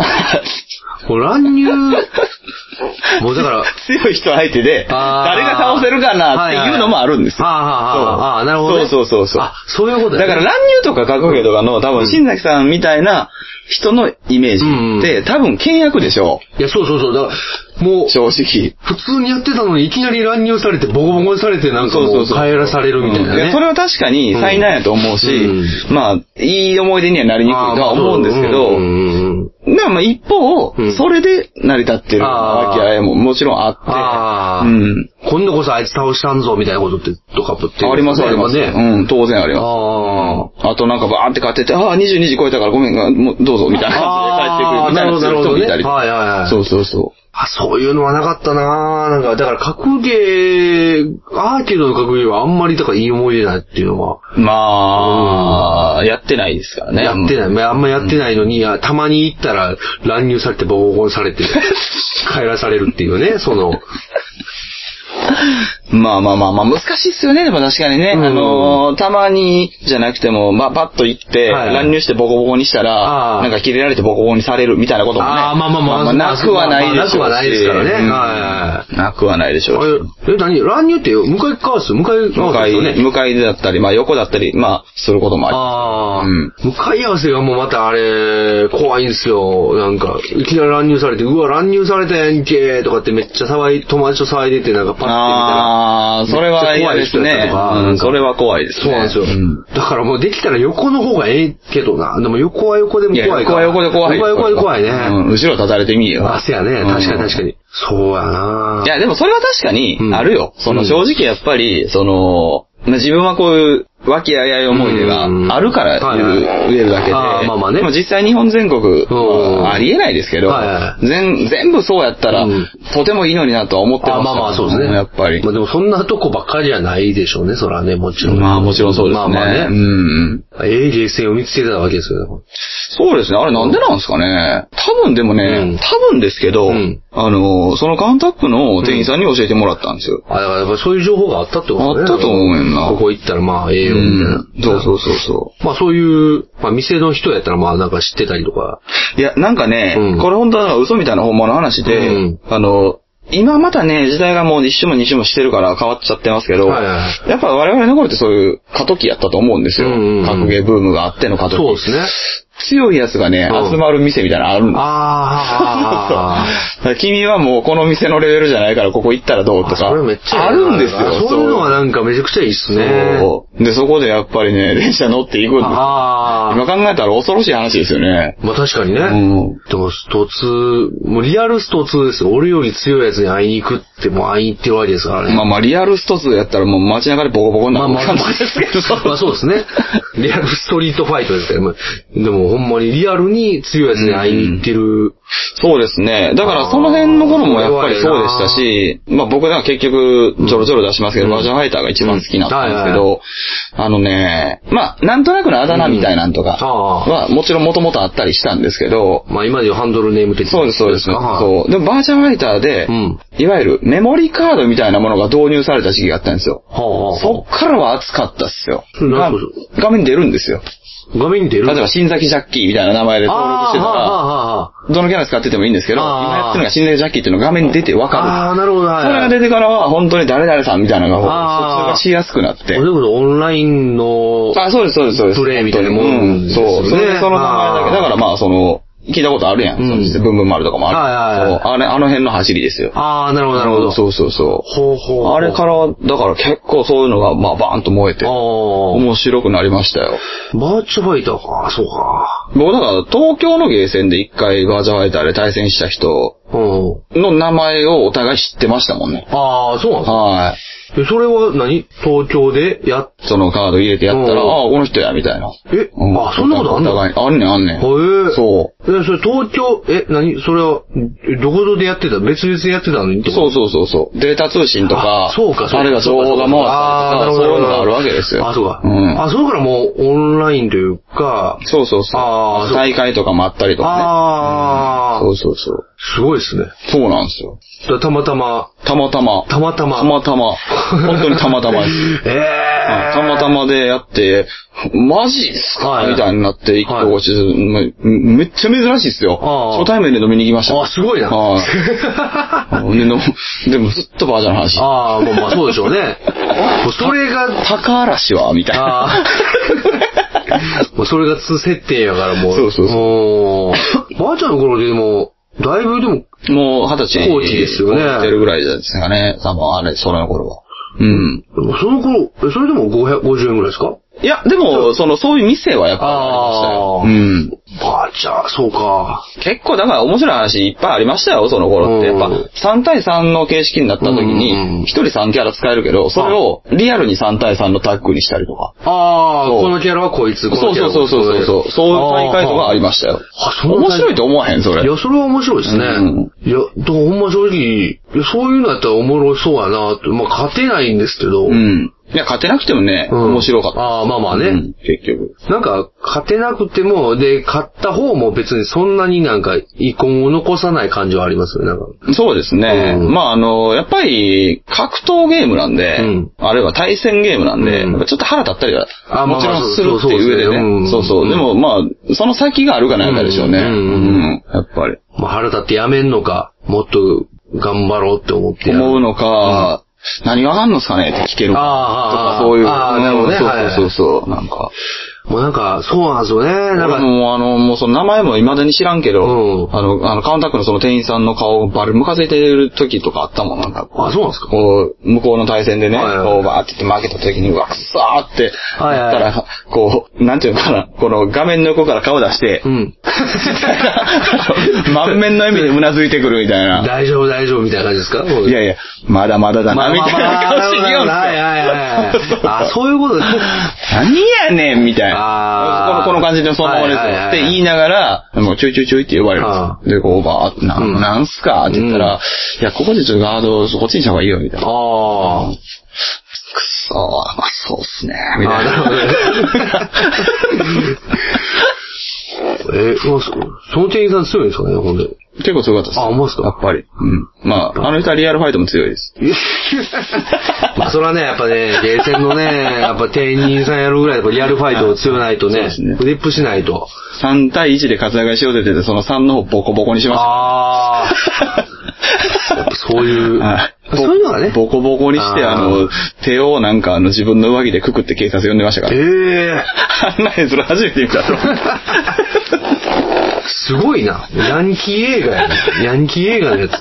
Speaker 1: もう乱入、もうだから、
Speaker 2: 強い人相手で、
Speaker 1: あー
Speaker 2: 誰が倒せるかなっていうのもあるんですよ。
Speaker 1: はいはいはいあーはーはー
Speaker 2: そう
Speaker 1: あーなるほどね
Speaker 2: そうそうそうそう。
Speaker 1: あ、そういうこと
Speaker 2: だから
Speaker 1: ね、
Speaker 2: 乱入とか格ゲーとかの多分新崎さんみたいな人のイメージって多分倹約でしょ
Speaker 1: いや、そうそうそう。だから、もう
Speaker 2: う。、正直。
Speaker 1: 普通にやってたのにいきなり乱入されて、ボコボコにされて、なんか
Speaker 2: そうそ
Speaker 1: も
Speaker 2: う
Speaker 1: う
Speaker 2: そう。
Speaker 1: 帰らされるみたいな
Speaker 2: うん
Speaker 1: ね。
Speaker 2: やそれは確かに災難やと思うし、
Speaker 1: う
Speaker 2: まあ、いい思い出にはなりにくいと
Speaker 1: あーま
Speaker 2: は
Speaker 1: あ
Speaker 2: 思うんですけど、
Speaker 1: うんうんうん
Speaker 2: でもまあ一方、
Speaker 1: うん
Speaker 2: それで成り立ってるわけやももちろんあって、
Speaker 1: ああ。
Speaker 2: うん。
Speaker 1: 今度こそあいつ倒したんぞ、みたいなことって、とかぶって。
Speaker 2: ありますあります、
Speaker 1: やっぱね。
Speaker 2: うん、当然あります。
Speaker 1: あ
Speaker 2: あとなんかバーって買ってて、ああ、22時超えたからごめんが、もうどうぞ、みたいな
Speaker 1: あー
Speaker 2: 感じで帰ってくるみたいな
Speaker 1: なるほ
Speaker 2: 人
Speaker 1: ど
Speaker 2: もいた
Speaker 1: なる
Speaker 2: り。
Speaker 1: ほどねはいはいはい
Speaker 2: そうそうそ
Speaker 1: あ。そういうのはなかったななんか、だから格ゲー、アーケードの格ゲーはあんまり、だからいい思い出ないっていうのは。
Speaker 2: う。まあ、やってないですからね。
Speaker 1: やってない。まああんまやってないのに、いやたまに行ったら、ら乱入されてボコボコにされ て、帰らされるっていうね、その、
Speaker 2: まあまあまあまあ、難しいっすよね、でも確かにね。
Speaker 1: うん
Speaker 2: あのーたまに、じゃなくても、まあ、パッと行って、
Speaker 1: はい
Speaker 2: 乱入してボコボコにした
Speaker 1: あ
Speaker 2: ら、
Speaker 1: あ
Speaker 2: なんか切れられてボコボコにされるみたいなこともね。
Speaker 1: ああまあまあまあ
Speaker 2: なくはないでしょうし。
Speaker 1: まあまあなくはないですからね
Speaker 2: うん
Speaker 1: はいは
Speaker 2: なくはないでしょ
Speaker 1: あ
Speaker 2: うし。
Speaker 1: れ、え、何乱入って向かい側ですよ向かい
Speaker 2: 向
Speaker 1: 側
Speaker 2: か
Speaker 1: ですよ
Speaker 2: い、
Speaker 1: ね。
Speaker 2: 向かいだったり、まあ横だったり、まあ、することもあり。
Speaker 1: ああ、
Speaker 2: うん
Speaker 1: 向かい合わせがもうまたあれ、怖いんですよ。なんか、いきなり乱入されて、うわ、乱入されたやんけとかってめっちゃ騒い、友達と騒いでて、なんかパッて見たら。
Speaker 2: ああ、それは嫌です
Speaker 1: めっちゃ怖い人やったとか。
Speaker 2: ねうんそれは怖いですね。
Speaker 1: そうなんですよ。だからもうできたら横の方がええけどな。でも横は横でも
Speaker 2: いや、
Speaker 1: 怖いか
Speaker 2: 横は
Speaker 1: ら。
Speaker 2: 横で怖い。
Speaker 1: 横は横で怖いね。
Speaker 2: うん後ろ立たれてみよ。
Speaker 1: あ、せやね。確かに確か
Speaker 2: に。
Speaker 1: に。そうやない
Speaker 2: や、でもそれは確かに
Speaker 1: うん、
Speaker 2: あるよ。その、正直やっぱり、その、まあ自分はこういう、和気あいあい思い出があるから
Speaker 1: うん
Speaker 2: 言う
Speaker 1: はい
Speaker 2: 言えるだけで。
Speaker 1: あーまあまあね
Speaker 2: でも実際日本全
Speaker 1: ん
Speaker 2: 国、まあありえないですけど
Speaker 1: はいは、
Speaker 2: 全、全部そうやったら
Speaker 1: うん、
Speaker 2: とてもいいのになとは思ってま
Speaker 1: あ
Speaker 2: した。
Speaker 1: まあまあ、そうですね。
Speaker 2: やっぱり
Speaker 1: まあ。でもそんなとこばっかりじゃないでしょうね、そらね、もちろん。
Speaker 2: まあもちろんそうです
Speaker 1: ま
Speaker 2: ね。
Speaker 1: あまあ
Speaker 2: う
Speaker 1: ね。
Speaker 2: ん。
Speaker 1: ええ冷静を見つけたわけですよ。
Speaker 2: そうですね。あれなんでなんですかね。多分でも
Speaker 1: うん
Speaker 2: ね、多分ですけど
Speaker 1: うん、
Speaker 2: あの、そのカウンタップの店員さんに教えてもらったんですよ。
Speaker 1: あ、だからやっぱそういう情報があったってこと
Speaker 2: あったと思うよな
Speaker 1: ここ行ったらまあ、ええよ、
Speaker 2: う
Speaker 1: みたい
Speaker 2: ん
Speaker 1: な。
Speaker 2: そうそうそうそう。
Speaker 1: まあそういう、まあ店の人やったらまあなんか知ってたりとか。
Speaker 2: いや、なんかね、
Speaker 1: うん
Speaker 2: これ本当なんか嘘みたいな本物の話で、
Speaker 1: うん
Speaker 2: あの、今またね、時代がもう一種も二種もしてるから変わっちゃってますけど、
Speaker 1: はいは
Speaker 2: やっぱ我々の頃ってそういう過渡期やったと思うんですよ。
Speaker 1: うんうんうん
Speaker 2: 格ゲーブームがあっての過渡期。
Speaker 1: そうですね。
Speaker 2: 強いやつがね、
Speaker 1: うん
Speaker 2: 集まる店みたいなのあるんです
Speaker 1: ああ。
Speaker 2: だから君はもうこの店のレベルじゃないからここ行ったらどうとか。
Speaker 1: それめっちゃ
Speaker 2: あるんですよ。
Speaker 1: そういうのはなんかめちゃくちゃいいっすね。
Speaker 2: そうで、そこでやっぱりね、電車乗っていくんです。
Speaker 1: ああ。
Speaker 2: 今考えたら恐ろしい話ですよね。
Speaker 1: まあ確かにね。
Speaker 2: うん
Speaker 1: でもスト2、もうリアルスト2ですよ。俺より強いやつに会いに行くって、もう会いに行ってるわけですからね。
Speaker 2: まあまあ、リアルスト2やったらもう街中でボコボコになる感じですけど。
Speaker 1: まあそうですね。リアルストリートファイトですから、まあでもほんまにリアルに強いやつに会いに行ってる。
Speaker 2: そうですね。だからその辺の頃もやっぱりそうでしたし、まあ僕は結局ちょろちょろ出しますけど、
Speaker 1: うん
Speaker 2: バージョンファイターが一番好きなんですけ
Speaker 1: うん
Speaker 2: ど、あのね、まあなんとなくのあだ名みたいなんとか
Speaker 1: うん
Speaker 2: はもちろん元々あったりしたんですけど、
Speaker 1: まあ今でいうハンドルネーム的な
Speaker 2: そうですそうです。
Speaker 1: か
Speaker 2: そう。でもバージョンファイターで
Speaker 1: うん、
Speaker 2: いわゆるメモリーカードみたいなものが導入された時期があったんですよ。
Speaker 1: はあはあ
Speaker 2: そっからは熱かったっすよ。
Speaker 1: うん
Speaker 2: が画面に出るんですよ。
Speaker 1: 画面に出る
Speaker 2: 例えば、新崎ジャッキーみたいな名前で登録してたら、
Speaker 1: あ
Speaker 2: どのキャラ使っててもいいんですけど、
Speaker 1: あー
Speaker 2: 今やってるのが新崎ジャッキーっていうのが画面に出てわ
Speaker 1: ーはあはあはああ
Speaker 2: か
Speaker 1: ー、なるほど。
Speaker 2: る。
Speaker 1: はい
Speaker 2: それが出てからは、本当に誰々さんみたいなの
Speaker 1: あー
Speaker 2: が、そっちがしやすくなって
Speaker 1: そ。ういうこと、オンラインの、
Speaker 2: あ、そうです、そうです、そうです。
Speaker 1: プレイみたいなもん
Speaker 2: うん
Speaker 1: ですよね
Speaker 2: そう。それでその名前だ
Speaker 1: あー
Speaker 2: け。だからまあ、その、聞いたことあるやん。
Speaker 1: うん
Speaker 2: そうですブンブン丸とかもあ
Speaker 1: はいはい
Speaker 2: る。
Speaker 1: はい
Speaker 2: そうあれ、あの辺の走りですよ。
Speaker 1: ああ、なるほど、なるほど。
Speaker 2: そうそうそう。
Speaker 1: ほうほうほう
Speaker 2: あれからは、だから結構そういうのが、まあ、バーンと燃えて、
Speaker 1: ああ。
Speaker 2: 面白くなりましたよ。
Speaker 1: バーチャファイターか、そうか。
Speaker 2: 僕、だから、東京のゲーセンで一回バージャンファイターで対戦した人
Speaker 1: うん。
Speaker 2: の名前をお互い知ってましたもんね。
Speaker 1: ああ、そうなんですか
Speaker 2: は
Speaker 1: えそれは何東京でやっ、
Speaker 2: い。そのカード入れてやったら、
Speaker 1: うん
Speaker 2: ああ、この人や、みたいな。
Speaker 1: え
Speaker 2: う
Speaker 1: あそんなことあんの
Speaker 2: お互いあんねん、あんねん。
Speaker 1: へえ
Speaker 2: そう。
Speaker 1: え、それ東京、え、何それは、えどこでやってた別々でやってたのにってこと
Speaker 2: そうそうそうそう。データ通信とか
Speaker 1: あ、そうか、そうか。
Speaker 2: あるいは情報が回ったりと
Speaker 1: あーな
Speaker 2: か、
Speaker 1: る
Speaker 2: そ
Speaker 1: ほ
Speaker 2: う
Speaker 1: ど
Speaker 2: いうのがあるわけですよ。
Speaker 1: あ、そうか。
Speaker 2: うん。
Speaker 1: あ、そうからもう、オンラインというか、
Speaker 2: そうそうそう。
Speaker 1: あーそう
Speaker 2: 大会とかもあったりとかね。
Speaker 1: ああ、
Speaker 2: そうそうそう。
Speaker 1: すごいですね。
Speaker 2: そうなんですよ。
Speaker 1: だからたまたま、
Speaker 2: たまたま。
Speaker 1: たまたま。
Speaker 2: たまたま。本当にたまたまです。
Speaker 1: ええー。
Speaker 2: たまたまでやって、マジっすか、
Speaker 1: はい
Speaker 2: みたいになって、一個越し、めめっちゃ珍しいっすよ。
Speaker 1: ああ
Speaker 2: 初対面で飲みに行きました。
Speaker 1: あ、すごいな。
Speaker 2: はいで飲むでもずっとバージョンの話。
Speaker 1: ああ、もうまあそうでしょうね。もうそれが、
Speaker 2: 高嵐はみたいな。
Speaker 1: ああ。もうそれがつ設定やからもう。
Speaker 2: そうそうそう
Speaker 1: もう。ばあちゃんの頃でも、だいぶでも、
Speaker 2: もう二十歳。
Speaker 1: コーチですよね
Speaker 2: 超えてるぐらいですかね。多分あれ、その頃は。うん。
Speaker 1: その頃、えそれでも550円ぐらいですか
Speaker 2: いや、でも、その、そういう店はやっぱありましたよ。うん。
Speaker 1: ばあちゃん、そうか。
Speaker 2: 結構だから面白い話いっぱいありましたよ、その頃って。
Speaker 1: う
Speaker 2: や
Speaker 1: ん
Speaker 2: っぱ3対3の形式になった時
Speaker 1: うん
Speaker 2: に、1人3キャラ使えるけど、それをリアルに3対3のタッグにしたりとか。
Speaker 1: ああ、
Speaker 2: そう
Speaker 1: このキャラはこいつ、こ
Speaker 2: そ
Speaker 1: の
Speaker 2: う
Speaker 1: キャラ
Speaker 2: そう
Speaker 1: は
Speaker 2: そうそうそうそう。そういう大会とかありましたよ。
Speaker 1: あそんな大
Speaker 2: 面
Speaker 1: 会
Speaker 2: 白いと思わへん、それ。
Speaker 1: いや、それは面白いですね。
Speaker 2: うん
Speaker 1: いや、だからほんま正直、いやそういうのやったらおもろそうやなって、まあ勝てないんですけど、
Speaker 2: うん。
Speaker 1: い
Speaker 2: いや、勝てなくてもね、
Speaker 1: うん
Speaker 2: 面白かった。
Speaker 1: ああ、まあまあね。
Speaker 2: うん、結局。
Speaker 1: なんか、勝てなくても、で、勝った方も別にそんなになんか、遺恨を残さない感じはありますよね、なんか。
Speaker 2: そうですね。
Speaker 1: うん
Speaker 2: まあ、あの、やっぱり、格闘ゲームなんで、
Speaker 1: うん
Speaker 2: あるいは対戦ゲームなんで、
Speaker 1: うん
Speaker 2: やっぱちょっと腹立ったりは、
Speaker 1: あまあ
Speaker 2: もちろ
Speaker 1: まあ
Speaker 2: んするっていう上で
Speaker 1: そうそうですねうん
Speaker 2: ね。そうそう。でも、まあ、その先があるかないかでしょうね。
Speaker 1: う
Speaker 2: うんん、やっぱり。
Speaker 1: まあ、腹立ってやめんのか、もっと頑張ろうって思ってやる。
Speaker 2: 思うのか、何があんのですかねって聞けるか。と
Speaker 1: ああああ、
Speaker 2: か、そういう。
Speaker 1: ああ、なるほどね。
Speaker 2: うん
Speaker 1: はい
Speaker 2: そうそうそうそう。なんか。
Speaker 1: もうなんか、そうなんですよね。なんか、
Speaker 2: 俺もうあの、もうその名前も未だに知らんけど、
Speaker 1: うん
Speaker 2: あの、あの、カウンタックのその店員さんの顔がバルムかせてる時とかあったもん、なんか。
Speaker 1: あ、そうなんですか
Speaker 2: こう、向こうの対戦でね、
Speaker 1: はいはい
Speaker 2: こうバーって言って負けた時に、うわ、くそーって、
Speaker 1: はいはい
Speaker 2: やったら、こう、なんていうのかな、この画面の横から顔 出して、
Speaker 1: うん。
Speaker 2: 満面の笑みでうなずいてくるみたいな。
Speaker 1: 大丈夫、大丈夫、みたいな感じですか
Speaker 2: いやいや、まだまだだ
Speaker 1: まあ
Speaker 2: な、みたいな顔してきようん
Speaker 1: まあまあはいはいはい
Speaker 2: ですよ。
Speaker 1: あ、そういうことです。
Speaker 2: 何やねんみたい
Speaker 1: あ
Speaker 2: な。
Speaker 1: ー
Speaker 2: この、この感じでそのままですよ。
Speaker 1: はいはいはい
Speaker 2: って言いながら、もうちょいちょいちょいって呼ばれるんですよ。で、こう、ばーって、な
Speaker 1: うん
Speaker 2: んなんすかって言ったら、いや、ここでちょっとガード、こっちにした方がいいよ、みたいな。く
Speaker 1: ああ。
Speaker 2: そー、まあ、そうっすね、みたい
Speaker 1: あーな
Speaker 2: な。
Speaker 1: え、もうそその店員さん強いんですかね、ほんで。
Speaker 2: 結構強かったです。
Speaker 1: あほんまっすか
Speaker 2: やっぱり。うん。まあ、あの人はリアルファイトも強いです。
Speaker 1: まあ、それはね、やっぱね、ゲーセンのね、やっぱ店員さんやるぐらい、リアルファイトを強ないとね、
Speaker 2: そうですね
Speaker 1: フリップしないと。
Speaker 2: 3対1で活躍しようってて、その3の方ボコボコにしました。
Speaker 1: ああ。やっぱそういう
Speaker 2: はい、
Speaker 1: そういうのがね。
Speaker 2: ボコボコにして、
Speaker 1: あー
Speaker 2: あの、手をなんかあの自分の上着でくくって警察呼んでましたから。
Speaker 1: ええ
Speaker 2: あんなやつら初めて見たと思
Speaker 1: すごいな。ヤンキー映画やね。ヤンキー映画のやつ。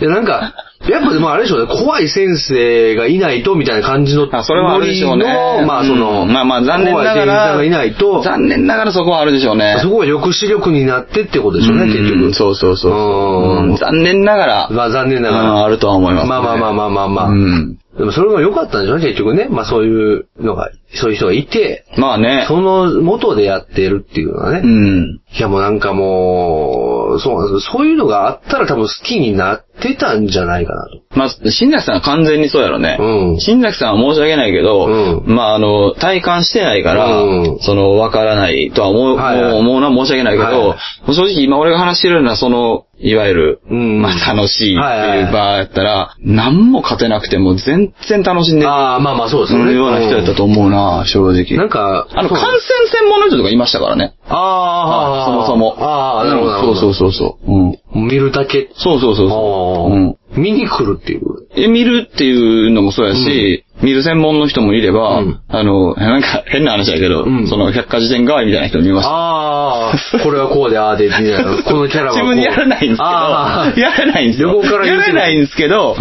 Speaker 1: いや、なんか、やっぱでもあれでしょうね、怖い先生がいないとみたいな感じの、
Speaker 2: あ、それはあるでしょうね。
Speaker 1: ノリのまあその、
Speaker 2: うんまあまあ残念な
Speaker 1: 怖い
Speaker 2: がら、
Speaker 1: 先生がいないと、
Speaker 2: 残念ながらそこはあるでしょうね。
Speaker 1: そこが抑止力になってってことでしょうね、結
Speaker 2: う
Speaker 1: 局
Speaker 2: ん。そうそうそうそう
Speaker 1: う。ん
Speaker 2: うん残念ながら、
Speaker 1: まあ残念なが
Speaker 2: う
Speaker 1: ら。
Speaker 2: んあるとは思いますね
Speaker 1: まあまあまあまあまあまあ。
Speaker 2: うん
Speaker 1: でもそれも良かったんでしょうね、結局ね。まあそういうのが、そういう人がいて、
Speaker 2: まあね。
Speaker 1: その元でやってるっていうのはね。
Speaker 2: うん。
Speaker 1: いやもうなんかもう、そうなんですよそういうのがあったら多分好きになってたんじゃないかなと。
Speaker 2: まあ、新崎さんは完全にそうやろね。
Speaker 1: うん
Speaker 2: 新崎さんは申し訳ないけど、
Speaker 1: うん
Speaker 2: まあ、あの、体感してないから、
Speaker 1: うん
Speaker 2: その、わからないとは思う、
Speaker 1: はいはい
Speaker 2: 思うのは申し訳ないけど、
Speaker 1: はいはい
Speaker 2: もう正直今俺が話してるのは、その、いわゆる、
Speaker 1: うん
Speaker 2: まあ、楽しいって
Speaker 1: はいはい
Speaker 2: い
Speaker 1: はいう
Speaker 2: 場やったら、何も勝てなくても全然楽しんでる
Speaker 1: ああ、まあまあそうです
Speaker 2: そ
Speaker 1: よ
Speaker 2: の
Speaker 1: ね。
Speaker 2: ような人やったと思うな、正
Speaker 1: う
Speaker 2: 直。
Speaker 1: んなんか、
Speaker 2: あの、
Speaker 1: そう
Speaker 2: 感染専門の人とかいましたからね。
Speaker 1: ああ、
Speaker 2: そもそも。
Speaker 1: ああ、なるほどなるほど。
Speaker 2: そうそうそうそう。うん。
Speaker 1: う。見るだけ。
Speaker 2: そうそうそうそう。うん。
Speaker 1: ああ見に来るっていう。
Speaker 2: え、見るっていうのもそうやし、見る専門の人もいれば、
Speaker 1: うん
Speaker 2: あの、なんか変な話だけど、
Speaker 1: うん
Speaker 2: その百科事典代わりみたいな人もいました。
Speaker 1: ああ、これはこうで、ああで、みたい な。このキャラはこう。
Speaker 2: 自分でやらないんですけ
Speaker 1: あ
Speaker 2: ど、やらないんですよ。
Speaker 1: 横から言
Speaker 2: や
Speaker 1: うて
Speaker 2: らないんですけど、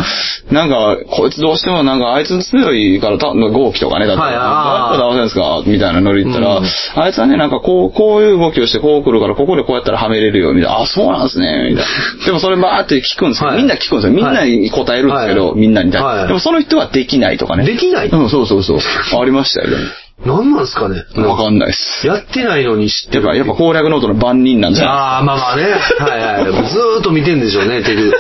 Speaker 2: なんか、こいつどうしてもなんか、あいつ強いから、た号機とかね、だって、
Speaker 1: はい
Speaker 2: どう
Speaker 1: あー
Speaker 2: やって倒せんすかみたいなノリ言ったら、
Speaker 1: うん
Speaker 2: あいつはね、なんかこう、こういう動きをしてこう来るから、ここでこうやったらはめれるよ、みたいな。あ、そうなんですね、みたいな。でもそればーって聞くんですけど、
Speaker 1: はい
Speaker 2: みんな聞くんですよ。みんなに答えるんですけど、
Speaker 1: はい
Speaker 2: みんなに対して、
Speaker 1: はい
Speaker 2: でもその人はできないとかね。
Speaker 1: できない
Speaker 2: うん、そうそうそう。ありましたよ、
Speaker 1: 何なんすかね。
Speaker 2: わかんないっす。
Speaker 1: やってないのに知って
Speaker 2: やっ
Speaker 1: る。
Speaker 2: ぱ、やっぱ攻略ノートの番人なんじゃない
Speaker 1: ああ、まあまあね。はいはい。ずーっと見てんでしょう ね、テレビ。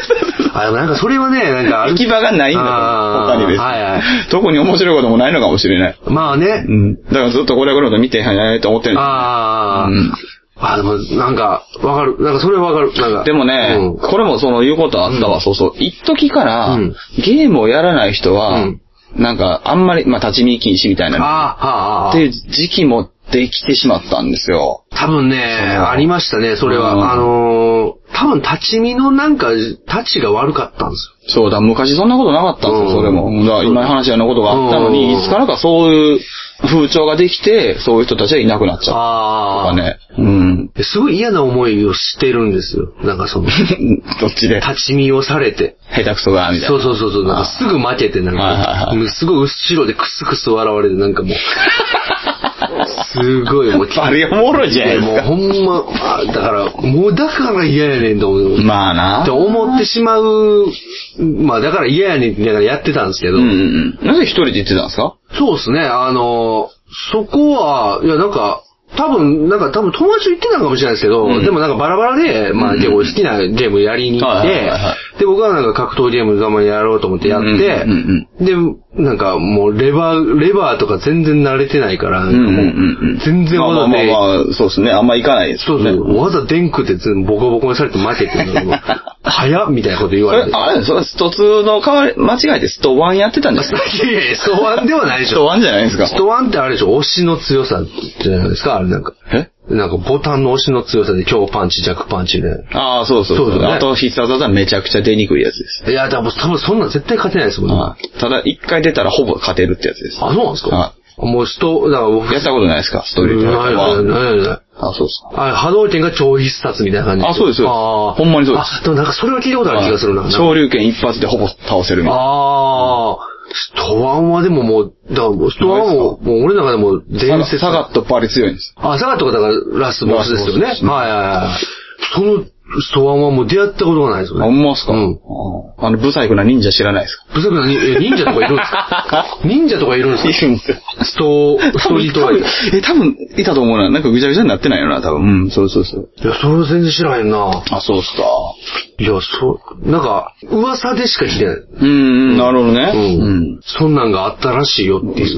Speaker 1: あ、でもなんかそれはね、なんかある
Speaker 2: 行き場がないんだ
Speaker 1: あ
Speaker 2: か
Speaker 1: ー
Speaker 2: ら、他に別に。
Speaker 1: はいはい
Speaker 2: 特に面白いこともないのかもしれない。
Speaker 1: まあね
Speaker 2: う。ん。だからずっとこれはこれと見てへんやねと思ってる。
Speaker 1: ああ、
Speaker 2: うん
Speaker 1: あ、でもなんか、わかる。なんかそれはわかる。なんか。
Speaker 2: でもね、
Speaker 1: うん
Speaker 2: これもその言うことあったわ、そうそう。一時から、
Speaker 1: うん
Speaker 2: ゲームをやらない人は、
Speaker 1: うん
Speaker 2: なんかあんまり、まあ立ち見禁止みたい
Speaker 1: あー
Speaker 2: な、
Speaker 1: あー、あーあー。
Speaker 2: っていう時期もできてしまったんですよ。
Speaker 1: 多分ね、
Speaker 2: の
Speaker 1: ありましたね、それは。
Speaker 2: うん
Speaker 1: あのー、多分立ち見のなんか、立ちが悪かったんです
Speaker 2: そうだ、昔そんなことなかったんですよ、
Speaker 1: うん
Speaker 2: それも。だから今の話のことがあったのに、
Speaker 1: うん
Speaker 2: いつからかそういう風潮ができて、そういう人たちはいなくなっち
Speaker 1: よ。
Speaker 2: ゃったと
Speaker 1: あ
Speaker 2: かね。うん。
Speaker 1: あ。すごい嫌な思いをしてるんですよ。なんかその、立
Speaker 2: どっちで
Speaker 1: ち見をされて。
Speaker 2: 下手くそが、みたいな。
Speaker 1: そうそうそうそう、なんかすぐ負けて、なん
Speaker 2: はいは
Speaker 1: か、
Speaker 2: いはい
Speaker 1: もうすごい後ろでクスクス笑われて、なんかもう、 すごいもう、
Speaker 2: あれおもろいじゃないで
Speaker 1: もう
Speaker 2: す
Speaker 1: ほんま、あだから、もうだから嫌やねんと思う。
Speaker 2: か。まあな。
Speaker 1: って思ってしまう、まあだから嫌やねんって言いながらやってたんですけど、
Speaker 2: うんうんうん。なぜ一人で行ってたんですか
Speaker 1: そうですね、あの、そこは、いやなんか、多分、なんか多分友達と行ってたのかもしれないですけど、
Speaker 2: うん
Speaker 1: でもなんかバラバラで、まあ
Speaker 2: うん
Speaker 1: 結構好きなゲームやりに行っ
Speaker 2: はいはい
Speaker 1: て
Speaker 2: はいは、
Speaker 1: で、僕はなんか格闘ゲームざまにやろうと思ってやって
Speaker 2: うんう
Speaker 1: で、
Speaker 2: ん、
Speaker 1: なんかもうレバー、レバーとか全然慣れてないから、
Speaker 2: うんうんうんうん。
Speaker 1: 全然
Speaker 2: まあま
Speaker 1: わ
Speaker 2: あ
Speaker 1: ざ
Speaker 2: まあ
Speaker 1: で、
Speaker 2: まあ、そうですね。あんま行かないです
Speaker 1: そう
Speaker 2: ね。
Speaker 1: そう、わざでんくって全部ボコボコにされて負けて るのに、早っみたいなこと言
Speaker 2: そ
Speaker 1: われ
Speaker 2: れ
Speaker 1: て、。
Speaker 2: あれ、それスト2の代わり、間違えてスト1やってたんですか
Speaker 1: いやいや、ストワンではないでし
Speaker 2: スト
Speaker 1: ょ。
Speaker 2: 1じゃないですか
Speaker 1: ス。トワンってあれでしょ、押しの強さじゃないですか、あれなんか。
Speaker 2: え
Speaker 1: なんかボタンの押しの強さで強パンチ、弱パンチで。
Speaker 2: ああ、そうそう
Speaker 1: そうですね
Speaker 2: あと必殺技めちゃくちゃ出にくいやつです。
Speaker 1: いや、多分、多分そんなん絶対勝てないですもんね。あ、
Speaker 2: はいただ、一回出たらほぼ勝てるってやつです。
Speaker 1: そうなんですか
Speaker 2: は
Speaker 1: もうスト、だから僕、
Speaker 2: やったことないですかスト
Speaker 1: な
Speaker 2: リ
Speaker 1: い
Speaker 2: ート
Speaker 1: ないない
Speaker 2: は。
Speaker 1: ないない。
Speaker 2: あ、そうですか。
Speaker 1: あ波動拳が超必殺みたいな感じ。
Speaker 2: あそうですそうです
Speaker 1: あー
Speaker 2: ほんまにそうです
Speaker 1: あ、でもなんかそれは聞いたことある気がするな。
Speaker 2: 昇竜拳一発でほぼ倒せるみたいな。
Speaker 1: ああ、ストワンはでももう、だからもうストワンも、もう俺の中でも伝説。
Speaker 2: サガットバリ強いんです。
Speaker 1: あ、サガットがだからラスボスですよね。
Speaker 2: ラ
Speaker 1: は
Speaker 2: スボスです
Speaker 1: い
Speaker 2: ね
Speaker 1: はいはい。そのストワンはもう出会ったことがないですよ
Speaker 2: あ、ほ
Speaker 1: ね。
Speaker 2: んまっすか
Speaker 1: うん
Speaker 2: ああの、ブサイクな忍者知らないですか
Speaker 1: 不足なに、え忍者とかいるんです か忍者とかいるんですか
Speaker 2: いるんですよ。
Speaker 1: スト、ストリート
Speaker 2: 多
Speaker 1: は。い
Speaker 2: 分え、多分、いたと思うな。なんかぐちゃぐちゃになってないよな、多分。うん、そうそうそう。
Speaker 1: や、それは全然知らへんな。
Speaker 2: あ、そうっすか。
Speaker 1: いや、そう、なんか、噂でしか聞いてない。
Speaker 2: うん、うん、なるほどね。
Speaker 1: うん。そんなんがあったらしいよっていう。
Speaker 2: 一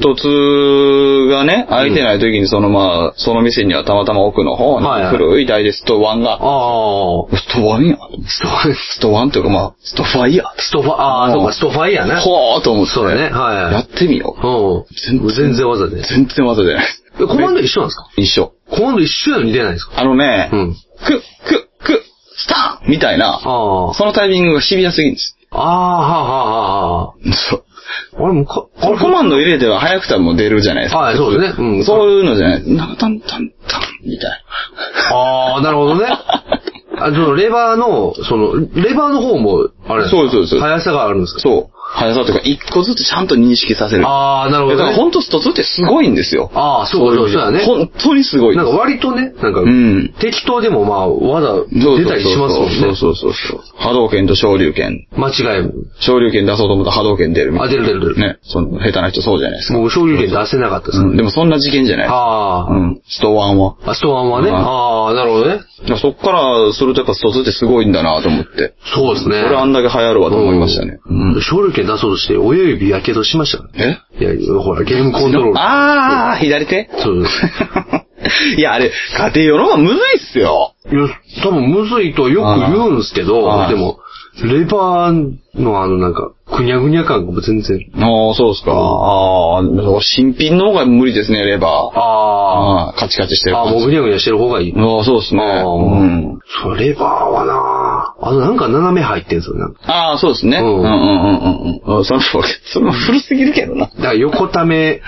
Speaker 2: つがね、空いてない時にそのまあ、その店にはたまたま奥の方に
Speaker 1: はいはい
Speaker 2: 古い台でストワンが、
Speaker 1: ああ、
Speaker 2: ストワンや。
Speaker 1: ストファイ、
Speaker 2: ストワンというかまあ、ストファイヤ
Speaker 1: ストファ、ああ、そうか、ストファイやね。
Speaker 2: ー。ほーと思って。
Speaker 1: そうだねはいはい
Speaker 2: やってみよう。
Speaker 1: うん。全然技で。
Speaker 2: 全然技じゃないです。
Speaker 1: えコマンド一緒なんですか
Speaker 2: 一緒。
Speaker 1: コマンド一緒やのに出ないんですか
Speaker 2: あのね、
Speaker 1: うん。
Speaker 2: く、く、く、スターンみたいな、
Speaker 1: ああ。
Speaker 2: そのタイミングがシビアすぎるんです。
Speaker 1: ああ、はあ、はあ、は
Speaker 2: そう。
Speaker 1: あ。あれもか、あ
Speaker 2: コマンド入れては早くても出るじゃないですか。
Speaker 1: はい、そうですね。うん。
Speaker 2: そういうのじゃない。なんかタンタンタンみたい
Speaker 1: ああ、なるほどね。あ、そのレバーの、その、レバーの方も、あれなんか
Speaker 2: そうですそうです
Speaker 1: 速さがあるんです
Speaker 2: な。
Speaker 1: か
Speaker 2: そう。速さというか、一個ずつちゃんと認識させる。
Speaker 1: ああ、なるほ
Speaker 2: だ
Speaker 1: ど
Speaker 2: から
Speaker 1: ね。
Speaker 2: 本当一つってすごいんですよ。
Speaker 1: ああ、そうそう、そうだね。
Speaker 2: 本当にすごいで
Speaker 1: なん
Speaker 2: す
Speaker 1: か。割とね、なんか
Speaker 2: う、ん。
Speaker 1: 適当でもまあ、技
Speaker 2: そうそうそう
Speaker 1: 出たりしますもんね。
Speaker 2: そうそうそうそう。波動拳と昇竜拳。
Speaker 1: 間違いも。
Speaker 2: 昇竜拳出そうと思ったら波動拳出るみた
Speaker 1: あ、
Speaker 2: い
Speaker 1: 出る出る出る。
Speaker 2: な。ね。その、下手な人そうじゃないですか。
Speaker 1: もう、醤油券出せなかったです
Speaker 2: う
Speaker 1: ね。
Speaker 2: んでもそんな事件じゃない。
Speaker 1: ああ、
Speaker 2: うん。ストワンは。
Speaker 1: あ、ストワンはね。
Speaker 2: うん
Speaker 1: ああ、なるほどね。
Speaker 2: だからそっからするとやっぱ一つってすごいんだなと思って。
Speaker 1: そうですね。
Speaker 2: これあんだけ流行るわと思いましたね。うん
Speaker 1: 勝利券出そうとして、親指やけどしましたね。
Speaker 2: え
Speaker 1: いや、ほら、ゲームコントロール。
Speaker 2: ああ、左 手
Speaker 1: そう。
Speaker 2: いや、あれ、家庭用の方がむずいっすよ。
Speaker 1: いや、多分むずいとよく言うんですけど、
Speaker 2: あー
Speaker 1: でも、レバーのあのなんか、ぐにゃぐにゃ感がもう全然。
Speaker 2: ああ、そうっすか。ああ、でも新品の方が無理ですね、レバー。
Speaker 1: あ
Speaker 2: ああ、カチカチして
Speaker 1: あ、
Speaker 2: る
Speaker 1: ああ、
Speaker 2: 感
Speaker 1: もう
Speaker 2: じ。
Speaker 1: ぐにゃぐにゃしてる方がいい。
Speaker 2: ああ、そうっすね。
Speaker 1: あー
Speaker 2: うん
Speaker 1: そう、レバーはなあのなんか斜め入ってんすよ、なんか。
Speaker 2: ああ、そうですね。
Speaker 1: う
Speaker 2: うんんうんうんうんうんあ。その、それも古すぎるけどな。
Speaker 1: だから横た め、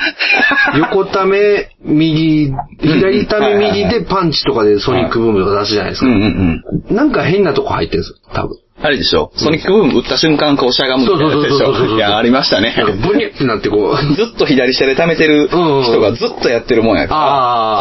Speaker 1: 横ため、右、左ため右でパンチとかでソニックブームとか出すじゃないです
Speaker 2: うんう
Speaker 1: か。
Speaker 2: んうん。
Speaker 1: なんか変なとこ入ってるんですよ、多分。
Speaker 2: あれでしょソニックブーム打った瞬間、こうしゃがむみたいなやつでし
Speaker 1: そうそうそうそうそうそう
Speaker 2: ょいや、ありましたね。
Speaker 1: なんかブニュってなってこ う。
Speaker 2: ずっと左下で溜めてる
Speaker 1: うんうん
Speaker 2: 人がずっとやってるもんやから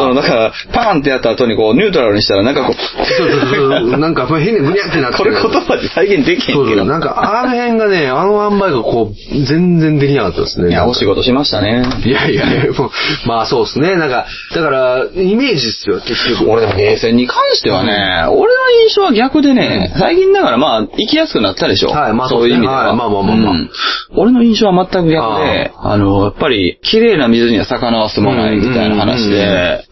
Speaker 1: あ、ー
Speaker 2: その、だから、パーンってやった後にこう、ニュートラルにしたら、なんかこ
Speaker 1: そうそうそう
Speaker 2: う、
Speaker 1: そう。なんか変なブニャってなって
Speaker 2: これ言葉で再現できへんけ
Speaker 1: そうそ
Speaker 2: ど
Speaker 1: う。。なんかあの辺がね、あの塩梅がこう、全然できなかったですね。
Speaker 2: いや、
Speaker 1: なん
Speaker 2: お
Speaker 1: か
Speaker 2: 仕事しましたね。
Speaker 1: いやいやいや、もう、まあそうですね。なんか、だから、イメージっすよ、結局。
Speaker 2: 俺でもゲーセンに関してはね、俺の印象は逆でね、最近だからまあ、行きやすくなったでしょ。
Speaker 1: はいまあ
Speaker 2: そういう意味で
Speaker 1: そうです
Speaker 2: は。
Speaker 1: ねはいまあまあまあまあ
Speaker 2: うん俺の印象は全く逆で、あの、やっぱり、綺麗な水には魚は住まないみたいな話
Speaker 1: うんうんうん
Speaker 2: で、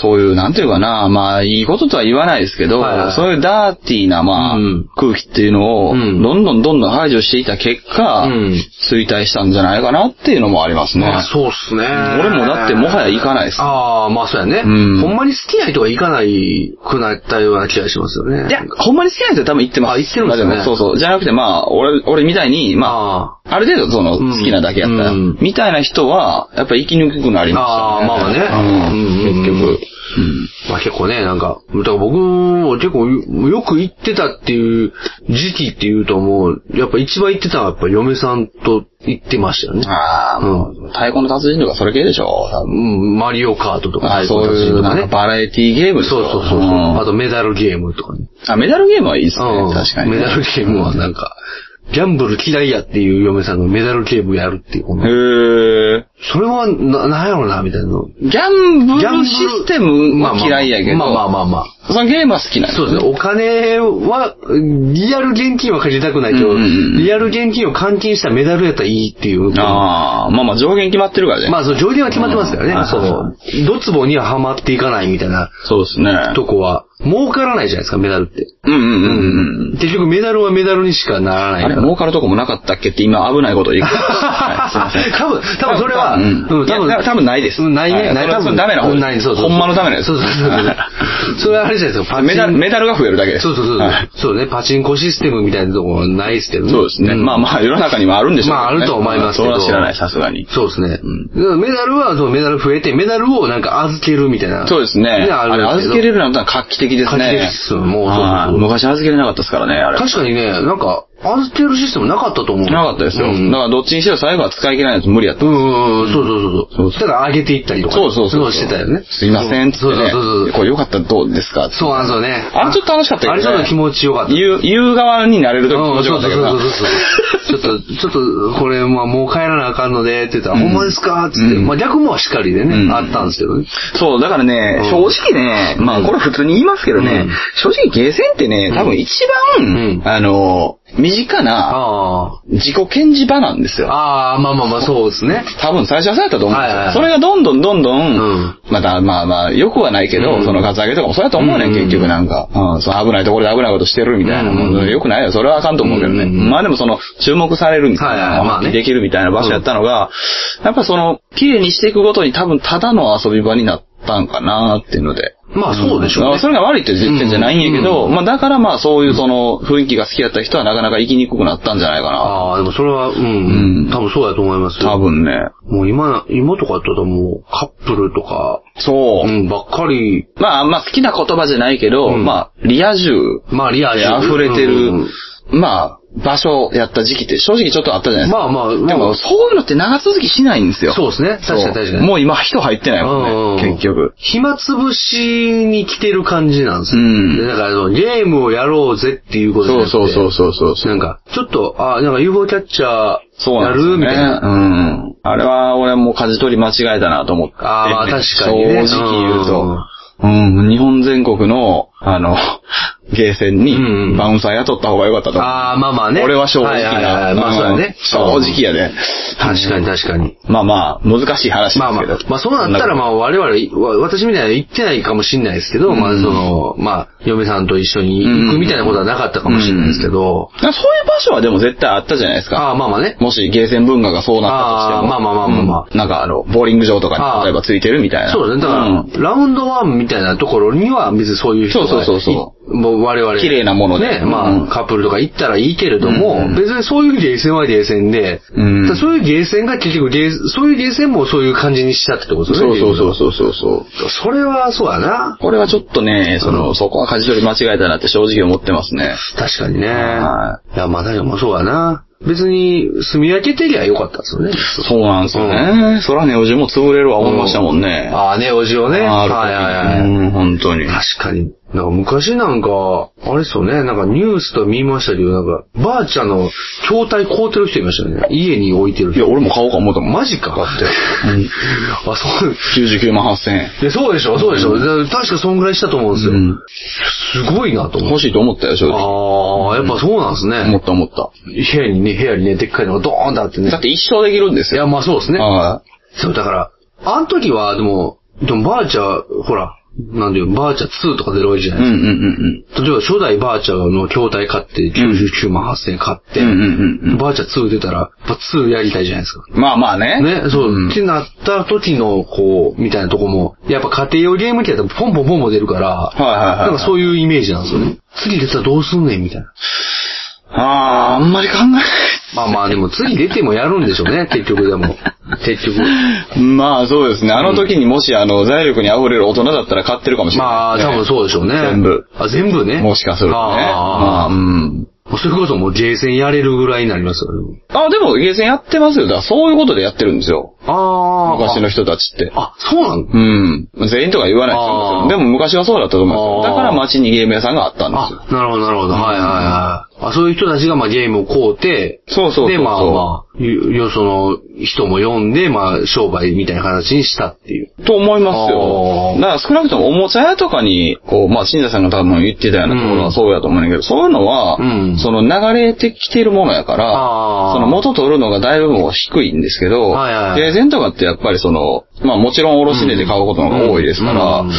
Speaker 2: そういう、なんていうかな、まあ、いいこととは言わないですけど
Speaker 1: はいはい、
Speaker 2: そういうダーティーな、まあ
Speaker 1: うん、
Speaker 2: 空気っていうのを、
Speaker 1: う
Speaker 2: ど
Speaker 1: ん
Speaker 2: んどんどんどん排除していた結果
Speaker 1: うん、
Speaker 2: 衰退したんじゃないかなっていうのもありますね。
Speaker 1: まあそうっすね。
Speaker 2: 俺もだってもはや行かないです
Speaker 1: ああ、まあそうやね。
Speaker 2: うん
Speaker 1: ほんまに好きな人が行かないくなったような気がしますよね。
Speaker 2: いや、ほんまに好きな人は多分行ってます。
Speaker 1: あ行ってるんですね
Speaker 2: まあもそうそう。じゃなくて、まあ、俺、俺みたいに、まあ、
Speaker 1: ま
Speaker 2: ある程度その、
Speaker 1: うん
Speaker 2: 好きなだけやったら、
Speaker 1: うん
Speaker 2: みたいな人は、やっぱ生きにくくなりました、ね。
Speaker 1: あーまあまあね
Speaker 2: うん
Speaker 1: うんうんうん
Speaker 2: 結局。
Speaker 1: あ、まあ結構ね、なんか、だから僕も結構よく行ってたっていう時期っていうともう、やっぱ一番行ってたのはやっぱ嫁さんと行ってましたよね。
Speaker 2: ああ、もう、太鼓の達人とかそれ系でしょ。多
Speaker 1: う
Speaker 2: 分
Speaker 1: ん、マリオカートとか、
Speaker 2: あーそうい
Speaker 1: 太
Speaker 2: う、
Speaker 1: 鼓の
Speaker 2: な
Speaker 1: 達
Speaker 2: ん
Speaker 1: 人とか
Speaker 2: か
Speaker 1: ね。
Speaker 2: バラエティゲームでしょ
Speaker 1: そうそうそうそう。
Speaker 2: ん
Speaker 1: あとメダルゲームとかね。
Speaker 2: あ、メダルゲームはいいですね。
Speaker 1: うん
Speaker 2: 確かに、
Speaker 1: メダルゲームはなんか、ギャンブル嫌いやっていう嫁さんがメダルゲームやるっていう、この
Speaker 2: へえ。
Speaker 1: それは、な、なんやろうな、みたいなの。
Speaker 2: ギャンブ
Speaker 1: ギャンブ
Speaker 2: ル
Speaker 1: ル
Speaker 2: システムは嫌いやけど。
Speaker 1: まあまあまあまあま
Speaker 2: そのゲームは好きなん
Speaker 1: あ。そうですね。お金は、リアル現金は借りたくないけ
Speaker 2: う
Speaker 1: ど、
Speaker 2: んうんうん
Speaker 1: リアル現金を換金したメダルやったらいいっていう。
Speaker 2: ああ、まあまあ上限決まってるからね。
Speaker 1: まあ、その上限は決まってますからね。
Speaker 2: うん
Speaker 1: その、ドツボにはハマっていかないみたいな
Speaker 2: そうですね。
Speaker 1: とこは、儲からないじゃないですか、メダルって。
Speaker 2: うんうんうんうん。
Speaker 1: 結局メダルはメダルにしかならないか
Speaker 2: あれ、
Speaker 1: ら。
Speaker 2: 儲かるとこもなかったっけって今危ないこと言う。はい、すいません。
Speaker 1: 多分、多分それは、
Speaker 2: う
Speaker 1: うん
Speaker 2: ん。いや多分、多分ないです。
Speaker 1: うんない
Speaker 2: は
Speaker 1: ね、ない
Speaker 2: それは
Speaker 1: 多
Speaker 2: そ
Speaker 1: 分。
Speaker 2: れダメな方
Speaker 1: う
Speaker 2: で
Speaker 1: ん
Speaker 2: す
Speaker 1: ない、そうそう。
Speaker 2: ほんまのダメなやつ。
Speaker 1: そうそうそうそう。それはあれじゃないですか、パチン
Speaker 2: メダル、メダルが増えるだけです。
Speaker 1: そうそうそう
Speaker 2: はい。
Speaker 1: そうね、パチンコシステムみたいなとこはないですけどね。
Speaker 2: そうですね。
Speaker 1: ん
Speaker 2: まあまあ、世の中にはあるんでしょう
Speaker 1: まああると思いますけど
Speaker 2: それは知らない、さすがに。
Speaker 1: そうですね。うん、メダルは、そうメダル増えて、メダルをなんか預けるみたいな。
Speaker 2: そうですね。
Speaker 1: ねあ
Speaker 2: あ
Speaker 1: るん
Speaker 2: れ、
Speaker 1: ですけど
Speaker 2: 預けれるなんてのは画期的ですね。
Speaker 1: 画期的ですよもうそうそうそう
Speaker 2: はい昔預けれなかったですからね、あれ。
Speaker 1: 確かにね、なんか、預けるシステムなかったと思う。
Speaker 2: なかったですよ。
Speaker 1: う
Speaker 2: だ
Speaker 1: ん
Speaker 2: から、どっちにしろ最後は使い切らないと無理やった
Speaker 1: う。んうんうん、そうそうそう。そう
Speaker 2: そう
Speaker 1: したら上げていったりとかね、
Speaker 2: そうそうそう。
Speaker 1: してたよね。
Speaker 2: すいません、つって
Speaker 1: そうそう
Speaker 2: ね。
Speaker 1: そうそう。
Speaker 2: これよかったらどうですか
Speaker 1: そうなんですよね。
Speaker 2: あれちょっと楽しかったけどね
Speaker 1: あれちょっと気持ちよかった。
Speaker 2: 言う、言う側になれるとき
Speaker 1: う
Speaker 2: 面
Speaker 1: ん
Speaker 2: 白
Speaker 1: そう
Speaker 2: か
Speaker 1: そう
Speaker 2: ったけ
Speaker 1: そ
Speaker 2: どな。
Speaker 1: うそうそう。ちょっと、ちょっと、これ、まあ、もう帰らなあかんので、って言ったら、ほんまですかつって。
Speaker 2: うん
Speaker 1: まあ、逆もしかりで
Speaker 2: う
Speaker 1: ね、
Speaker 2: ん
Speaker 1: あったんですけどね。
Speaker 2: そう、だからね、
Speaker 1: うん
Speaker 2: 正直ね、まあこれ普通に言いますけどね、
Speaker 1: うん
Speaker 2: 正直ゲーセンってね、多分一番、
Speaker 1: うん
Speaker 2: あの、身近な
Speaker 1: あ
Speaker 2: 自己顕示場なんです
Speaker 1: あ。
Speaker 2: よ。
Speaker 1: ああ、まあまあまあ、そうですね。
Speaker 2: 多分最初はそうやったと思うんですよ。
Speaker 1: はいはいはい
Speaker 2: それがどんどんどんどん、
Speaker 1: ん
Speaker 2: またまあまあ、よくはないけど、
Speaker 1: うん
Speaker 2: そのガチ上げとかもそうやと思うね、
Speaker 1: うん
Speaker 2: ん、結局なんか。うん、その危ないところで危ないことしてるみたいな。
Speaker 1: うん
Speaker 2: もうよくないよ、それはあかんと思うけどね。
Speaker 1: うん
Speaker 2: まあでもその、注目されるみたい
Speaker 1: はいはい
Speaker 2: な、
Speaker 1: まあね
Speaker 2: できるみたいな場所やったのが、やっぱその、綺麗にしていくごとに多分ただの遊び場になったんかなっていうので。
Speaker 1: まあ、そうでしょう
Speaker 2: あ
Speaker 1: ね。
Speaker 2: それが悪いって絶対じゃないんやけど、まあだからまあそういうその雰囲気が好きだった人はなかなか生きにくくなったんじゃないかな。
Speaker 1: ああ、でもそれは、う
Speaker 2: うんん。
Speaker 1: 多分そうだと思いますよ。
Speaker 2: 多分ね。
Speaker 1: もう今、今とかだったらもう、カップルとか、
Speaker 2: そうう。
Speaker 1: ん、ばっかり、
Speaker 2: まあまあ好きな言葉じゃないけど、
Speaker 1: うん
Speaker 2: まあリア充
Speaker 1: まあ、リア
Speaker 2: で
Speaker 1: 充
Speaker 2: 溢れてる、
Speaker 1: うん
Speaker 2: まあ場所やった時期って正直ちょっとあったじゃないですか。
Speaker 1: まあまあ、
Speaker 2: で
Speaker 1: ま
Speaker 2: も
Speaker 1: あ
Speaker 2: そういうのって長続きしないんですよ。
Speaker 1: そうですね。確かに確かに。
Speaker 2: もう今人入ってないもん
Speaker 1: うんうん
Speaker 2: ね、結局。
Speaker 1: 暇つぶしに来てる感じなんですよ。
Speaker 2: うん
Speaker 1: でだからあの、ゲームをやろうぜっていうことじゃ
Speaker 2: そ
Speaker 1: な
Speaker 2: う
Speaker 1: くて
Speaker 2: そうそうそうそうそう。
Speaker 1: なんか、ちょっと、あ、なんか UFO キャッチャーや
Speaker 2: そうなんです
Speaker 1: る
Speaker 2: よ
Speaker 1: みた
Speaker 2: ね。
Speaker 1: いな。
Speaker 2: うん。あれは俺も舵取り間違えたなと思って。
Speaker 1: あーまあ確かにね
Speaker 2: 正直言うと。うん、日本全国の、あの、 ゲーセン
Speaker 1: うんうん
Speaker 2: に、バウンサー雇った方が良かったと思う。
Speaker 1: あーまあまあね。
Speaker 2: 俺は正直
Speaker 1: いい
Speaker 2: な。
Speaker 1: いまあそうだ
Speaker 2: ん
Speaker 1: ね。
Speaker 2: 正直やね。
Speaker 1: 確かに確かに。
Speaker 2: まあまあ、難しい話ですけど。
Speaker 1: まあまあ、まあそうなったらまあ我々、わ私みたいに行ってないかもしれないですけど、まあその、まあ嫁さんと一緒に行くみたいなことはなかったかもしれないですけど、
Speaker 2: だからそういう場所はでも絶対あったじゃないですか。
Speaker 1: ああまあまあね。
Speaker 2: もしゲーセン文化がそうなったとしても。
Speaker 1: あーまあまあまあまあまあ
Speaker 2: うんなんかあの、ボーリング場とか
Speaker 1: あー
Speaker 2: に例えばついてるみたいな。
Speaker 1: そうですね。だから、
Speaker 2: うん
Speaker 1: ラウンドワンみたいなところには別にそういう人が。
Speaker 2: そうそうそうそう
Speaker 1: もう我々。
Speaker 2: 綺麗なもので
Speaker 1: ね、まあ、
Speaker 2: うん
Speaker 1: カップルとか行ったらいいけれども、
Speaker 2: うん
Speaker 1: 別にそういうゲーセンはゲーセンで、
Speaker 2: うん
Speaker 1: だからそういうゲーセンが結局ゲー、そういうゲーセンもそういう感じにしちゃったってことです
Speaker 2: そ
Speaker 1: ね。
Speaker 2: うそうそう
Speaker 1: う。
Speaker 2: そうそうそう。
Speaker 1: それはそうやな。
Speaker 2: これはちょっとね、その、そこは舵取り間違えたなって正直思ってますね。
Speaker 1: 確かにね。
Speaker 2: はい
Speaker 1: や、まあ確かにそうやな。別に、住み分けてりゃよかったですよね。
Speaker 2: そうなんですよね。そらね、おじも潰れるは思いましたもんね。
Speaker 1: ああね、おじをね。
Speaker 2: あ
Speaker 1: はい
Speaker 2: る
Speaker 1: はいはい。
Speaker 2: 時にうん、本当に。
Speaker 1: 確かに。なんか昔なんか、あれっすよね、なんかニュースと見ましたけど、なんか、ばあちゃんの筐体凍ってる人いましたよね。家に置いてる
Speaker 2: いや、
Speaker 1: 人。
Speaker 2: 俺も買おうか思ったもん。
Speaker 1: マジか。って。 あ、そう。
Speaker 2: 99万8000円。
Speaker 1: いやそうでしょ、そうでしょ。だから確かそんぐらいしたと思うんですよ。
Speaker 2: うん
Speaker 1: すごいなと思
Speaker 2: 欲
Speaker 1: って。
Speaker 2: しいと思ったよ、正直。
Speaker 1: ああ、やっぱそうなんです
Speaker 2: 思
Speaker 1: ね
Speaker 2: っ。た思った。
Speaker 1: 部屋にね、部屋にね、でっかいのがドーンってあってね
Speaker 2: だっ。て一生できるんです
Speaker 1: い
Speaker 2: よ。
Speaker 1: や、まあそうですね。
Speaker 2: は
Speaker 1: そう、だから、あの時は、でも、でもばあちゃん、ほら、なんでよ、ばあちゃん2とか出るわけじゃないですか
Speaker 2: い。うんうんうん
Speaker 1: 例えば初代バーチャーの筐体買って99万8000円買って、
Speaker 2: うん。うんうんうん
Speaker 1: バーチャー2出たら、やっぱ2やりたいじゃないですか。
Speaker 2: うん。まあまあね。
Speaker 1: ね、そう、
Speaker 2: ん
Speaker 1: ってなった時の、こう、みたいなとこも、やっぱ家庭用ゲーム機だとポンポンポンポン出るから、
Speaker 2: はいはいはい
Speaker 1: なんかそういうイメージなんですよね。次出たらどうすんねん、みたいな。
Speaker 2: ああ、あんまり考えない。
Speaker 1: まあまあでも次出てもやるんでしょうね、結局で も。結局。
Speaker 2: まあそうですね。あの時にもし、あの、財力に溢れる大人だったら買ってるかもしれない。
Speaker 1: まあ、多分そうでしょうね。
Speaker 2: 全部。
Speaker 1: あ、全部ね。
Speaker 2: もしかするとね。
Speaker 1: あ
Speaker 2: まあ、
Speaker 1: あああ、
Speaker 2: うん。
Speaker 1: それこそもうゲーセンやれるぐらいになりますよね。
Speaker 2: あ、でも、ゲーセンやってますよ。だから、そういうことでやってるんですよ。
Speaker 1: ああ。
Speaker 2: 昔の人たちって。
Speaker 1: あ、そうなの
Speaker 2: うん。全員とか言わないですよ。
Speaker 1: あー
Speaker 2: でも、昔はそうだったと思います
Speaker 1: あー
Speaker 2: よ。だから、街にゲーム屋さんがあったんですよ。
Speaker 1: あ、なるほど、なるほど。はいはいはい。あ、まあそういう人たちがまあゲームを買うて、
Speaker 2: そうそうそうそう
Speaker 1: で、まあまあ、よ、よその人も読んで、まあ商売みたいな形にしたっていう。
Speaker 2: と思います
Speaker 1: あ
Speaker 2: よ。
Speaker 1: ー
Speaker 2: だから少なくともおもちゃ屋とかに、こう、まあ、新田さんが多分言ってたようなところ
Speaker 1: うん
Speaker 2: はそうやと思うんだけど、そういうのは、
Speaker 1: うん
Speaker 2: その流れてきてるものやから、
Speaker 1: あー
Speaker 2: その元取るのがだいぶもう低いんですけど、
Speaker 1: はいはいはい
Speaker 2: ゲーセンとかってやっぱりその、まあもちろん卸値で買うことの方が多いですから、
Speaker 1: うん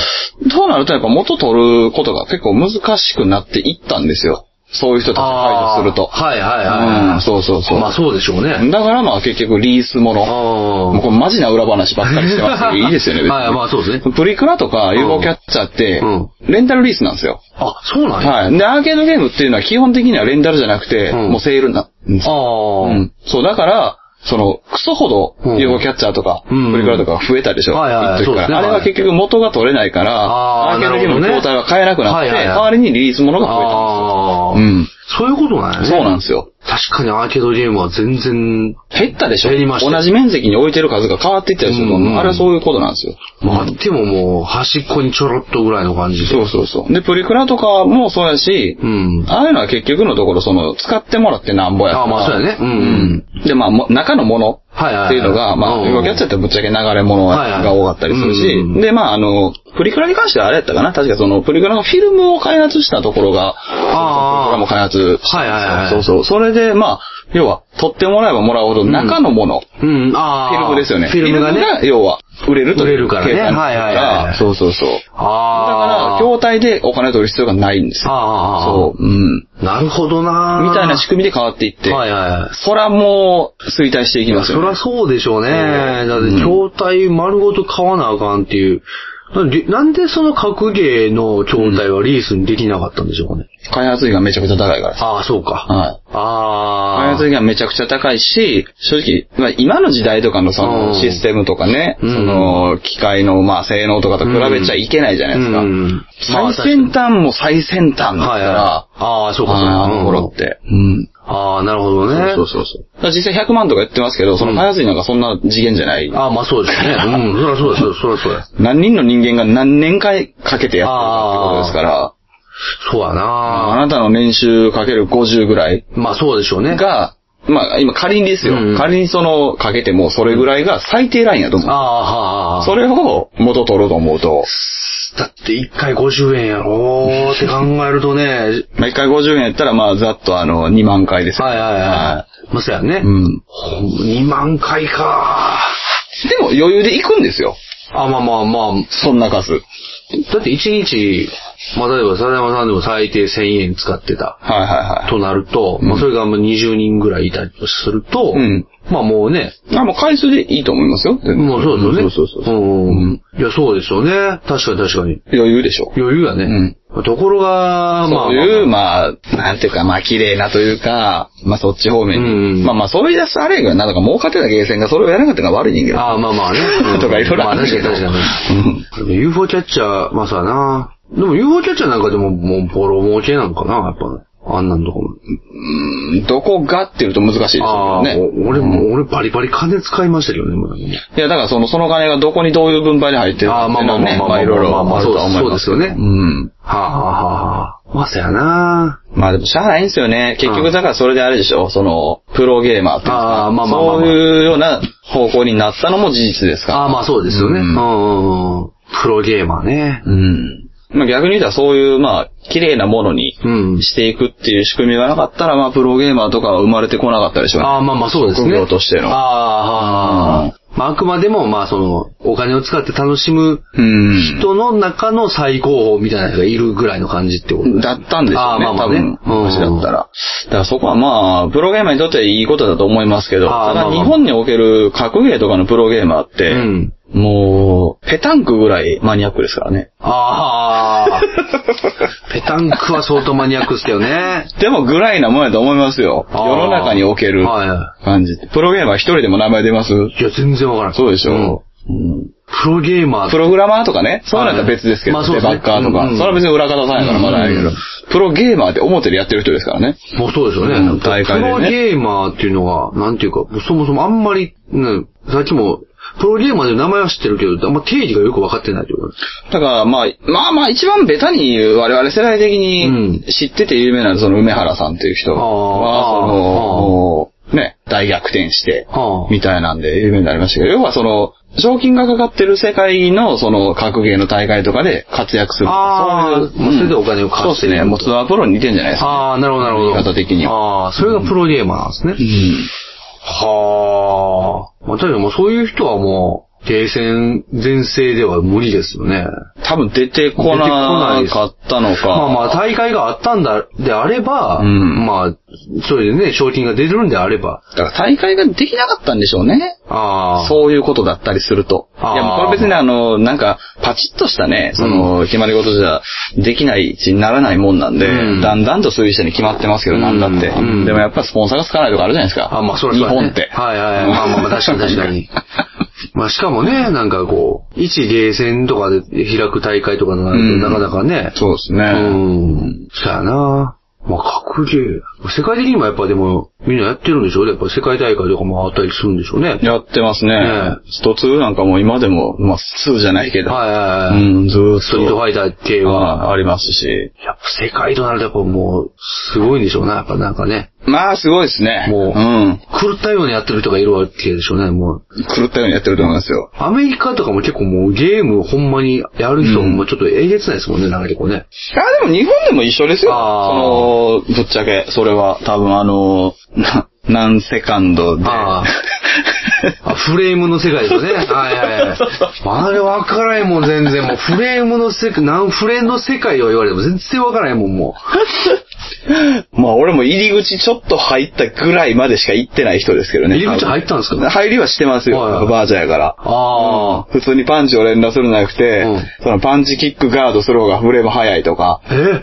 Speaker 2: そうなるとやっぱ元取ることが結構難しくなっていったんですよ。そういう人たちが解除すると。
Speaker 1: あーはいはいはい。
Speaker 2: うんそうそうそう
Speaker 1: まあそうでしょうね。
Speaker 2: だからまあ結局リースもの。
Speaker 1: あ
Speaker 2: もうこれマジな裏話ばっかりし てますけど、いいですよね、別に。
Speaker 1: はいまあそうですね
Speaker 2: プリクラとか UFO キャッチャーって
Speaker 1: うん、
Speaker 2: レンタルリースなんですよ。
Speaker 1: あ。あ、そうなんや。
Speaker 2: はい。で、アーケードゲームっていうのは基本的にはレンタルじゃなくて、
Speaker 1: うん
Speaker 2: もうセールなんです
Speaker 1: あ
Speaker 2: よ。
Speaker 1: あ、
Speaker 2: うん。そう、だから、その、クソほど
Speaker 1: うん
Speaker 2: UFO キャッチャーとか、プ
Speaker 1: うん
Speaker 2: リクラとかが増えたでしょ。
Speaker 1: はいはい
Speaker 2: 一時から
Speaker 1: そうですね
Speaker 2: あれは結局元が取れないから、
Speaker 1: あー
Speaker 2: アーケードゲームの筐体は買えなくなっ
Speaker 1: なるほどね
Speaker 2: て、
Speaker 1: はいはいはい
Speaker 2: 代わりにリリースものが増
Speaker 1: ああ、
Speaker 2: えたんで
Speaker 1: そういうことなんやね。
Speaker 2: すよ。うん。そうなんですよ。
Speaker 1: 確かにアーケードゲームは全然、
Speaker 2: 減ったでしょ
Speaker 1: 減りました
Speaker 2: 同じ面積に置いてる数が変わっていったりすると、
Speaker 1: うんうん
Speaker 2: あれはそういうことなんですよ。
Speaker 1: まああってももう端っこにちょろっとぐらいの感じで。
Speaker 2: そうそうそう。で、プリクラとかもそうやし、
Speaker 1: うん。
Speaker 2: ああいうのは結局のところ、その、使ってもらってなんぼやから。
Speaker 1: あまあそうやねうん
Speaker 2: うんで、まあ、も中のもの
Speaker 1: はいはいはい
Speaker 2: っていうのが、ま
Speaker 1: うん
Speaker 2: あ、動きやっちゃってぶっちゃけ流れ物
Speaker 1: はいはい
Speaker 2: が多かったりす
Speaker 1: う
Speaker 2: る
Speaker 1: んうん
Speaker 2: し、で、まあ、あの、プリクラに関してはあれやったかな確かその、プリクラのフィルムを開発したところが、プリクラも開発したんですよ
Speaker 1: はいはいはい
Speaker 2: そうそう。それで、まあ、要は、取ってもらえばもらうほど中のもの、
Speaker 1: うん、ああ。
Speaker 2: フィルムですよね。
Speaker 1: フィルムがね。
Speaker 2: 要は、売れるという
Speaker 1: 売れるからね
Speaker 2: 経済の
Speaker 1: はいはいはいはい
Speaker 2: そうそうそう。だ
Speaker 1: あ
Speaker 2: から、
Speaker 1: あ。
Speaker 2: 筐体でお金取る必要がないんですよ。
Speaker 1: ああ。
Speaker 2: そう。うん。
Speaker 1: う。なるほどな
Speaker 2: みたいな仕組みで変わっていって、
Speaker 1: はいはいはい。
Speaker 2: そらもう衰退していきます
Speaker 1: そ
Speaker 2: よ、
Speaker 1: りゃ
Speaker 2: ね。
Speaker 1: そうでしょうね。
Speaker 2: うん
Speaker 1: だって、筐体丸ごと買わなあかんっていう。なんで、なんでその格ゲーの筐体はリースにできなかったんでしょうかね。
Speaker 2: 開発費がめちゃくちゃ高いからさ。
Speaker 1: ああ、そうか。
Speaker 2: はい。開
Speaker 1: あ
Speaker 2: 発費がめちゃくちゃ高いし、正直、まあ、今の時代とかのそ
Speaker 1: うん
Speaker 2: のシステムとかね、
Speaker 1: うん
Speaker 2: その機械のまあ性能とかと比べちゃいけないじゃ
Speaker 1: あ。
Speaker 2: ないですか。
Speaker 1: うん。
Speaker 2: 最先端も最先端だから、
Speaker 1: はいはい。ああ、そうか、そうか。
Speaker 2: あの頃って。うん
Speaker 1: ああ、なるほどね。
Speaker 2: そうそうそう。だから実際100万とか言ってますけど、その開発費なんかそんな次元じゃない。
Speaker 1: ああ、まあそう ですね。うん、そりゃそうですよ、そりゃそうです。
Speaker 2: 何人の人間が何年かかけてやってるかってことですから、
Speaker 1: そうや
Speaker 2: あ
Speaker 1: な
Speaker 2: なたの年収かける50ぐらい
Speaker 1: まあそうでしょうね。
Speaker 2: が、まあ今仮にですよ、
Speaker 1: うん
Speaker 2: 仮にそのかけてもそれぐらいが最低ラインやと思
Speaker 1: あ
Speaker 2: う。
Speaker 1: あ、はあ、
Speaker 2: それを元取ろうと思うと、
Speaker 1: だって一回50円やろーって考えるとね、はい
Speaker 2: まあ1回50円やったらまあざっとあの2万回です よ。
Speaker 1: はいはい。まあそうやね。
Speaker 2: うん。
Speaker 1: ほん2万回か
Speaker 2: でも余裕で行くんですよ。
Speaker 1: あ、まあまあまあ、
Speaker 2: そんな数。
Speaker 1: だって1日、まあ例えば、笹山さんでも最低1000円使ってた。
Speaker 2: はいはいは
Speaker 1: となると、まあそれがまあ20人ぐらいいたりすると、
Speaker 2: うん
Speaker 1: まあもうね、
Speaker 2: い。あ、もう回数でいいと思いますよ。
Speaker 1: もうそうですよね。
Speaker 2: んそうそうそう。
Speaker 1: うん。いや、そうですよね。確かに確かに。
Speaker 2: 余裕でしょ。
Speaker 1: 余裕やね。ところが、まあ、
Speaker 2: そういう、まあ、なんていうか、まあ、綺麗なというか、まあ、そっち方面に。
Speaker 1: うん
Speaker 2: まあまあ、そう言い出すとあれやけど、なんとか儲かってたゲーセンがそれをやらなかったのが悪い人間
Speaker 1: ああ、まあまあね。うん
Speaker 2: とかいろいろ
Speaker 1: ま
Speaker 2: あ
Speaker 1: あ
Speaker 2: る
Speaker 1: 確か
Speaker 2: け
Speaker 1: に
Speaker 2: ど。
Speaker 1: 確か
Speaker 2: うん
Speaker 1: に。でも UFO キャッチャー、まあさな。でも UFO キャッチャーなんかでも、もうボロ儲けなのかな、やっぱ。あんなんとかも。
Speaker 2: うんどこがっていうと難しいです
Speaker 1: あ
Speaker 2: よ
Speaker 1: あ、
Speaker 2: ね。
Speaker 1: お俺も、俺バリバリ金使いましたけどね、もうね
Speaker 2: いや、だからその、その金がどこにどういう分配で入ってる
Speaker 1: あ
Speaker 2: か
Speaker 1: あ
Speaker 2: って
Speaker 1: ま
Speaker 2: い
Speaker 1: あ
Speaker 2: うの
Speaker 1: まあまあ
Speaker 2: はね、
Speaker 1: まあ
Speaker 2: まあ、いろいろあるとは思いますけ
Speaker 1: そ
Speaker 2: ど
Speaker 1: うですよね
Speaker 2: うん。
Speaker 1: はあはあはあ。まあそうやな。
Speaker 2: まあでも、しゃあないんですよね。結局、だからそれであれでしょ、その、プロゲーマーっていうんですか
Speaker 1: ああまあまあまあまあ
Speaker 2: そういうような方向になったのも事実ですから。
Speaker 1: ああ、まあそうですよね。う
Speaker 2: う
Speaker 1: ん
Speaker 2: ん
Speaker 1: うんうん。プロゲーマーね。
Speaker 2: うん。まあ逆に言ったらそういう、まあ、綺麗なものに
Speaker 1: うん。
Speaker 2: していくっていう仕組みがなかったら、まあ、プロゲーマーとかは生まれてこなかったでしょうね。
Speaker 1: ああ、まあまあそうですね。
Speaker 2: 職業としての
Speaker 1: ああ、はあはあ。まああくまでも、まあその、お金を使って楽しむ
Speaker 2: うん。
Speaker 1: 人の中の最高峰みたいな人がいるぐらいの感じってこと
Speaker 2: だったんでしょ
Speaker 1: あ
Speaker 2: う
Speaker 1: ー
Speaker 2: ね、
Speaker 1: まあま
Speaker 2: 多
Speaker 1: あね
Speaker 2: 分。
Speaker 1: うん
Speaker 2: 昔だったら。だからそこはまあ、プロゲーマーにとってはいいことだと思いますけど、
Speaker 1: あー
Speaker 2: た
Speaker 1: まあ
Speaker 2: だ
Speaker 1: まあ
Speaker 2: 日本における格ゲーとかのプロゲーマーっ
Speaker 1: う
Speaker 2: て、
Speaker 1: ん。
Speaker 2: もう、ペタンクぐらいマニアックですからね。
Speaker 1: ああ。 ペタンクは相当マニアックっすよね。
Speaker 2: でもぐらいなもんやと思いますよ。世
Speaker 1: あー
Speaker 2: の中における
Speaker 1: はいは
Speaker 2: 感じ。プロゲーマー一人でも名前出ます
Speaker 1: い。いや、全然わからん。
Speaker 2: そうでしょ、うん
Speaker 1: プロゲーマー
Speaker 2: プログラマーとかね、そういうのやったら別ですけど、
Speaker 1: まあそうで
Speaker 2: デ
Speaker 1: すね
Speaker 2: バッカーと
Speaker 1: う
Speaker 2: か、
Speaker 1: んうん
Speaker 2: それは別に裏方さんやからまだあれやけど、
Speaker 1: うん
Speaker 2: プロゲーマーって表でやってる人ですからね。
Speaker 1: もうそうですよね。
Speaker 2: うん大会でね
Speaker 1: プロゲーマーっていうのが、なんていうか、そもそもあんまり、ね、さっきもプロゲーマーで名前は知ってるけど、あんま定義がよくわかってないということ。
Speaker 2: だから、まあ、まあまあ、一番ベタに我々世代的
Speaker 1: うん
Speaker 2: に知ってて有名なのはその梅原さんっていう人
Speaker 1: あー
Speaker 2: は、その、もうね、大逆転して、
Speaker 1: はあ
Speaker 2: みたいなんで有名になりましたけど、要はその、賞金がかかってる世界のその格ゲーの大会とかで活躍する。
Speaker 1: あー
Speaker 2: そういう
Speaker 1: まあそれでお金を
Speaker 2: そ
Speaker 1: 稼い
Speaker 2: うで
Speaker 1: でする
Speaker 2: ね。もうツアープロに似てんじゃないですか。
Speaker 1: ああ、なるほど、なるほど。
Speaker 2: 言い方的には
Speaker 1: ああ、それがプロゲーマーなんですね。
Speaker 2: うん。
Speaker 1: はあ。まあ、確かにもうそういう人はもう、ゲーセン全盛では無理ですよね。
Speaker 2: 多分出てこなかったのか。
Speaker 1: まあまあ、大会があったんだ、であれば、
Speaker 2: うん
Speaker 1: まあ、それでね、賞金が出るんであれば、
Speaker 2: だから大会ができなかったんでしょうね。
Speaker 1: ああ。
Speaker 2: そういうことだったりすると。い
Speaker 1: あー
Speaker 2: や、もうこれ別にあの、なんか、パチッとしたね、その、決まり事じゃできないし、ならないもんなんで、
Speaker 1: うん
Speaker 2: だんだんと推者に決まってますけど、
Speaker 1: うん
Speaker 2: なんだって。
Speaker 1: うん
Speaker 2: でもやっぱスポンサーがつかないとかあるじゃないですか。
Speaker 1: あまあ、それはそう
Speaker 2: 日
Speaker 1: だね
Speaker 2: 本って。
Speaker 1: はいはい。まあまあまあ、確かに確かに。まあ、しかもね、なんかこう、一ゲーセンとかで開く大会とかにな
Speaker 2: う
Speaker 1: る
Speaker 2: ん
Speaker 1: と、なかなかね、
Speaker 2: そうですね。
Speaker 1: うん。そうやな。まあ、格ゲー。世界的にもやっぱでも、みんなやってるんでしょやっぱ世界大会とかもあったりするんでしょうね。はい
Speaker 2: やってますね
Speaker 1: ね。
Speaker 2: スト2なんかもう今でも、まあ、ス2じゃないけど。
Speaker 1: はいは
Speaker 2: う
Speaker 1: い。
Speaker 2: ん、ずーっと。
Speaker 1: ストリートファイター系は。
Speaker 2: あありますし。
Speaker 1: やっぱ世界となるとやっぱもう、すごいんでしょうな。やっぱなんかね。
Speaker 2: まあ、すごいですね。
Speaker 1: もう
Speaker 2: うん。
Speaker 1: 狂ったようにやってる人がいるわけでしょうね、もう。
Speaker 2: 狂ったようにやってると思いますよ。
Speaker 1: アメリカとかも結構もうゲームほんまにやる人もちょっとえげつないですもんね、なんか結構ね。
Speaker 2: あ、でも日本でも一緒ですよ。
Speaker 1: あ
Speaker 2: その、ぶっちゃけ、それは、多分あの、な何セカンドで。
Speaker 1: ああ、フレームの世界です よね。はいはいはい。あれ分からへんもん、全然。もうフレームの世界、なんフレームの世界を言われても全然分からへんもん、も
Speaker 2: まあ俺も入り口ちょっと入ったぐらいまでしか行ってない人ですけど
Speaker 1: う。
Speaker 2: ね。
Speaker 1: 入り口入ったんです
Speaker 2: 多分
Speaker 1: か
Speaker 2: 入りはしてますよ。
Speaker 1: はいはい
Speaker 2: バージャーやから。
Speaker 1: ああ。
Speaker 2: 普通にパンチを連打するんじゃなくて、
Speaker 1: うん
Speaker 2: そのパンチキックガードする方がフレーム早い とか。
Speaker 1: え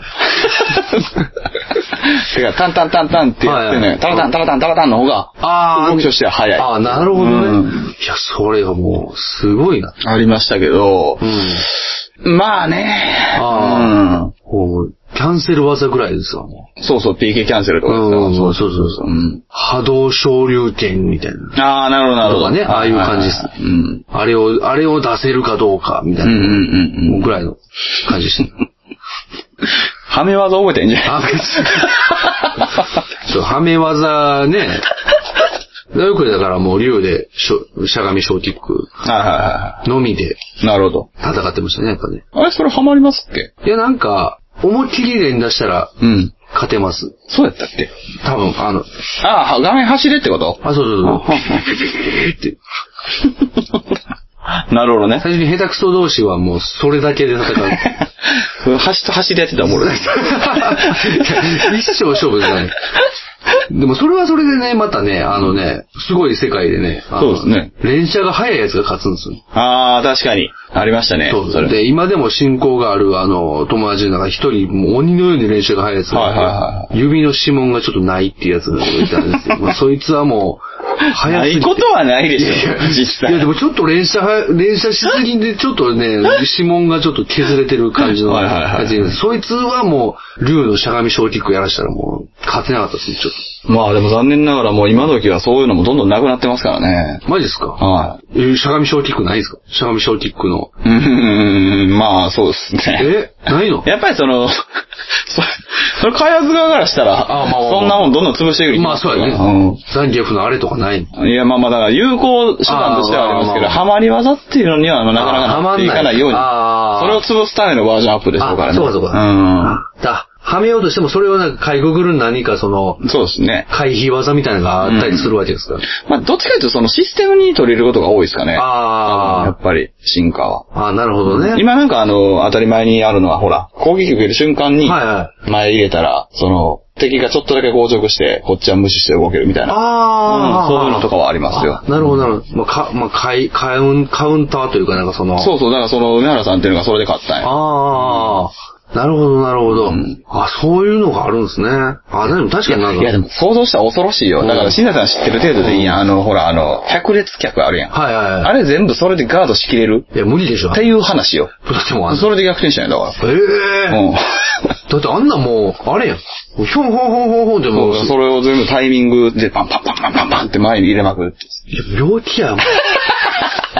Speaker 2: てか、タンタンタンタンってやっ
Speaker 1: はい
Speaker 2: て
Speaker 1: は
Speaker 2: ね
Speaker 1: い、
Speaker 2: タラタンタラタンタラタンの方が、
Speaker 1: ああ。
Speaker 2: 動きとしては早い。
Speaker 1: ああ、なるほどね。
Speaker 2: うん
Speaker 1: いや、それはもう、すごいな。
Speaker 2: ありましたけど
Speaker 1: う、ん。
Speaker 2: まあね、
Speaker 1: あ
Speaker 2: うん
Speaker 1: こう、キャンセル技ぐらいですわ、もう。
Speaker 2: そうそう、PK キャンセルとかですね
Speaker 1: うんうんうんそうそうそう
Speaker 2: うん
Speaker 1: 波動昇竜拳みたいな。
Speaker 2: ああ、なるほど、なるほど。
Speaker 1: とかねああいう感じです
Speaker 2: はいはいはいうん。
Speaker 1: あれを、あれを出せるかどうか、みた
Speaker 2: う
Speaker 1: い
Speaker 2: んう
Speaker 1: な。
Speaker 2: んうんうん。
Speaker 1: ぐらいの感じでした。
Speaker 2: はめ技覚えてんじゃん。
Speaker 1: あ、別に。 そう、はめ技ね。よくだからもう竜でしょ、しゃがみショーキック
Speaker 2: はいはいは
Speaker 1: のみで
Speaker 2: い。なるほど。
Speaker 1: 戦ってましたね、やっぱね。
Speaker 2: あれ、それハマりますっけ
Speaker 1: いや、なんか、思いっきり連打したら
Speaker 2: うん。
Speaker 1: 勝てます。
Speaker 2: そうやったっけ
Speaker 1: 多分、あの、
Speaker 2: ああ、画面走れってこと
Speaker 1: あ、そうそう そう。って
Speaker 2: なるほどね。
Speaker 1: 最初に下手くそ同士はもうそれだけで戦う。
Speaker 2: 走と走りやってたらおも ろい。
Speaker 1: いや 一生勝負じゃない。でもそれはそれでね、またね、あのね、すごい世界でね、あの
Speaker 2: そうですね
Speaker 1: 連射が速いやつが勝つんですよ。
Speaker 2: ああ、確かに。ありましたね。
Speaker 1: そう
Speaker 2: それ。
Speaker 1: で、今でも信仰がある、あの、友達の中一人、もう鬼のように練習が早いやつがいて
Speaker 2: はいはいは
Speaker 1: 指の指紋がちょっとないっていうやつがいたんですよ。まあ、そいつはもう、早
Speaker 2: な
Speaker 1: すぎ
Speaker 2: い
Speaker 1: て。
Speaker 2: ことはないでしょ、実
Speaker 1: いや、
Speaker 2: 際
Speaker 1: で。もちょっと連射は、連射しすぎで、ちょっとね、指紋がちょっと削れてる感じの
Speaker 2: はいはいはい
Speaker 1: 感じでそいつはもう、竜のしゃがみショーキックやらしたらもう、勝てなかったですね、ちょっ
Speaker 2: まあでも残念ながらもう今時はそういうのもどんどんなくなってますからね。
Speaker 1: と。マジですか
Speaker 2: はい。
Speaker 1: えーしゃがみショーキックないですかしゃがみショーキックの。
Speaker 2: うーん、 まあ、そうですね。
Speaker 1: えないの
Speaker 2: やっぱりその、そ それ開発側からしたら、
Speaker 1: あまあまあまあ
Speaker 2: そんなもんどんどん潰していく
Speaker 1: まあそうやね。ザンギエフのあれとかないの
Speaker 2: うんいや、まあまあ、だから有効手段としてはあります
Speaker 1: あ
Speaker 2: けど、
Speaker 1: ーまあまあ
Speaker 2: ハマり技っていうのにはまあなかな
Speaker 1: あー
Speaker 2: かなっていかないように、
Speaker 1: はまんないあー
Speaker 2: それを潰すためのバージョンアップでしょうから
Speaker 1: あ
Speaker 2: ね。
Speaker 1: そうかそうか。あだ、はめようとしてもそれをなんか、かいくぐる何かその、
Speaker 2: うん。そうですね。
Speaker 1: 回避技みたいなのがあったりするわけですから。
Speaker 2: まあ、どっちかというとそのシステムに取り入れることが多いですかね。
Speaker 1: あー
Speaker 2: やっぱり、進化は。
Speaker 1: ああ、なるほどね。
Speaker 2: 今なんかあの、当たり前にあるのは、ほら、攻撃受ける瞬間に、
Speaker 1: はいはい。
Speaker 2: 前入れたら、その、敵がちょっとだけ硬直して、こっちは無視して動けるみたいな。
Speaker 1: ああ、
Speaker 2: うんそういうのとかはありますよ
Speaker 1: あなるほど、なるほど。まあ、か、まあ、カイ、カウン、カウンターというか、なんかその。。
Speaker 2: そううそう、だからその、梅原さんっていうのがそれで勝ったんや。
Speaker 1: ああ、なるほど、なるほど、
Speaker 2: ん
Speaker 1: あ、そういうのがあるんですね。あ、でも確かになんか。
Speaker 2: いやでも想像したら恐ろしいよ。だから、新田さん知ってる程度でいいやん。あの、ほら、あの、百列客あるやん。
Speaker 1: はいはい
Speaker 2: あ
Speaker 1: はい。
Speaker 2: れ全部それでガードしきれる
Speaker 1: いや、無理でしょ。
Speaker 2: っていう話よ。
Speaker 1: だってもうあんな
Speaker 2: それで逆転したんや、だか
Speaker 1: ええ
Speaker 2: ら。うん。
Speaker 1: だってあんなもう、あれやん。ひょんほんほんほんほんでもう、
Speaker 2: そうそれを全部タイミングでパンパンパンパンパンパンって前に入れまくるって。
Speaker 1: いや病気やん。い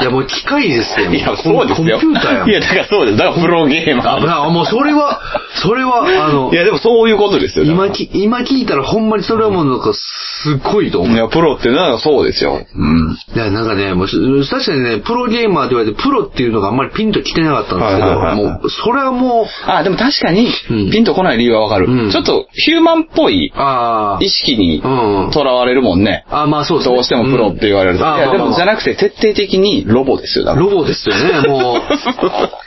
Speaker 1: や、もう機械ですよ。
Speaker 2: いや、そうですよ。
Speaker 1: コンピューターやん。
Speaker 2: いや、だからそうです。だからプロゲーマ
Speaker 1: あ、
Speaker 2: ー。
Speaker 1: だからもうそれは、それは、あの
Speaker 2: い、や、でもそういうことですよ。
Speaker 1: 今
Speaker 2: だか
Speaker 1: き、今聞いたらほんまにそれはもうなんか、すっごいと思
Speaker 2: ら
Speaker 1: う。
Speaker 2: いや、プロってのはそうですよ。うん。
Speaker 1: いや、なんかね、もう、し確かにね、プロゲーマーって言われて、プロっていうのがあんまりピンと来てなかったんですけど、
Speaker 2: はいはいはいはい
Speaker 1: もう、それはもう、
Speaker 2: あ、でも確かに
Speaker 1: うん、
Speaker 2: ピンとこない理由はわかる、
Speaker 1: うん
Speaker 2: ちょっと、ヒューマンっぽい
Speaker 1: ああ、
Speaker 2: 意識に
Speaker 1: うん。
Speaker 2: 囚われるもんね。
Speaker 1: あ、まあそうですね。
Speaker 2: どうしてもプロって言われると。
Speaker 1: うんあ
Speaker 2: いや、でもじゃ
Speaker 1: な
Speaker 2: なくて、徹底的にロボですよ、だから
Speaker 1: ロボですよね、も う。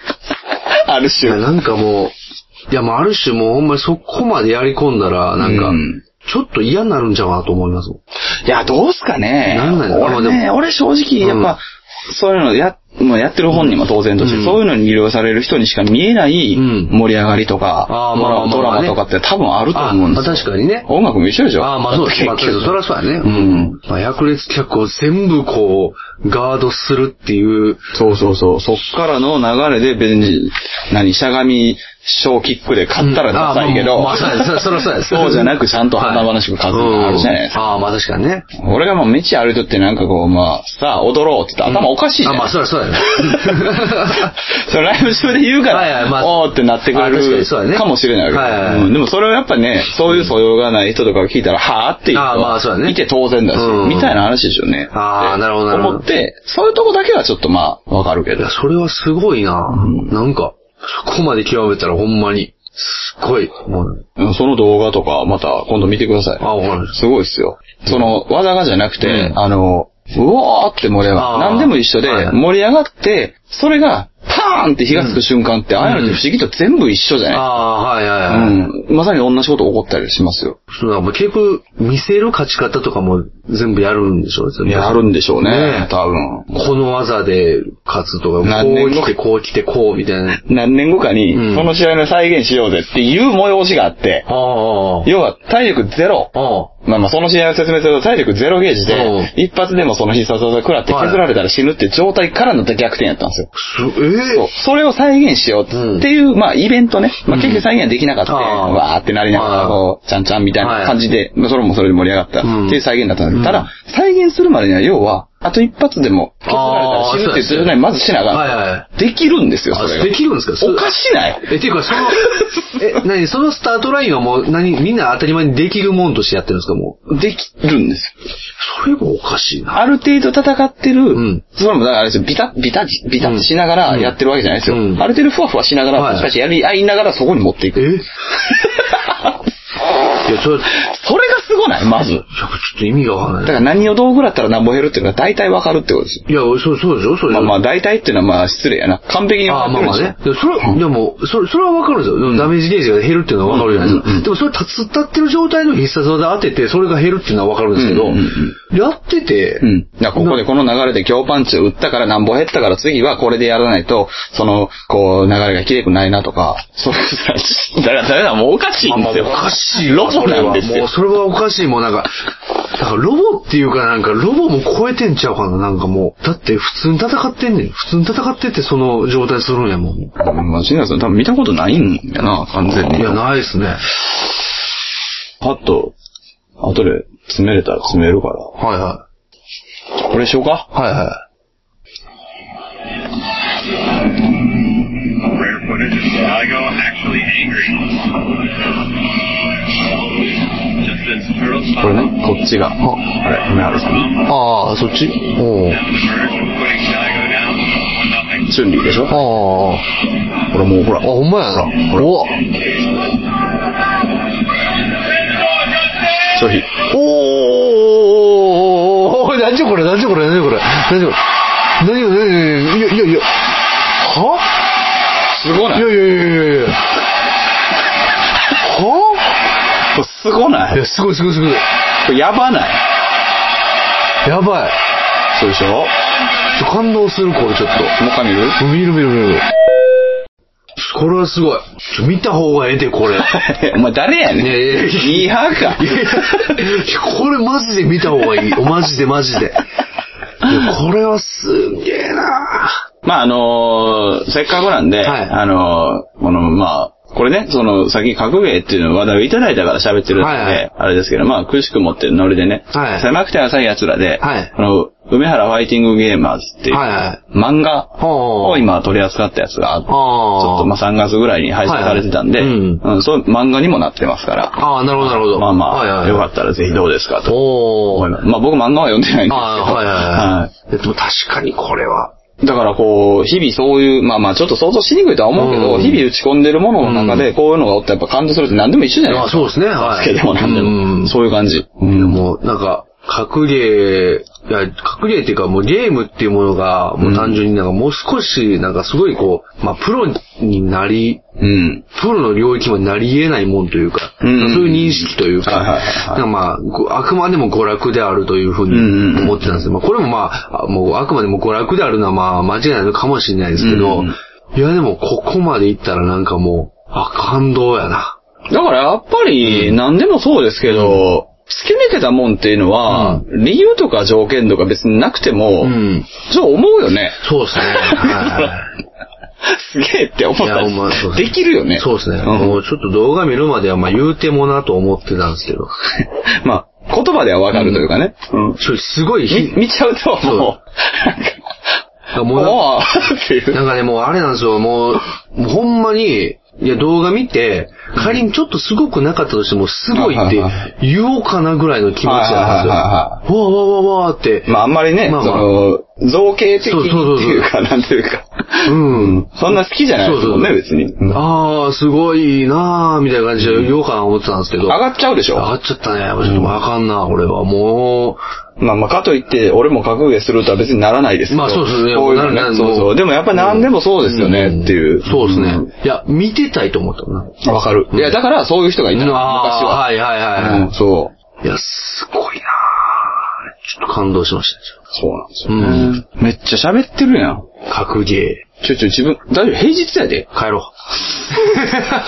Speaker 2: ある
Speaker 1: いや、
Speaker 2: 種。
Speaker 1: なんかもう、いや、もうある種もうほんまにそこまでやり込んだら、なんか、
Speaker 2: うん
Speaker 1: ちょっと嫌になるんじゃうかなと思います。
Speaker 2: いや、どうすかね。
Speaker 1: なんなんやろ
Speaker 2: 俺
Speaker 1: あ
Speaker 2: ね、
Speaker 1: でも
Speaker 2: 俺正直、やっぱ、そういうのや、もうやってる本人も当然として、
Speaker 1: うん
Speaker 2: そういうのに魅了される人にしか見えない
Speaker 1: うん
Speaker 2: 盛り上がりとか、
Speaker 1: あーまあまあまあ
Speaker 2: ドラマ
Speaker 1: ね
Speaker 2: ドラマとかって多分あると思うんですよ。
Speaker 1: あ確かにね
Speaker 2: 音楽も一緒でしょ
Speaker 1: ああ、まあそうです。まあ、そ
Speaker 2: 結局
Speaker 1: りゃそうやね。う
Speaker 2: うん。
Speaker 1: まあ、百列客を全部こう、ガードするっていう、
Speaker 2: そうそうそう。そっからの流れで別に、何、しゃがみ、小キックで勝ったらダサいけど、
Speaker 1: うんあーまあまあまあそうですそりゃそうです
Speaker 2: そうじゃなくちゃんと華々しく勝つのがあるじゃないですか
Speaker 1: うんああ、まあ確かにね。
Speaker 2: 俺がもう道歩いとってなんかこう、まあ、さあ、踊ろうって言ったら頭おかしいじゃ
Speaker 1: あ、
Speaker 2: ん。
Speaker 1: まあそりゃそうやね。
Speaker 2: それライブ中で言うから、
Speaker 1: はいはいまあ
Speaker 2: おーってなってく
Speaker 1: あ確か
Speaker 2: れ
Speaker 1: に
Speaker 2: る
Speaker 1: そうやね
Speaker 2: かもしれないわけ
Speaker 1: はいはいはい
Speaker 2: うんでもそれはやっぱね、そういう素養がない人とかが聞いたら、はーって言
Speaker 1: あーまあ
Speaker 2: う
Speaker 1: そう
Speaker 2: 人
Speaker 1: やね
Speaker 2: いて当然だし、
Speaker 1: うん
Speaker 2: みたいな話でしょうね。
Speaker 1: あー
Speaker 2: って
Speaker 1: なるほどなるほど
Speaker 2: 思って、そういうとこだけはちょっとまあ、わかるけ
Speaker 1: い
Speaker 2: ど
Speaker 1: や、。それはすごいな。なんか、そこまで極めたらほんまに、すっごい。もう
Speaker 2: うんその動画とか、また今度見てください。
Speaker 1: あ、わかりまし
Speaker 2: すごいですよ。その、技がじゃなくて、
Speaker 1: うん
Speaker 2: あの、うわーって盛り上
Speaker 1: あ
Speaker 2: が
Speaker 1: ー
Speaker 2: る。何でも一緒
Speaker 1: はい
Speaker 2: で
Speaker 1: は、い
Speaker 2: 盛り上がって、それが、パーンって火がつく瞬間って、ああいうのって不思議と全部一緒じゃ
Speaker 1: た。
Speaker 2: ない
Speaker 1: ああー、はいはいはい。
Speaker 2: うん。まさに同じこと起こったりしますよ。
Speaker 1: そうだ、もう結局、見せる勝ち方とかも全部やるんでしょ全部
Speaker 2: やるんでしょう
Speaker 1: ね
Speaker 2: ね。
Speaker 1: え
Speaker 2: 多分。
Speaker 1: この技で勝つとか、こ
Speaker 2: 何
Speaker 1: う
Speaker 2: 年
Speaker 1: 来
Speaker 2: 後
Speaker 1: て、こう来て、こう、みたいな。
Speaker 2: 何年後かに
Speaker 1: うん、
Speaker 2: その試合の再現しようぜっていう催しがあって、
Speaker 1: ああ。
Speaker 2: 要は体力ゼロ。
Speaker 1: あ
Speaker 2: まあまあ、その試合を説明すると体力ゼロゲージ
Speaker 1: うん
Speaker 2: で、一発でもその必殺技食らって削られたら死ぬって状態からの逆転やったんですよ。
Speaker 1: す、え
Speaker 2: そう
Speaker 1: え。
Speaker 2: それを再現しようっていう、まあ、イベントね。まあ、結局再現はできなかった。
Speaker 1: うんあー
Speaker 2: わーってなりなが
Speaker 1: あー
Speaker 2: ら、こう、ちゃんちゃんみたいな感じで、まあ、それもそれで盛り上がった。って
Speaker 1: うん
Speaker 2: いう再現だったんだけ
Speaker 1: うん
Speaker 2: どただ、再現するまでには、要は、あと一発でも、削られたら死ぬっていう状態にまずしなが
Speaker 1: はいはいは
Speaker 2: ら、できるんですよ、それ
Speaker 1: あ
Speaker 2: が。
Speaker 1: できるんですかそ
Speaker 2: おかしない
Speaker 1: え、っていうか、その、え、何そのスタートラインはもう、何みんな当たり前にできるもんとしてやってるんですかもう。
Speaker 2: できるんですよ。
Speaker 1: それもおかしいな。
Speaker 2: ある程度戦って
Speaker 1: ん
Speaker 2: る、それもだからあれですよ、ビタッ、ビタッ、ビタッしながらやってるわけじゃないですよ。
Speaker 1: うん
Speaker 2: ある程度ふわふわしながら、
Speaker 1: はい
Speaker 2: パチパチやり合いながらそこに持ってい
Speaker 1: え
Speaker 2: く。
Speaker 1: いや、それ、いや、ちょ
Speaker 2: それがすごないまず。
Speaker 1: っと意味がわかん
Speaker 2: だ
Speaker 1: な
Speaker 2: か
Speaker 1: い。
Speaker 2: ら何をどうぐらいやったらなんぼ減るっていうのが大体わかるってことですよ。
Speaker 1: いや、そう、そうでしょそうでし
Speaker 2: まあ
Speaker 1: ょ
Speaker 2: まあ大体っていうのはまあ失礼やな。完璧に
Speaker 1: ああ
Speaker 2: 分か
Speaker 1: ま
Speaker 2: っ
Speaker 1: あ
Speaker 2: てる
Speaker 1: ま
Speaker 2: で
Speaker 1: あ
Speaker 2: しょ。
Speaker 1: ね。でそれ、でも、それ、それはわかるんですよ。でもダメージゲージが減るっていうのはわかるじゃないですか。
Speaker 2: うんうんうん
Speaker 1: でもそれ、立つ、立ってる状態の必殺技当てて、それが減るっていうのはわかるんですけど、
Speaker 2: うんうん
Speaker 1: やってて、
Speaker 2: うん。だからここでこの流れで強パンチを打ったからなんぼ減ったから次はこれでやらないと、その、こう、流れがきれくないなとか、 そういう、だから、だからもうおかしいんですよ。
Speaker 1: まあまあおかしい
Speaker 2: ロボ
Speaker 1: それ
Speaker 2: なん
Speaker 1: は
Speaker 2: です
Speaker 1: もう、
Speaker 2: よ。
Speaker 1: それはおかしい。もうなんか、だからロボっていうかなんか、ロボも超えてんちゃうかな、なんかもう。だって普通に戦ってんねん。普通に戦ってってその状態するんやもん。い
Speaker 2: うんまあ、シンガーさん多分見たことないんやな、完全に。
Speaker 1: や、ないですね。
Speaker 2: パッと、後で詰めれたら詰めるから。
Speaker 1: はいは
Speaker 2: これしようか
Speaker 1: い。はいは
Speaker 4: Rare footage of Sligo actually angry. Just as Turtle
Speaker 2: こ
Speaker 4: Sligo
Speaker 2: れね、こっちが。あれ、梅原さん。
Speaker 1: い。ああ、そっちおう
Speaker 4: emerged from putting Sligo down one nothing.
Speaker 2: チュンリーでしょ
Speaker 1: あ
Speaker 2: ほらもうほら
Speaker 1: あ、あ、ほんまやな。お
Speaker 2: 拒否。
Speaker 1: おおおおおおおおお何じゃこれ何じゃこれ何じゃこれ何じゃこれ何何何いやいやいやは
Speaker 2: すごない
Speaker 1: やい
Speaker 2: い
Speaker 1: やいやいやいやは
Speaker 2: すごない
Speaker 1: や
Speaker 2: い
Speaker 1: すごいすごいすごい
Speaker 2: これやばない
Speaker 1: やばい
Speaker 2: そうでしょもう
Speaker 1: ちょ感動するこれちょっ
Speaker 2: 一回見る
Speaker 1: と見る見る見る見るこれはすごいちょ見た方がええでこれい
Speaker 2: お前誰やねん。
Speaker 1: いやいやいや
Speaker 2: いやか。
Speaker 1: やいやこれマジで見た方がいいマジでマジでいやこれはすげえな
Speaker 2: まああのーせっかくなんで、
Speaker 1: はい
Speaker 2: あのーこの、まあ、これね、その、先格ゲーっていうのを話題をいただいたから喋ってるんで、
Speaker 1: はいはい
Speaker 2: あれですけど、まあ、くしくもっていうノリでね、
Speaker 1: はい
Speaker 2: 狭くて浅い奴らで、
Speaker 1: はい
Speaker 2: あの、梅原ファイティングゲーマーズっていう、
Speaker 1: はいはい。
Speaker 2: 漫画
Speaker 1: ほ
Speaker 2: を
Speaker 1: う。
Speaker 2: 今取り扱ったやつがあって、ち
Speaker 1: あー
Speaker 2: ょっとまあ3月ぐらいに配信されてたんで、
Speaker 1: はいはいうん
Speaker 2: うんそういう漫画にもなってますから、
Speaker 1: ああ、なるほど、なるほど。
Speaker 2: まあまあ、
Speaker 1: はいはい、。
Speaker 2: よかったたらぜひどうですかと。
Speaker 1: お
Speaker 2: 思い
Speaker 1: ー。
Speaker 2: ますまあ僕漫画は読んでないんですけど、
Speaker 1: ああ、はいはいはい。でも確かにこれは。
Speaker 2: だからこう、日々そういう、まあまあちょっと想像しにくいとは思うけど、
Speaker 1: うん
Speaker 2: 日々打ち込んでるものの中で、こういうのがおったらやっぱ感動するって何でも一緒じゃない
Speaker 1: あ
Speaker 2: ですか。
Speaker 1: そうですね、はい。
Speaker 2: バスケでも何で
Speaker 1: うん
Speaker 2: も。そういう感じ。
Speaker 1: でもう、なんか、格ゲー、いや、格ゲーっていうかもうゲームっていうものが、もう単純になんかもう少し、なんかすごいこう、まあプロになり、
Speaker 2: うん。
Speaker 1: プロの領域もなり得ないもんというか、
Speaker 2: うん
Speaker 1: そういう認識というか、
Speaker 2: はいはいはいは
Speaker 1: なん
Speaker 2: い
Speaker 1: かまあご、あくまでも娯楽であるというふう
Speaker 2: うんうん
Speaker 1: に思ってたんですよ。まあ、これもまあ、あもうあくまでも娯楽であるのはまあ、間違いないのかもしれないですけど、
Speaker 2: うん
Speaker 1: いやでもここまで行ったらなんかもう、あ、感動やな。
Speaker 2: だからやっぱり、何でもそうですけど、突き抜けたもんっていうのは、理由とか条件とか別になくても
Speaker 1: う、ん。
Speaker 2: そう思うよね。
Speaker 1: そうですね。はい
Speaker 2: すげえって思っ
Speaker 1: いや
Speaker 2: た
Speaker 1: ほんまそう
Speaker 2: りできるよね。
Speaker 1: そうですね。
Speaker 2: ん
Speaker 1: もうちょっと動画見るまではまあ言うてもなと思ってたんですけ ど。
Speaker 2: まあ、言葉ではわかるというかね。うん
Speaker 1: ちょすごいひ、
Speaker 2: み見ちゃうと、も
Speaker 1: あ
Speaker 2: う、
Speaker 1: もう な
Speaker 2: もう、っていう。
Speaker 1: なんかね、もうあれなんですよ、もう、もうほんまに、いや、動画見て、仮にちょっとすごくなかったとしても、すごい
Speaker 2: は
Speaker 1: って言おうかなぐらいの気持ちなんですよ。わわわわわって。
Speaker 2: まああんまりね、
Speaker 1: まあまあ
Speaker 2: その、造形的って
Speaker 1: そうそうそうそう
Speaker 2: いうか、なんていうか。
Speaker 1: うん。
Speaker 2: そんな好きじゃないですもんね、
Speaker 1: そう
Speaker 2: 別に。うん
Speaker 1: ああ、すごいなーみたいな感じで言おうかな思ってたんですけど。
Speaker 2: 上がっちゃうでし
Speaker 1: 上
Speaker 2: ょ
Speaker 1: がっちゃったね。もうちょっともうあかんな、これは。も
Speaker 2: まあまあ、かといって、俺も格ゲーするとは別にならないですけど。
Speaker 1: まあそうですね
Speaker 2: こういうの
Speaker 1: なな
Speaker 2: ね。そう
Speaker 1: も
Speaker 2: そうう。でもやっぱ何でもそうですよね、っていう
Speaker 1: う、。そうですね。いや、見てたいと思ったな。
Speaker 2: うん。わかる。いや、だからそういう人がいた、昔
Speaker 1: ああ、
Speaker 2: は。
Speaker 1: はいはいはいはい。
Speaker 2: うん、そう。
Speaker 1: いや、すごいなぁちょっと感動しましたね
Speaker 2: そうなんですよね。めっちゃ喋ってるやん。
Speaker 1: ちょっと。格ゲ
Speaker 2: ちょちょ、自分、大丈夫平日 やで。
Speaker 1: ー。帰ろ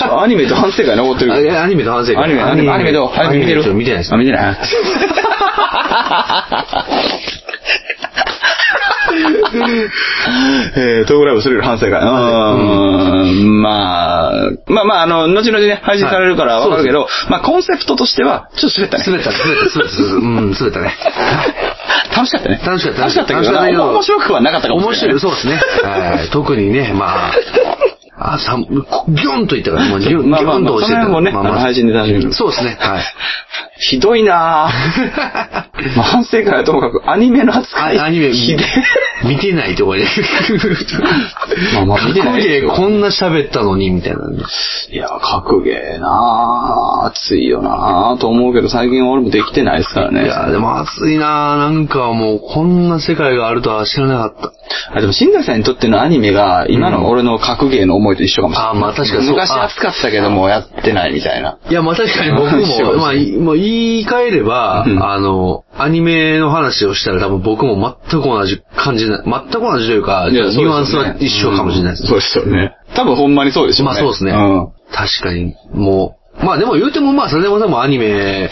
Speaker 2: ちょアニメと反省会残って
Speaker 1: う。
Speaker 2: る
Speaker 1: あ
Speaker 2: け
Speaker 1: い
Speaker 2: ど
Speaker 1: やアニメと反省会
Speaker 2: アニメ、アニメ、アニメどう早
Speaker 1: ア
Speaker 2: く
Speaker 1: ニ
Speaker 2: 見
Speaker 1: メ
Speaker 2: て
Speaker 1: ちょっと
Speaker 2: る
Speaker 1: 見てないです
Speaker 2: あ、見て ないえー、トークライブするより反省会。うーん、まあ、まあまあ、あの、後々ね、配信されるからわかるけど、まあ、コンセプトとしては、ちょっと滑ったね。
Speaker 1: 滑った、滑った、滑った、滑ったうん、滑ったね。
Speaker 2: 楽しかったね。
Speaker 1: 楽しかった
Speaker 2: 楽しかったけ
Speaker 1: 楽し
Speaker 2: どな、
Speaker 1: かったけど
Speaker 2: 面白くはなかったかも
Speaker 1: 面
Speaker 2: し
Speaker 1: 白、
Speaker 2: れないい。
Speaker 1: そうですね。はい特にね、まあ、あ、さん、ギョンといったから、もうギョン、
Speaker 2: まあまあ
Speaker 1: ギョンと押してた。
Speaker 2: その辺もねあの配信で楽しみに
Speaker 1: そうですね、はい。
Speaker 2: ひどいな ぁ。まあ、反省会はともかく、アニメの
Speaker 1: あ
Speaker 2: 扱い。
Speaker 1: アニメ、
Speaker 2: ひでえ
Speaker 1: 見てないとこで。
Speaker 2: まあまあ見てないですよ
Speaker 1: 格ゲーこんな喋ったのに、みたいな。
Speaker 2: いや、格ゲーなぁ、熱いよなぁと思うけど、最近俺もできてないですからね。
Speaker 1: いや、でも暑いなぁ。なんかもう、こんな世界があるとは知らなかっ
Speaker 2: あでも、新崎さんにとってのアニメが、今の俺の格ゲーの思いと一緒かもしれない。
Speaker 1: あまあ確かにそう
Speaker 2: 昔熱かったけど、もうやってないみたいな。
Speaker 1: た。いや、まあ確かに 僕
Speaker 2: そう
Speaker 1: も、
Speaker 2: そう
Speaker 1: まあ、いもう言い換えれば、
Speaker 2: うん
Speaker 1: あの、アニメの話をしたら多分僕も全く同じ感じな、全く同じというか、ニュアンスは一緒かもしれないです。
Speaker 2: そうですよね。多分ほんまにそうでしょうね。
Speaker 1: まあそうですね。
Speaker 2: ん。
Speaker 1: 確かに、もう。まあでも言うてもまあそれでもでもアニメ、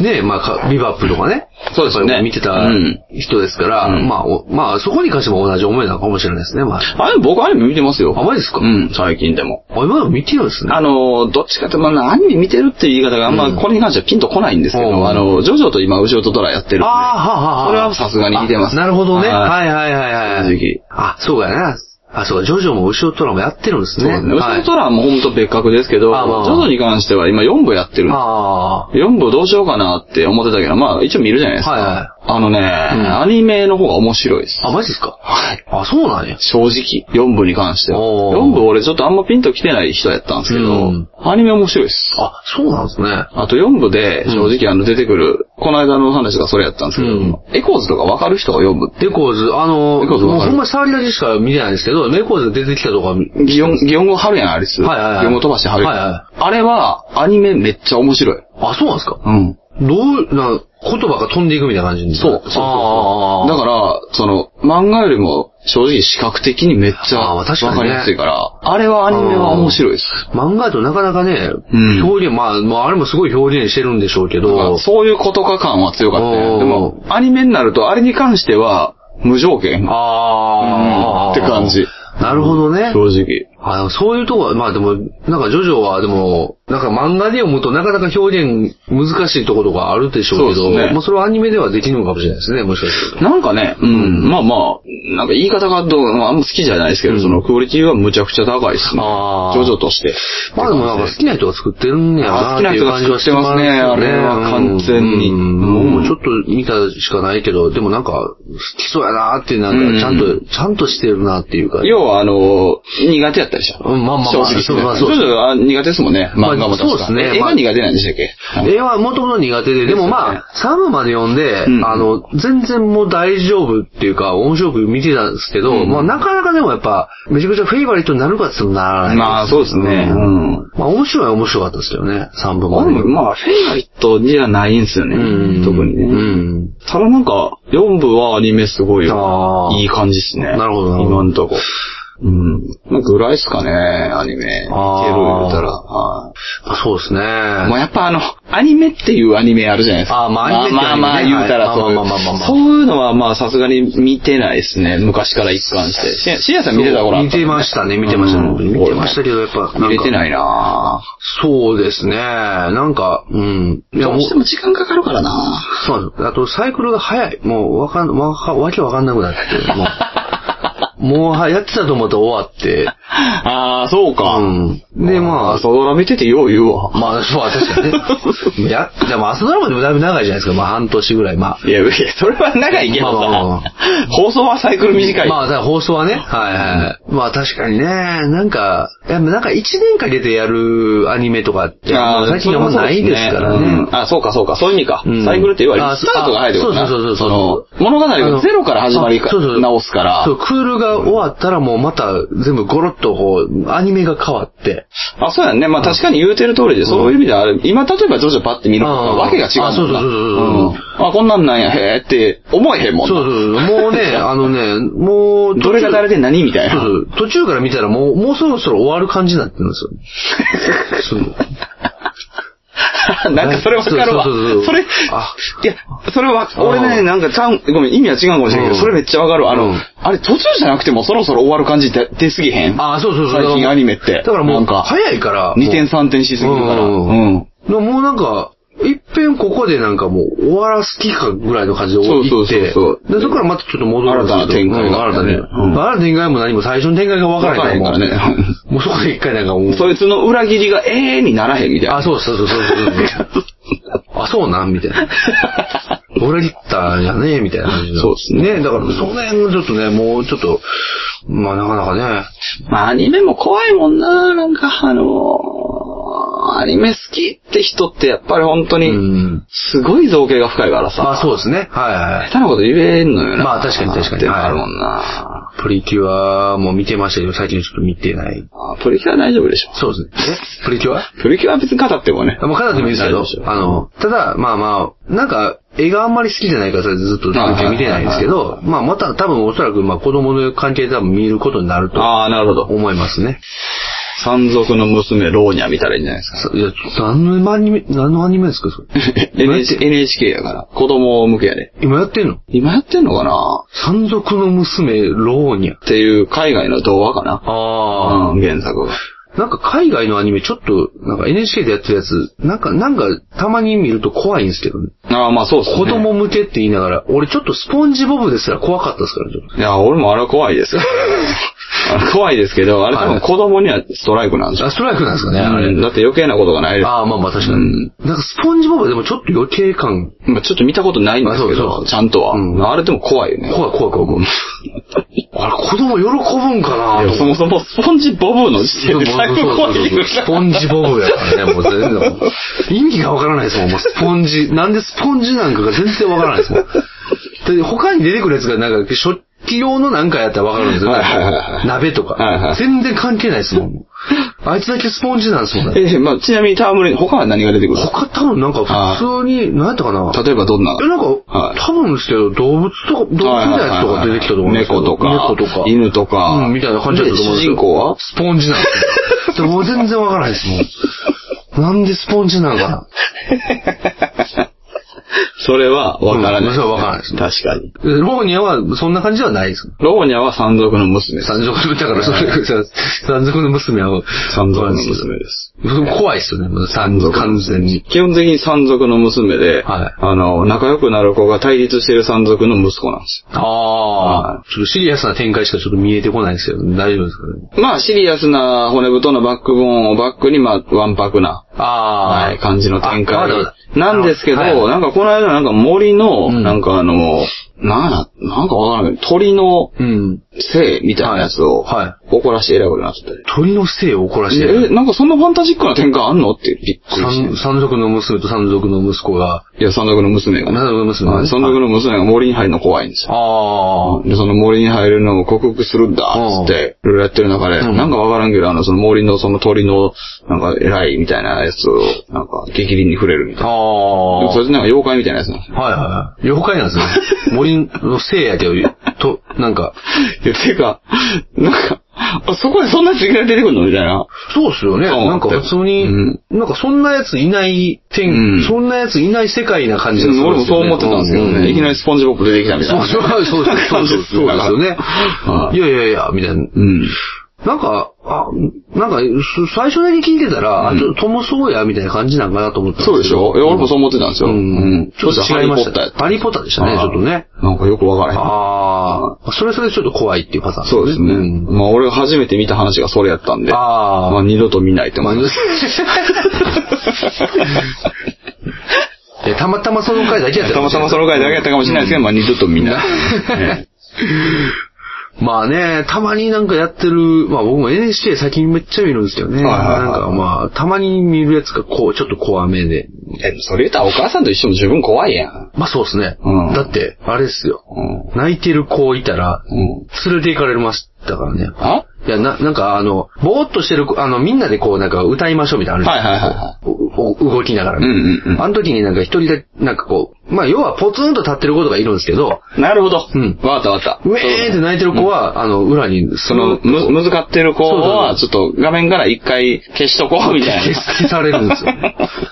Speaker 1: ねまあかビバップとかね。
Speaker 2: そうですね
Speaker 1: やっぱり見てた
Speaker 2: うん
Speaker 1: 人ですから、
Speaker 2: うん
Speaker 1: まあお、まあそこに関しても同じ思いなのかもしれないですね、まあ。
Speaker 2: あ、でも僕アニメ見てますよ。
Speaker 1: あマジですか
Speaker 2: うん、最近でも。
Speaker 1: あ、今でも見てるんですね。
Speaker 2: あの、どっちかって、まあ、アニメ見てるっていう言い方があんま、これに関してはピンとこないんですけど、
Speaker 1: うん
Speaker 2: あの、ジョジョと今、後ろとドラやってるんで。
Speaker 1: ああ、はあ、はあ。
Speaker 2: それはさすがに似てます
Speaker 1: あなるほどね。
Speaker 2: はい
Speaker 1: はいはいはいはい。
Speaker 2: 正直
Speaker 1: あ、そうだよね。あ、そうか、ジョジョも後ろトラもやってるんですね。
Speaker 2: そうですね。ウ
Speaker 1: は
Speaker 2: サ
Speaker 1: い
Speaker 2: ギトラはもうほんと別格ですけど、
Speaker 1: あまあ
Speaker 2: ジョジョに関しては今4部やってるんです。
Speaker 1: あ
Speaker 2: 4部どうしようかなって思ってたけど、まあ一応見るじゃないですか。
Speaker 1: はいはい
Speaker 2: あのね、アニメの方が面白いです
Speaker 1: あ。。あ、マジですか
Speaker 2: はい。
Speaker 1: あ、そうなんや。
Speaker 2: 正直、4部に関しては。
Speaker 1: おー
Speaker 2: 4部俺ちょっとあんまピンと来てない人やったんですけど、
Speaker 1: うん
Speaker 2: アニメ面白いです。
Speaker 1: あ、そうなんですね。
Speaker 2: あと4部で、正直あの出てくる、この間の話がそれやったんですけど、
Speaker 1: うん
Speaker 2: エコーズとかわかる人が4部って。
Speaker 1: デコーズ、あの、
Speaker 2: デコーズ
Speaker 1: も
Speaker 2: わ
Speaker 1: う
Speaker 2: か
Speaker 1: ほ
Speaker 2: る
Speaker 1: んま触りだけしか見てないんですけど、デコーズ出てきたとか、
Speaker 2: 擬音、擬音語貼るやん、アリス。
Speaker 1: はいはいはい
Speaker 2: 擬音語飛ばして貼るやん。
Speaker 1: はいは
Speaker 2: あれは、アニメめっちゃ面白い。
Speaker 1: あ、そうなんですか
Speaker 2: うん。
Speaker 1: どう、な、言葉が飛んでいくみたいな感じに
Speaker 2: そう、そうそう
Speaker 1: あー
Speaker 2: だから、その、漫画よりも正直視覚的にめっちゃ
Speaker 1: あーまあ
Speaker 2: わ
Speaker 1: 確かにね
Speaker 2: かりやすいから、あれはアニメは面白いです。
Speaker 1: 漫画だとなかなかね、
Speaker 2: うん
Speaker 1: 表現、まあ、まあ、あれもすごい表現してるんでしょうけ
Speaker 2: だから
Speaker 1: ど、
Speaker 2: そういうことか感は強かった
Speaker 1: おー
Speaker 2: ね。でも、アニメになるとあれに関しては無条件。
Speaker 1: ああ、
Speaker 2: うんって感じ。
Speaker 1: なるほどね。
Speaker 2: 正直。
Speaker 1: あのそういうとこは、まあでも、なんかジョジョはでも、なんか漫画で読むとなかなか表現難しいところがあるでしょうけ
Speaker 2: そ
Speaker 1: ど、
Speaker 2: うですね
Speaker 1: まあそれはアニメではできるのかもしれないですね、もしかすると。
Speaker 2: なんかね、うん、まあまあ、なんか言い方がどう、まああんま好きじゃないですけど、そのクオリティはむちゃくちゃ高いですね。
Speaker 1: あー
Speaker 2: ジョジョとして。
Speaker 1: まあでもなんか好きな人が作ってるんやなっていう感じはしてますね。
Speaker 2: あ好きな人が作ってますねあれは完全に
Speaker 1: うん
Speaker 2: うん
Speaker 1: もうちょっと見たしかないけど、でもなんか好きそうやなっていうなんかちゃんと、
Speaker 2: うん
Speaker 1: ちゃんとしてるなっていうか。
Speaker 2: 要はあの、苦手やったでしょ。
Speaker 1: うんまあまあまあ
Speaker 2: 正直ですね。
Speaker 1: そうまあそう
Speaker 2: ジョジョは苦手ですもんね。
Speaker 1: まあ
Speaker 2: 漫画も確か。
Speaker 1: そうですね
Speaker 2: 絵
Speaker 1: ま
Speaker 2: が
Speaker 1: あ
Speaker 2: 苦手なんでしたっけ、
Speaker 1: 絵はもともと苦手で、でも
Speaker 2: ですよ
Speaker 1: まあ、3話まで読んで、
Speaker 2: うん
Speaker 1: あの、全然もう大丈夫っていうか、面白く見てたんですけど、
Speaker 2: うん
Speaker 1: まあなかなかでもやっぱ、めちゃくちゃフェイバリットになるかって言ったらならない。
Speaker 2: まあそうですね。う
Speaker 1: うん
Speaker 2: ん。
Speaker 1: まあ面白いは面白かったですけどね、3部まで。
Speaker 2: 俺もまあ、フェイバリットじゃないんですよね。
Speaker 1: うん
Speaker 2: 特にね。
Speaker 1: うん。
Speaker 2: ただなんか、4部はアニメすごい
Speaker 1: あー
Speaker 2: いい感じっすね。
Speaker 1: なるほどなるほど
Speaker 2: 今んとこ。うん。まあ、ぐらいっすかね、アニメ。いける言う
Speaker 1: あー
Speaker 2: たら。はい
Speaker 1: そうですね。
Speaker 2: もうやっぱあの、アニメっていうアニメあるじゃないですか。
Speaker 1: あーまあアニメっていう
Speaker 2: まあまあまあ
Speaker 1: アニメね
Speaker 2: 言うたらそういう。
Speaker 1: まあまあまあまあまあ
Speaker 2: そういうのはまあさすがに見てないですね。昔から一貫して。しや、しやさん見てた頃あった
Speaker 1: 見てましたね、見てましたね。
Speaker 2: うん
Speaker 1: 見てましたけど、やっぱ、
Speaker 2: 見れて
Speaker 1: い。
Speaker 2: ないな
Speaker 1: そうですね。なんか、うん。い
Speaker 2: ぁ。ど
Speaker 1: も
Speaker 2: うしても時間かかるからなぁ。
Speaker 1: そうなんです。あと、サイクルが早い。もう、わかん、わか、わけわかんなくなって、 もう。もうは、やってたと思ったら終わって。
Speaker 2: ああ、そうか。
Speaker 1: うん。で、まあ、
Speaker 2: 朝ドラ見ててよう言うわ。
Speaker 1: まあ、そう、確かにね。 や、でも、朝ドラマでもだいぶ長いじゃないですか。まあ、半年ぐらい。まあ。
Speaker 2: いや、いや、それは長いけど
Speaker 1: まあまあまあま
Speaker 2: さ、放送はサイクル短い。
Speaker 1: まあ、だから放送はね。はいはい。まあ、確かにね。なんか、いやなんか1年かけてやるアニメとかって、
Speaker 2: あ
Speaker 1: まあ
Speaker 2: ー
Speaker 1: 最近あんまないですから
Speaker 2: う
Speaker 1: ね
Speaker 2: ん。あ、そうかそうか、そういう意味か。
Speaker 1: うん
Speaker 2: サイクルって言われる
Speaker 1: あ
Speaker 2: スタートが入るからな。
Speaker 1: そうそうそうそう
Speaker 2: その物語が
Speaker 1: の
Speaker 2: ゼロから始まりか
Speaker 1: あそうそう
Speaker 2: 直すから
Speaker 1: そう、。クールが終わったらもうまた全部ゴロッとこう、アニメが変わって。
Speaker 2: あ、そうやんね。まあ確かに言うてる通りで、そういう意味ではある。今、例えばジョジョパって見るのと
Speaker 1: うん
Speaker 2: わけが違うもんな。
Speaker 1: あそうそうそうそうそうん
Speaker 2: あ、こんなんなんや、へえって思えへんもん
Speaker 1: そうそ
Speaker 2: な。
Speaker 1: うそう。もう ね、あのね、もう途中、
Speaker 2: どれが誰で何みたい
Speaker 1: そうそ
Speaker 2: な。
Speaker 1: う。途中から見たらもう、もうそろそろ終わる感じになってるん ですよ。そう。
Speaker 2: なんかそれわかるわ。
Speaker 1: そうそうそうそう
Speaker 2: それ、
Speaker 1: あ
Speaker 2: いや、それは、俺
Speaker 1: う
Speaker 2: ね、
Speaker 1: ん
Speaker 2: なんかちゃん、ごめん、意味は違うかもしれないけ
Speaker 1: うん
Speaker 2: ど、それめっちゃわかる。あ
Speaker 1: う
Speaker 2: の
Speaker 1: ん、
Speaker 2: あれ途中じゃなくてもそろそろ終わる感じで出すぎへん。
Speaker 1: ああ、そうそうそう。
Speaker 2: 最近アニメって
Speaker 1: だからも
Speaker 2: な
Speaker 1: うん
Speaker 2: か
Speaker 1: 早いから。
Speaker 2: 二点三点しすぎるから。
Speaker 1: うんう
Speaker 2: う。
Speaker 1: んでももうなんか、いっぺんここでなんかもう終わらす気かぐらいの感じで
Speaker 2: そう
Speaker 1: 終
Speaker 2: そう
Speaker 1: わっ
Speaker 2: そう
Speaker 1: て、
Speaker 2: そう
Speaker 1: で、そこからまたちょっと戻るんですけど。
Speaker 2: 新たな展開が
Speaker 1: うん新たね。
Speaker 2: うん
Speaker 1: まあ新たな展開も何も最初の展開が分からへんから
Speaker 2: 分からへんからね
Speaker 1: もうもうそこで一回なんかもう、
Speaker 2: そいつの裏切りが永遠にならへんみたいな。
Speaker 1: あ、そうそうそうそう そう。あ、そうなんみたいな。俺リッターじゃねえみたいな感じの
Speaker 2: そうっすね
Speaker 1: だから、その辺がちょっとね、もうちょっと、まあなかなかね、
Speaker 2: まあ、アニメも怖いもんな。なんか、あのーアニメ好きって人ってやっぱり本当
Speaker 1: う
Speaker 2: に、
Speaker 1: ん。
Speaker 2: すごい造形が深いからさ。
Speaker 1: まあそうですね。はいはい。
Speaker 2: 下手なこと言えんのよな。
Speaker 1: まあ確かに確かに
Speaker 2: っていうのあるもんな。
Speaker 1: プリキュアも見てましたけど、最近ちょっと見てない。
Speaker 2: あプリキュア大丈夫でしょ。
Speaker 1: そうですね。えプリキュア
Speaker 2: プリキュアは別に語ってもね。
Speaker 1: あもうかなり見るんですけ
Speaker 2: 大
Speaker 1: ど
Speaker 2: 丈夫でし、ょ
Speaker 1: あの、ただ、まあまあ、なんか、絵があんまり好きじゃないから、それでずっとプリキュア見てないんですけど、まあまた多分おそらく、まあ子供の関係で多分見ることになると
Speaker 2: ああ、なるほど。
Speaker 1: 思いますね。
Speaker 2: 山賊の娘、ローニャ見たらいいんじゃないです か。
Speaker 1: そいや、何のアニメ、何のアニメですか、それ。
Speaker 2: NH- NHK やから。子供向けやで。
Speaker 1: 今やってんの
Speaker 2: 今やってんのかな
Speaker 1: 山賊の娘、ローニャ。
Speaker 2: っていう海外の童話かな。
Speaker 1: ああ。
Speaker 2: うん、原作が。
Speaker 1: なんか海外のアニメちょっと、なんか NHK でやってるやつ、なんか、なんかたまに見ると怖いんですけどね。
Speaker 2: ああ、まあそうっすね。
Speaker 1: 子供向けって言いながら、俺ちょっとスポンジボブですら怖かったですから、ちょっと。
Speaker 2: いや、俺もあれは怖いです。 あれ怖いですけど、あれ多分子供にはストライクなんでしょ。
Speaker 1: あ、ストライクなんですかね、あ
Speaker 2: う
Speaker 1: れ。
Speaker 2: んだって余計なことがないです。
Speaker 1: ああ、まあまあ確か
Speaker 2: うん
Speaker 1: に。なんかスポンジボブはでもちょっと余計感、
Speaker 2: まあちょっと見たことないんですけ
Speaker 1: あそう
Speaker 2: ど
Speaker 1: そ、う
Speaker 2: ちゃんとは。
Speaker 1: うん
Speaker 2: あれでも怖いよね。
Speaker 1: 怖い怖い怖い怖い。あれ、子供喜ぶんかない
Speaker 2: やそもそもスポンジボブの時
Speaker 1: そうそう
Speaker 2: 点で
Speaker 1: そう
Speaker 2: だいぶ怖いよ
Speaker 1: スポンジボブやからね、もう全然もう。意味がわからないですもん、もうスポンジ。なんでスポンジなんかが全然わからないですもん。で他に出てくるやつがなんか食器用のなんかやったらわかるんですよ。
Speaker 2: はいはいはいはい
Speaker 1: 鍋と
Speaker 2: はいは
Speaker 1: か
Speaker 2: い。
Speaker 1: 全然関係ないですも ん。あいつだけスポンジなんですもんね。
Speaker 2: ええ、まあちなみに戯れ、他は何が出てくる
Speaker 1: 他多分なんか普通に、何やったかな
Speaker 2: 例えばどんな
Speaker 1: え、なんか、
Speaker 2: はい
Speaker 1: 多分ですけど、動物とか、動物みたいなやつとか出てきたと思うんですけど。
Speaker 2: はいはいはいはい猫と
Speaker 1: 猫と
Speaker 2: か
Speaker 1: か。
Speaker 2: 犬とか
Speaker 1: うん、みたいな感じだったと思うんですよ
Speaker 2: で主人公は
Speaker 1: スポンジなんですよ。でも全然わ からないですもん。なんでスポンジなんかな。
Speaker 2: それはわからな
Speaker 1: う
Speaker 2: い、
Speaker 1: んそれはわからないです
Speaker 2: 確かに。
Speaker 1: えローニャはそんな感じではないです。
Speaker 2: ローニャは山賊の娘です。
Speaker 1: 山賊の、だからそれ、山賊の娘は、
Speaker 2: 山賊の娘です。
Speaker 1: 怖いっすよね、もう山賊。完全に。
Speaker 2: 基本的に山賊の娘で、
Speaker 1: はい
Speaker 2: あの、仲良くなる子が対立してる山賊の息子なんです
Speaker 1: ああ、ちょっとシリアスな展開しかちょっと見えてこないんですけど、大丈夫ですかね。
Speaker 2: よ。まあ、シリアスな骨太のバックボーンをバックに、まあ、わんぱくな、
Speaker 1: ああ、
Speaker 2: はい、感じの展
Speaker 1: あ
Speaker 2: 開
Speaker 1: わかった
Speaker 2: なんですけど、
Speaker 1: はい
Speaker 2: なんかこの間なんか森の、
Speaker 1: うん
Speaker 2: なんかあの、なんやなんかわからんけど、鳥の
Speaker 1: うん。
Speaker 2: 性みたいなやつを、
Speaker 1: はいは
Speaker 2: 怒らして選ぶようになってて。
Speaker 1: 鳥の性を怒らして
Speaker 2: え、
Speaker 1: る。
Speaker 2: なんかそんなファンタジックな展開あんのってびっくりして
Speaker 1: 山。山賊の娘と山賊の息子が、
Speaker 2: いや、山賊の娘がね。
Speaker 1: 山賊の娘が
Speaker 2: はい
Speaker 1: ね
Speaker 2: 山賊の娘が森に入るの怖いんですよ。
Speaker 1: ああ、
Speaker 2: で、その森に入るのを克服するんだ、つって、いろいろやってる中で、
Speaker 1: うん
Speaker 2: なんかわからんけど、あの、その森のその鳥の、なんか偉いみたいなやつを、なんか激鱗に触れるみたい
Speaker 1: あ
Speaker 2: な。
Speaker 1: あ、
Speaker 2: それでなんか妖怪みたいなやつなんですよ。
Speaker 1: はいはい。妖怪なんですね。森のせいやけど、と、なんか、
Speaker 2: いや、てか、なんか、あ、そこでそんな次が出てくるのみたいな。
Speaker 1: そうっすよね。
Speaker 2: そう
Speaker 1: なんか普通に、
Speaker 2: うん
Speaker 1: なんかそんなやついない天、
Speaker 2: うん
Speaker 1: そんなやついない世界な感じがする
Speaker 2: 俺もそう思ってたんですけどね。いきなり
Speaker 1: そ
Speaker 2: スポンジボップ出てきたみたいな。
Speaker 1: うそうそうそうそうそうですよね。
Speaker 2: はい
Speaker 1: いやいやいや、みたいな。
Speaker 2: うん。
Speaker 1: なんか、あ、なんか、す最初だけ聞いてたら、
Speaker 2: う
Speaker 1: あ、
Speaker 2: ん
Speaker 1: ちょっとともそうや、みたいな感じなんかなと思ったん
Speaker 2: そうでしょいや、俺もそ
Speaker 1: う
Speaker 2: う思ってたんですよ。
Speaker 1: ん。ちょっ
Speaker 2: そした
Speaker 1: と
Speaker 2: ら
Speaker 1: 違いま
Speaker 2: ハリー
Speaker 1: し
Speaker 2: ポ
Speaker 1: た
Speaker 2: ッターやっ
Speaker 1: ね。
Speaker 2: た
Speaker 1: ハリーポッターでしたね、ちょっとね。
Speaker 2: なんかよくわからへん。
Speaker 1: ああ、それはそれでちょっと怖いっていうパターン
Speaker 2: そうですね。
Speaker 1: ん
Speaker 2: まあ俺が初めて見た話がそれやったんで。
Speaker 1: ああ。
Speaker 2: まあ二度と見ないと
Speaker 1: ま
Speaker 2: 思
Speaker 1: あ
Speaker 2: います。
Speaker 1: えたまたまその回だけやった
Speaker 2: た
Speaker 1: かも
Speaker 2: ま
Speaker 1: しれ
Speaker 2: た
Speaker 1: ない
Speaker 2: まその回だけやったかもしれないですけど、まあ二度と見ない。ね
Speaker 1: まあね、たまになんかやってる、まあ僕も NHK 最近めっちゃ見るんですけどね。
Speaker 2: はいはいはい
Speaker 1: なんかまあ、たまに見るやつがこう、ちょっと怖めで。
Speaker 2: え、それ言ったらお母さんと一緒も十分怖いやん。
Speaker 1: まあそうですね。
Speaker 2: うん
Speaker 1: だって、あれですよ。
Speaker 2: うん。
Speaker 1: 泣いてる子いたら、
Speaker 2: うん。
Speaker 1: 連れて行かれましたからね。
Speaker 2: あ
Speaker 1: いや、な、なんかあの、ぼーっとしてる子、あの、みんなでこう、なんか歌いましょうみたいなのあ
Speaker 2: はい
Speaker 1: る
Speaker 2: はいはいは
Speaker 1: じゃんおお動きながら
Speaker 2: い。
Speaker 1: ね。
Speaker 2: うんうん
Speaker 1: あの時になんか一人で、なんかこう、まあ要はポツンと立ってる子とかいるんですけど、
Speaker 2: うん。なるほど。
Speaker 1: うん
Speaker 2: わかったわかった。
Speaker 1: ウェーって泣いてる子は、あの、裏に、
Speaker 2: その、む、むずかってる子は、ちょっと画面から一回消しとこう、みたい
Speaker 1: 消
Speaker 2: な。
Speaker 1: 消されるんですよ。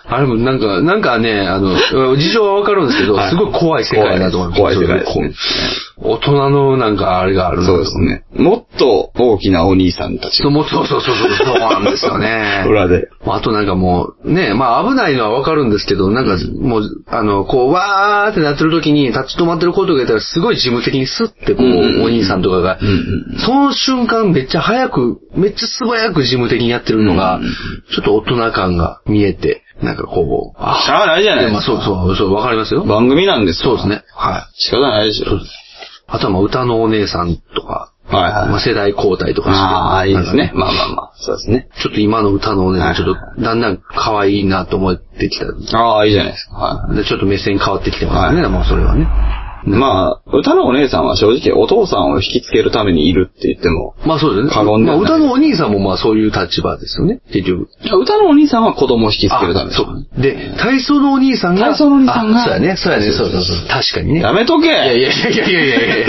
Speaker 1: あれもなんか、なんかね、あの、事情はわかるんですけど、
Speaker 2: はい
Speaker 1: すごい怖い世界だと思います。
Speaker 2: 怖い世界ですね
Speaker 1: そうこう大人のなんかあれがある
Speaker 2: そうです。ね。もっと大きなお兄さんたち。
Speaker 1: そう、もうそうそうそうそう、そうなんですよね
Speaker 2: 裏で。
Speaker 1: あとなんかもう、ね、まあ危ないのはわかるんですけど、なんかもう、あの、こう、わーってなってる時に立ち止まってる子とかいたら、すごい事務的にスッてこ
Speaker 2: うんうんうん
Speaker 1: う、お兄さんとかが
Speaker 2: うんうん、
Speaker 1: その瞬間めっちゃ早く、めっちゃ素早く事務的にやってるの
Speaker 2: う
Speaker 1: が
Speaker 2: んうんうん、
Speaker 1: ちょっと大人感が見えて、なんかこう、
Speaker 2: しゃあないじゃない
Speaker 1: や
Speaker 2: で
Speaker 1: まあ
Speaker 2: すか。
Speaker 1: そうそう、そう、わかりますよ。
Speaker 2: 番組なんです
Speaker 1: そ
Speaker 2: よ
Speaker 1: うです。ね。はい。
Speaker 2: 仕方ないでしょ。
Speaker 1: そうです。あとはまあ歌のお姉さんとか、
Speaker 2: はいはい。
Speaker 1: まあ世代交代とかして。
Speaker 2: ああ、いいです
Speaker 1: なん
Speaker 2: ね
Speaker 1: か。
Speaker 2: まあまあまあ。そうですね。
Speaker 1: ちょっと今の歌のお姉さん、ちょ
Speaker 2: は
Speaker 1: っとだんだん可愛いなと思ってきた。で、
Speaker 2: ああ、いいじゃないですか。は
Speaker 1: ちょっと目線変わってきてます
Speaker 2: は
Speaker 1: ね、もうそれはね。
Speaker 2: い。まあ、歌のお姉さんは正直お父さんを引きつけるためにいるって言っても、
Speaker 1: まあそうですね。
Speaker 2: 過言で
Speaker 1: ま
Speaker 2: は
Speaker 1: あ
Speaker 2: ない
Speaker 1: 歌のお兄さんもまあそういう立場ですよね、結局。
Speaker 2: いや歌のお兄さんは子供を引きつけるためでし
Speaker 1: そ
Speaker 2: ょ
Speaker 1: う。で、体操のお兄さんが。
Speaker 2: 体操のお兄さんが
Speaker 1: あそうやね、そうやね、そうそうそう。確かにね。
Speaker 2: やめとけ
Speaker 1: いやいやいやいやいやいや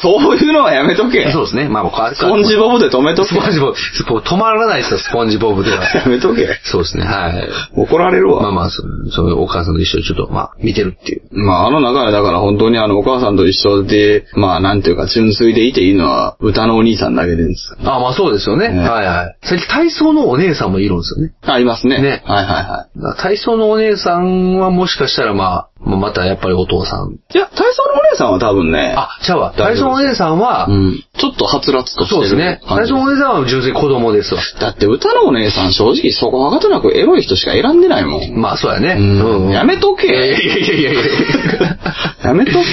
Speaker 2: そういうのはやめと け
Speaker 1: そうですね。まあ、こう
Speaker 2: スポンジボブで止めと
Speaker 1: ス
Speaker 2: け
Speaker 1: ポンジボブ、スポ止まらないですよ、スポンジボブ では。
Speaker 2: やめとけ
Speaker 1: そうですね、はい。
Speaker 2: 怒られるわ。
Speaker 1: まあまあ、そうそういうお母さんと一緒にちょっと、まあ、見てるっていう。
Speaker 2: まあ、あの中で、だから本当にあの、お母さんと一緒で、まあ、なんていうか、純粋でいていいのは、歌のお兄さんだけでです。
Speaker 1: あまあそうですよね。
Speaker 2: ね
Speaker 1: はいはい。最近体操のお姉さんもいるんですよね。
Speaker 2: あ、いますね。
Speaker 1: ね
Speaker 2: はいはいは
Speaker 1: だから体操のお姉さんはもしかしたらまあ、まあまたやっぱりお父さん。
Speaker 2: い。いや、体操のお姉さんは多分ね、
Speaker 1: あ、ちゃうわ。
Speaker 2: 大
Speaker 1: 体
Speaker 2: 丈
Speaker 1: 操の
Speaker 2: 夫
Speaker 1: お姉さんは、
Speaker 2: うん。ちょっとはつらつとして
Speaker 1: そう
Speaker 2: る。
Speaker 1: ですね。体操のお姉さんは純粋に子供ですわ。
Speaker 2: だって歌のお姉さん正直そこはかとなくエロい人しか選んでないもん。
Speaker 1: まあそうやね。
Speaker 2: うんやめとけ
Speaker 1: いやいやいやいやいや
Speaker 2: やめとけ。や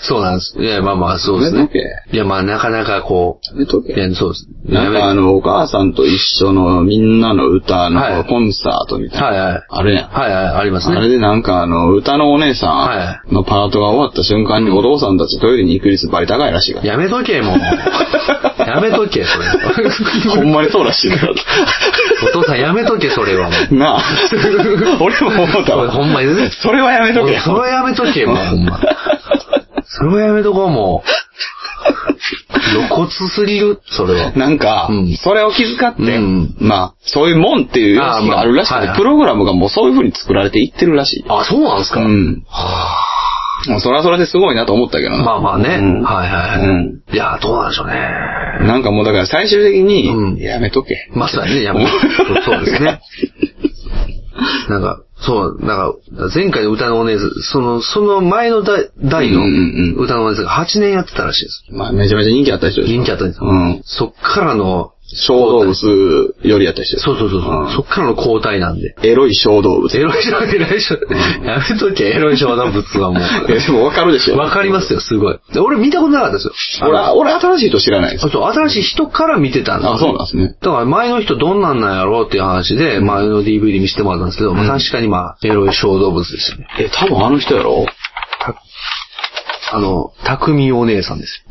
Speaker 1: そうなんです。いや、まあまあ、そうです
Speaker 2: やめ
Speaker 1: ね
Speaker 2: と。
Speaker 1: いや、まあなかなかこう、
Speaker 2: めと
Speaker 1: い
Speaker 2: け。
Speaker 1: や、そうです。
Speaker 2: なんかあ
Speaker 1: やめ
Speaker 2: の、お母さんと一緒のみんなの歌
Speaker 1: は
Speaker 2: の
Speaker 1: い
Speaker 2: コンサートみたいな。
Speaker 1: はいはい。
Speaker 2: あるやん。
Speaker 1: はいはい、あります
Speaker 2: あれ
Speaker 1: ね。
Speaker 2: でなんかあの、歌のお姉さんのパートが終わった瞬間にお父さんたちトイレに行く率バリ高いらしいから。
Speaker 1: やめとけ、 もう。やめとけ、それ。
Speaker 2: ほんまにそうらしい から。
Speaker 1: お父さんやめとけ、それはもう。
Speaker 2: なあ。俺も思ったわ。
Speaker 1: ほんまにね。
Speaker 2: それはやめとけ。
Speaker 1: それはやめとけ、もう、ほんま。それはやめとこう、もう。露骨すぎる、それは。
Speaker 2: なんか、
Speaker 1: うん
Speaker 2: それを気遣って、
Speaker 1: うん
Speaker 2: まあ、そういうもんっていう意識があるらしく
Speaker 1: あー
Speaker 2: て、
Speaker 1: まあ
Speaker 2: プログラムがもうそういう風に作られていってるらしい。
Speaker 1: あ、そうなんです
Speaker 2: う
Speaker 1: か、
Speaker 2: ん。
Speaker 1: はあ
Speaker 2: まあそれはそれですごいなと思ったけどな。
Speaker 1: まあまあね。
Speaker 2: うん
Speaker 1: はいはいはい。
Speaker 2: うん
Speaker 1: いや、どうなんでしょうね。
Speaker 2: なんかもうだから最終的に、
Speaker 1: うん
Speaker 2: やめとけ。
Speaker 1: まさにね、やっぱ そうそうですね。なんか、そう、なんか、前回の歌のお姉さん、その、その前の代代の
Speaker 2: うんうんうん
Speaker 1: 歌のお姉さんが8年やってたらしいです。
Speaker 2: まあめちゃめちゃ人気あった人でしょ。
Speaker 1: 人気あったんですよ。
Speaker 2: うん。
Speaker 1: そっからの、
Speaker 2: 小動物よりやった人でし
Speaker 1: そ
Speaker 2: ょ。
Speaker 1: うそうそうそう、
Speaker 2: うん
Speaker 1: そっからの交代なんで。
Speaker 2: エロい小動物。
Speaker 1: エロい小、エロい小、やめとけ、エロい小動物はも
Speaker 2: いやでもわかるでし
Speaker 1: う。
Speaker 2: ょ。
Speaker 1: わかりますよ、すごい。で俺見たことなかったですよ。
Speaker 2: 俺は、俺新しい人知らないで
Speaker 1: あ
Speaker 2: す。
Speaker 1: そう、新しい人から見てたんですよ
Speaker 2: あ、そうなんですね。
Speaker 1: だから前の人どんなんなんやろうっていう話で、前の DVD 見せてもらったんですけど、まあ確かにまあ、エロい小動物でしたね。
Speaker 2: え、多分あの人やろ
Speaker 1: あの、匠お姉さんです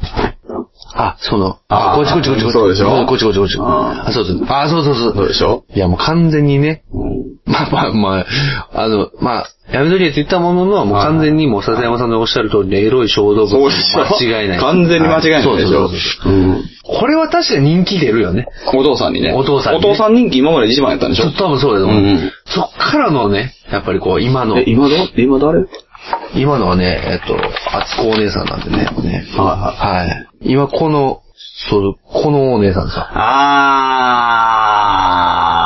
Speaker 1: よ。あ、その、
Speaker 2: あー
Speaker 1: こっちこっちこっちこっち。
Speaker 2: そうでしょ
Speaker 1: こっちこっちこっち。
Speaker 2: あー
Speaker 1: あ、そうそう。あ、そうそうそう。
Speaker 2: そうでしょ
Speaker 1: いや、もう完全にね。
Speaker 2: う ん。
Speaker 1: まあまあまあ、あの、まあ、やめとけって言ったものの、もう完全にもう笹山さんのおっしゃる通りで、エロい小動物。
Speaker 2: そうでしょ
Speaker 1: 間違いない。
Speaker 2: 完全に間違いないでしょ。
Speaker 1: はそうそうそうそう
Speaker 2: うん
Speaker 1: これは確かに人気出るよね。
Speaker 2: お父さんにね。
Speaker 1: お父さんに
Speaker 2: お
Speaker 1: ね
Speaker 2: 父さん人気今まで一番やったんでし
Speaker 1: ちょ
Speaker 2: ょ
Speaker 1: っと多分そうだと思う。
Speaker 2: うんうん
Speaker 1: そっからのね、やっぱりこう、今の
Speaker 2: え、、今ど、今誰
Speaker 1: 今のはね、えっと、厚子お姉さんなんでね。ねはい、今この、そう、このお姉さんさ。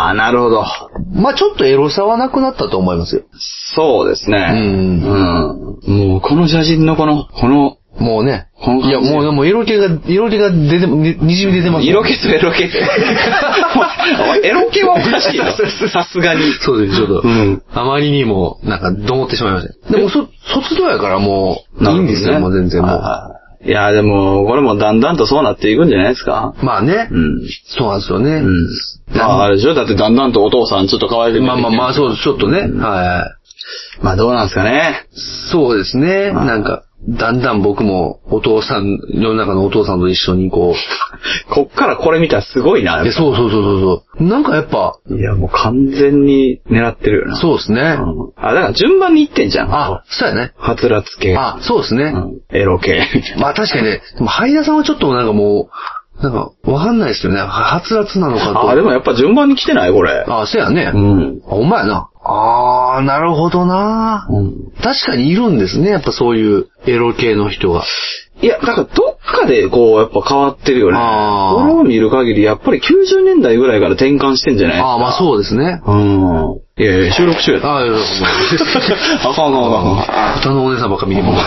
Speaker 2: あー、なるほど。
Speaker 1: まあちょっとエロさはなくなったと思いますよ。
Speaker 2: そうですね。
Speaker 1: うん
Speaker 2: うんもう、この写真のこの、この、
Speaker 1: もうね。
Speaker 2: この感じ
Speaker 1: いや、もう、もう色気が、色気が出て、ににじみ出てますよ。
Speaker 2: 色気とエロ 気って。お前エロ気はおかしいよ。さすがに。
Speaker 1: そうです、ちょっと。
Speaker 2: うん
Speaker 1: あまりにも、なんか、どもってしまいました。でも、そ、卒業やからもう、いいんですよ、もう全然も。
Speaker 2: はいうはいいや、でも、これもだんだんとそうなっていくんじゃないですか。
Speaker 1: まあね、
Speaker 2: うん。
Speaker 1: そうなんですよね。
Speaker 2: うん。まあ、あれでしょだってだんだんとお父さんちょっと可愛く
Speaker 1: まあまあまあ、
Speaker 2: う。
Speaker 1: そう、ちょっとね、はい。
Speaker 2: まあ、どうなんですかね。
Speaker 1: そうですね。
Speaker 2: まあ
Speaker 1: なんか、だんだん僕もお父さん、世の中のお父さんと一緒にこう。
Speaker 2: こっからこれ見たらすごいな。
Speaker 1: いやそうそうそうそうそう。なんかやっぱ、
Speaker 2: いや、もう完全に狙ってるよな。
Speaker 1: そうですね。
Speaker 2: うんあ、だから順番にいってんじゃん。
Speaker 1: あ、そうやね。
Speaker 2: はつらつ系。
Speaker 1: あ、そうです
Speaker 2: う
Speaker 1: ね。
Speaker 2: ん、エロ系。
Speaker 1: まあ確かにね、でもハイダさんはちょっとなんかもう、なんか、わかんないですよね。ははつらつなのかと。
Speaker 2: あ、でもやっぱ順番に来てないこれ。
Speaker 1: あ、そうやね。
Speaker 2: うん。
Speaker 1: あ、お前やな。あー、なるほどな
Speaker 2: うん。
Speaker 1: 確かにいるんですね。やっぱそういうエロ系の人が。
Speaker 2: いや、だからどっかでこう、やっぱ変わってるよね。
Speaker 1: あー
Speaker 2: 俺を見る限り、やっぱり90年代ぐらいから転換してんじゃない
Speaker 1: あー、まあそうですね。
Speaker 2: うん。いやいや、収録中やった。
Speaker 1: あー、いやいやもう
Speaker 2: あかんあかんあ かん。
Speaker 1: 歌のお姉さんばっか見てもら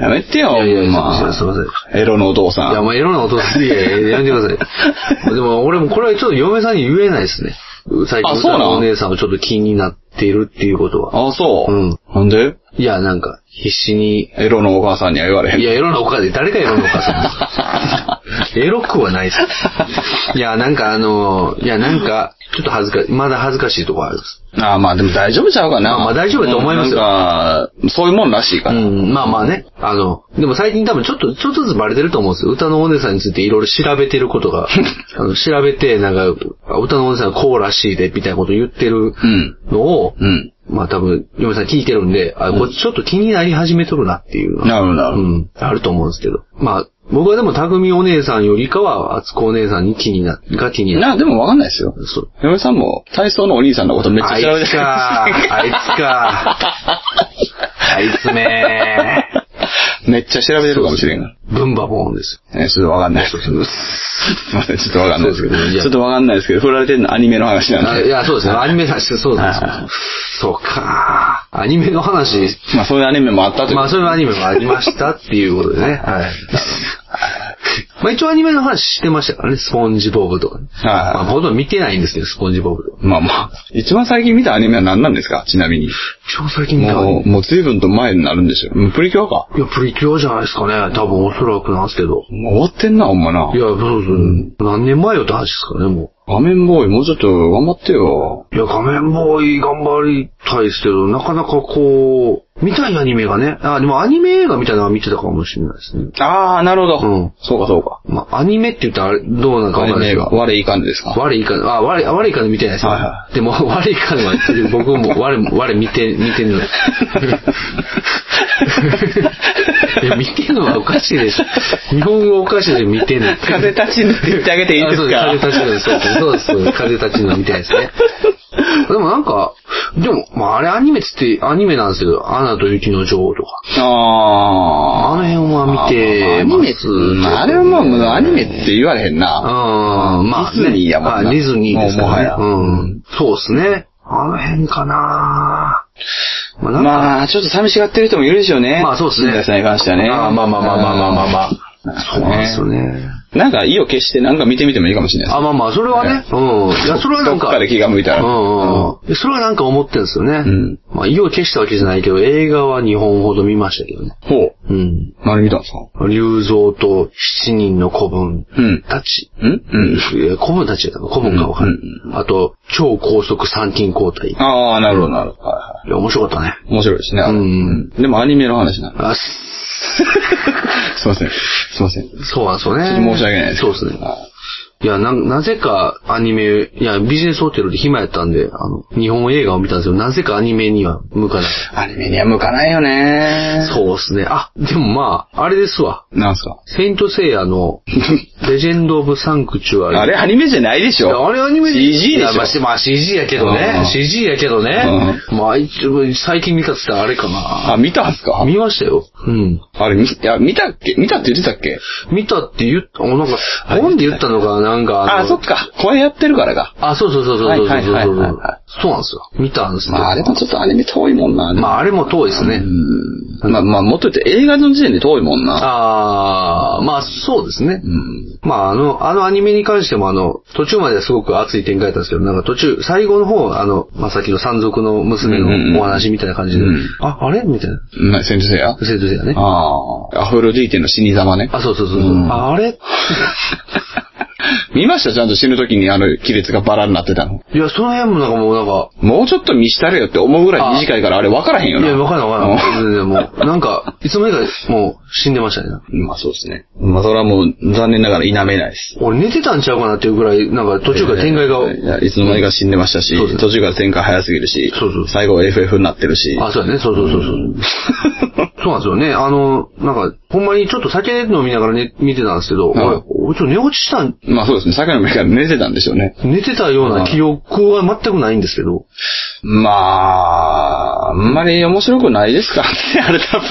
Speaker 2: やめてよ、
Speaker 1: う。いやいや、
Speaker 2: まあ
Speaker 1: すいません。
Speaker 2: エロのお父さん。
Speaker 1: いや、まあ、いろんな音すいやいややめてください。でも、俺もこれはちょっと嫁さんに言えないですね。最近、
Speaker 2: あそうなの
Speaker 1: お姉さんはちょっと気になっているっていうことは。
Speaker 2: あ、そう。
Speaker 1: うん
Speaker 2: なんで
Speaker 1: いや、なんか、必死に。
Speaker 2: エロのお母さんには言われへん。
Speaker 1: いや、エロなお母さん、誰がエロなお母さ んですエロくはないです。いや、なんかあの、いや、なんか、ちょっと恥ずかまだ恥ずかしいとこあるです。
Speaker 2: あまあでも大丈夫ちゃうかな。
Speaker 1: まあまあ大丈夫やと思いますよ
Speaker 2: なんか、そういうもんらしいか
Speaker 1: う
Speaker 2: ら。
Speaker 1: ん、まあまあね。あの、でも最近多分ちょっと、ちょっとずつバレてると思うんですよ。歌のお姉さんについていろいろ調べてること が。あの調べて、なんか、あ歌のお姉さんはこうらしいで、みたいなこと言ってる
Speaker 2: うん。
Speaker 1: のを、
Speaker 2: うん。
Speaker 1: まあ多分、嫁さん聞いてるんで、あ、これちょっと気になり始めとるなっていうのは、
Speaker 2: なるほどなる
Speaker 1: う
Speaker 2: ほど。
Speaker 1: ん、あると思うんですけど。まあ、僕はでも、たぐみお姉さんよりかは、あつこお姉さんに気にな、が気になる。
Speaker 2: な、でもわかんないですよ。
Speaker 1: そう。
Speaker 2: 嫁さんも体操のお兄さんのことめっちゃ
Speaker 1: あい
Speaker 2: 調べ
Speaker 1: つ
Speaker 2: てる。
Speaker 1: か、あいつか、 あいつめ
Speaker 2: めっちゃ調べてるかもしれんが。
Speaker 1: ー、ブンバボーンですよ。
Speaker 2: えちょっとわかんないです。 すいません、ちょっとわかんないですけど。
Speaker 1: そうですけどいや
Speaker 2: ちょっとわかんないですけど、振られてるのアニメの話なん
Speaker 1: あ
Speaker 2: で。
Speaker 1: いや、そうですね。アニメだし、そうです
Speaker 2: はいは
Speaker 1: ね。そうか。アニメの話、
Speaker 2: まあそういうアニメもあったという。
Speaker 1: まあ、そういうアニメもありましたっていうこと でね。はい。まあ、一応アニメの話してましたからね。スポンジボブとかね。
Speaker 2: はい
Speaker 1: まあ、ほとんど見てないんですけど、スポンジボブとか。
Speaker 2: まあまあ、一番最近見たアニメは何なんですかちなみに。
Speaker 1: 超最近見た
Speaker 2: もう、もう随分と前になるんですよ。もうプリキュアか。
Speaker 1: いや、プリキュアじゃないですかね。多分おそらくなんですけど。。
Speaker 2: もう終わってんな、ほんまない
Speaker 1: や、そうそう。何年前よって話ですからね、も
Speaker 2: 画面ボーイ、もうちょっと頑張ってよ。
Speaker 1: う。いや、仮面ボーイ頑張りたいですけど、なかなかこう、見たいアニメがね。あ、でもアニメ映画みたいなのは見てたかもしれないですね。
Speaker 2: ああ、なるほど。
Speaker 1: うん
Speaker 2: そうか、そうか。
Speaker 1: まあ、アニメって言ったらあれどうなのかわ
Speaker 2: ア
Speaker 1: かんな
Speaker 2: ニメ
Speaker 1: い
Speaker 2: 映
Speaker 1: です
Speaker 2: 画。
Speaker 1: けど。
Speaker 2: 悪い感じですか
Speaker 1: 悪いかん、あ、悪い、あ悪いかん見てないですね。
Speaker 2: はいは
Speaker 1: でも、 悪いかんは、僕も悪、悪見て、見てる の。いや、見てるのはおかしいです。日本語おかしいですよ、見てるの。
Speaker 2: 風立ちぬって言ってあげていいですか
Speaker 1: あそうです風立ちぬ、そうです。そうです。風立ちぬみたいです ね。でもなんか、でも、まあ、あれアニメっつって、アニメなんですけど、アナと雪の女王とか。
Speaker 2: ああ。
Speaker 1: あの辺は見て
Speaker 2: あまあアニメっ
Speaker 1: ま
Speaker 2: て
Speaker 1: す
Speaker 2: まああれはもうアニメって言われへんな。
Speaker 1: うん、まあ、
Speaker 2: ディズニーやもんな
Speaker 1: あディズニーですからね。
Speaker 2: もうもはや
Speaker 1: うん。そうですね。あの辺かなまあなんか、
Speaker 2: まあ、ちょっと寂しがってる人もいるでしょうね。
Speaker 1: まあそうですね
Speaker 2: 陣内さんに関してはね。
Speaker 1: あーまあまあまあまあまあまあまあそうなんですよね。
Speaker 2: なんか意を決してなんか見てみてもいいかもしれない
Speaker 1: あ、まあまあ、それはね。うん。いや、それはな
Speaker 2: ど
Speaker 1: ん
Speaker 2: っ
Speaker 1: か、
Speaker 2: かで気が向いた
Speaker 1: う
Speaker 2: ら。
Speaker 1: んうんうん。それはなんか思ってるんですよね。
Speaker 2: うん
Speaker 1: まあ、意を決したわけじゃないけど、映画は2本ほど見ましたけどね。
Speaker 2: ほ
Speaker 1: うん。
Speaker 2: う。何見たんですか
Speaker 1: 竜蔵と七人の子分
Speaker 2: うん。
Speaker 1: たち。
Speaker 2: うんうん。
Speaker 1: いや子分たちやったの子分かわかる。あと、超高速参勤交代。
Speaker 2: ああ、なるほど、なるほど。はいはい
Speaker 1: や、面白かったね。
Speaker 2: い。面白いですね。あれ
Speaker 1: うん
Speaker 2: でもアニメの話なの。
Speaker 1: あ、す
Speaker 2: すいません。すいません。ちょっ
Speaker 1: そうなんですよね。
Speaker 2: と申し訳ないです。
Speaker 1: そうですね。
Speaker 2: はい
Speaker 1: や、な、なぜかアニメ、いや、ビジネスホテルで暇やったんで、あの、日本映画を見たんですけど、なぜかアニメには向かない。
Speaker 2: いアニメには向かないよね。
Speaker 1: そうですね。あ、でもまあ、あれですわ。
Speaker 2: なん すか
Speaker 1: セイントセイヤの、レジェンド・オブ・サンクチュアリ。
Speaker 2: あれアニメじゃないでし
Speaker 1: いや
Speaker 2: ょ
Speaker 1: あれアニメ
Speaker 2: CG でしょ
Speaker 1: いやまあ、しまあ CG やけど
Speaker 2: う
Speaker 1: ね
Speaker 2: ん。
Speaker 1: CG やけどね。まあ、一応最近見たって言ったらあれかな。
Speaker 2: あ、見たんすか
Speaker 1: 見ましたよ。うん。
Speaker 2: あれ、みいや、見たっけ見たって言ってたっけ
Speaker 1: 見たって言った、おなんか、本で言ったのか、なんか
Speaker 2: あ
Speaker 1: の
Speaker 2: そっか。これやってるからか。
Speaker 1: あ、そうそうそうそうそうそうそう。そう
Speaker 2: はいはいはいはい
Speaker 1: なんですよ。見たんですけど。
Speaker 2: まあ、あれもちょっとアニメ遠いもんな。
Speaker 1: ま
Speaker 2: あ、
Speaker 1: あ、あれも遠いですね。
Speaker 2: まあ、まあ、もっと言って映画の時点で遠いもんな。
Speaker 1: ああ、まあ、そうですね。
Speaker 2: うん。
Speaker 1: まあ、あの、あのアニメに関しても、あの、途中まではすごく熱い展開だったんですけど、なんか途中、最後の方、あの、まあ、さっきの山賊の娘のお話みたいな感じで、
Speaker 2: うんうんうん
Speaker 1: あ、あれみたいな。
Speaker 2: な、先生や
Speaker 1: 生徒生がね。
Speaker 2: ああ。アフロディーテの死に 様ね。
Speaker 1: あ、そうそうそうそう。
Speaker 2: うん
Speaker 1: ああれ
Speaker 2: 見ましたちゃんと死ぬ時にあの、亀裂がバラになってたの。
Speaker 1: いや、その辺もなんかもうなんか、
Speaker 2: もうちょっと見したれよって思うぐらい短いからあれ分からへんよ
Speaker 1: い
Speaker 2: な。
Speaker 1: や、わかんないわかんない。
Speaker 2: う
Speaker 1: 全然もう、なんか、いつの間にかもう死んでましたね。
Speaker 2: んまあそうですね。まあそれはもう残念ながら否めないです。
Speaker 1: 俺寝てたんちゃうかなっていうぐらい、なんか途中から展開が、
Speaker 2: いやいつの間にか死んでましたし、
Speaker 1: そうですね
Speaker 2: 途中から展開早すぎるし、
Speaker 1: そうそう
Speaker 2: 最後は FF になってるし。
Speaker 1: あ、そうやね。そうそうそうそう。そうなんですよね。あの、なんか、ほんまにちょっと酒飲みながら、ね、見てたんですけど、
Speaker 2: ん
Speaker 1: 俺、俺ちょっと寝落ちしたん、
Speaker 2: まあそうですね。酒の目から寝てたんでしょうね。
Speaker 1: 寝てたような記憶は全くないんですけど。
Speaker 2: まあ、あんまり面白くないですからね、 あれ多分。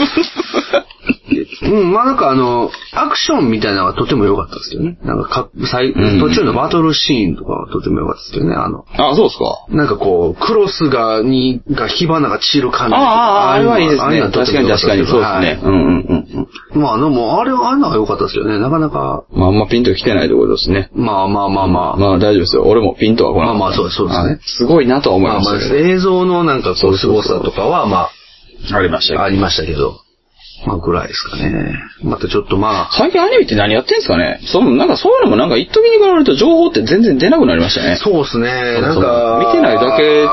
Speaker 1: うん、まあなんかあの、アクションみたいなのがとても良かったですけどね。なんかか、最、
Speaker 2: ん
Speaker 1: 途中のバトルシーンとかはとても良かったですけどね。あの、
Speaker 2: あ、そうですか。
Speaker 1: なんかこう、クロスが、に、が火花が散る感じと
Speaker 2: あ
Speaker 1: か。
Speaker 2: あ、あれはいいです
Speaker 1: ああいうの
Speaker 2: ね。
Speaker 1: はとても
Speaker 2: 確かに
Speaker 1: 良った
Speaker 2: 確か
Speaker 1: で
Speaker 2: に、
Speaker 1: すけ
Speaker 2: そう
Speaker 1: ど
Speaker 2: ですね。う
Speaker 1: はい
Speaker 2: んうんうん
Speaker 1: まあ、でも、あれ、ああいうのは良かったですよね。なかなか、
Speaker 2: うん。まああんまピンと来てないところですね。
Speaker 1: まあまあまあまあ、
Speaker 2: まあ大丈夫ですよ。俺もピンとは来なかった
Speaker 1: まあまあそうですそうですね
Speaker 2: はいすごいなとは思い
Speaker 1: まあ
Speaker 2: ま
Speaker 1: まあ、
Speaker 2: したけ
Speaker 1: 映像のなんかこう、凄さとかは、ま
Speaker 2: ど。ありましたけ
Speaker 1: あ、
Speaker 2: ど
Speaker 1: ありましたけど、まあ、ぐらいですかね。またちょっとまあ、
Speaker 2: 最近アニメって何やってんすかねその、なんかそういうのもなんか一時に比べると情報って全然出なくなりましたね。
Speaker 1: そうですね、なん
Speaker 2: そう
Speaker 1: か、
Speaker 2: 見てないだけ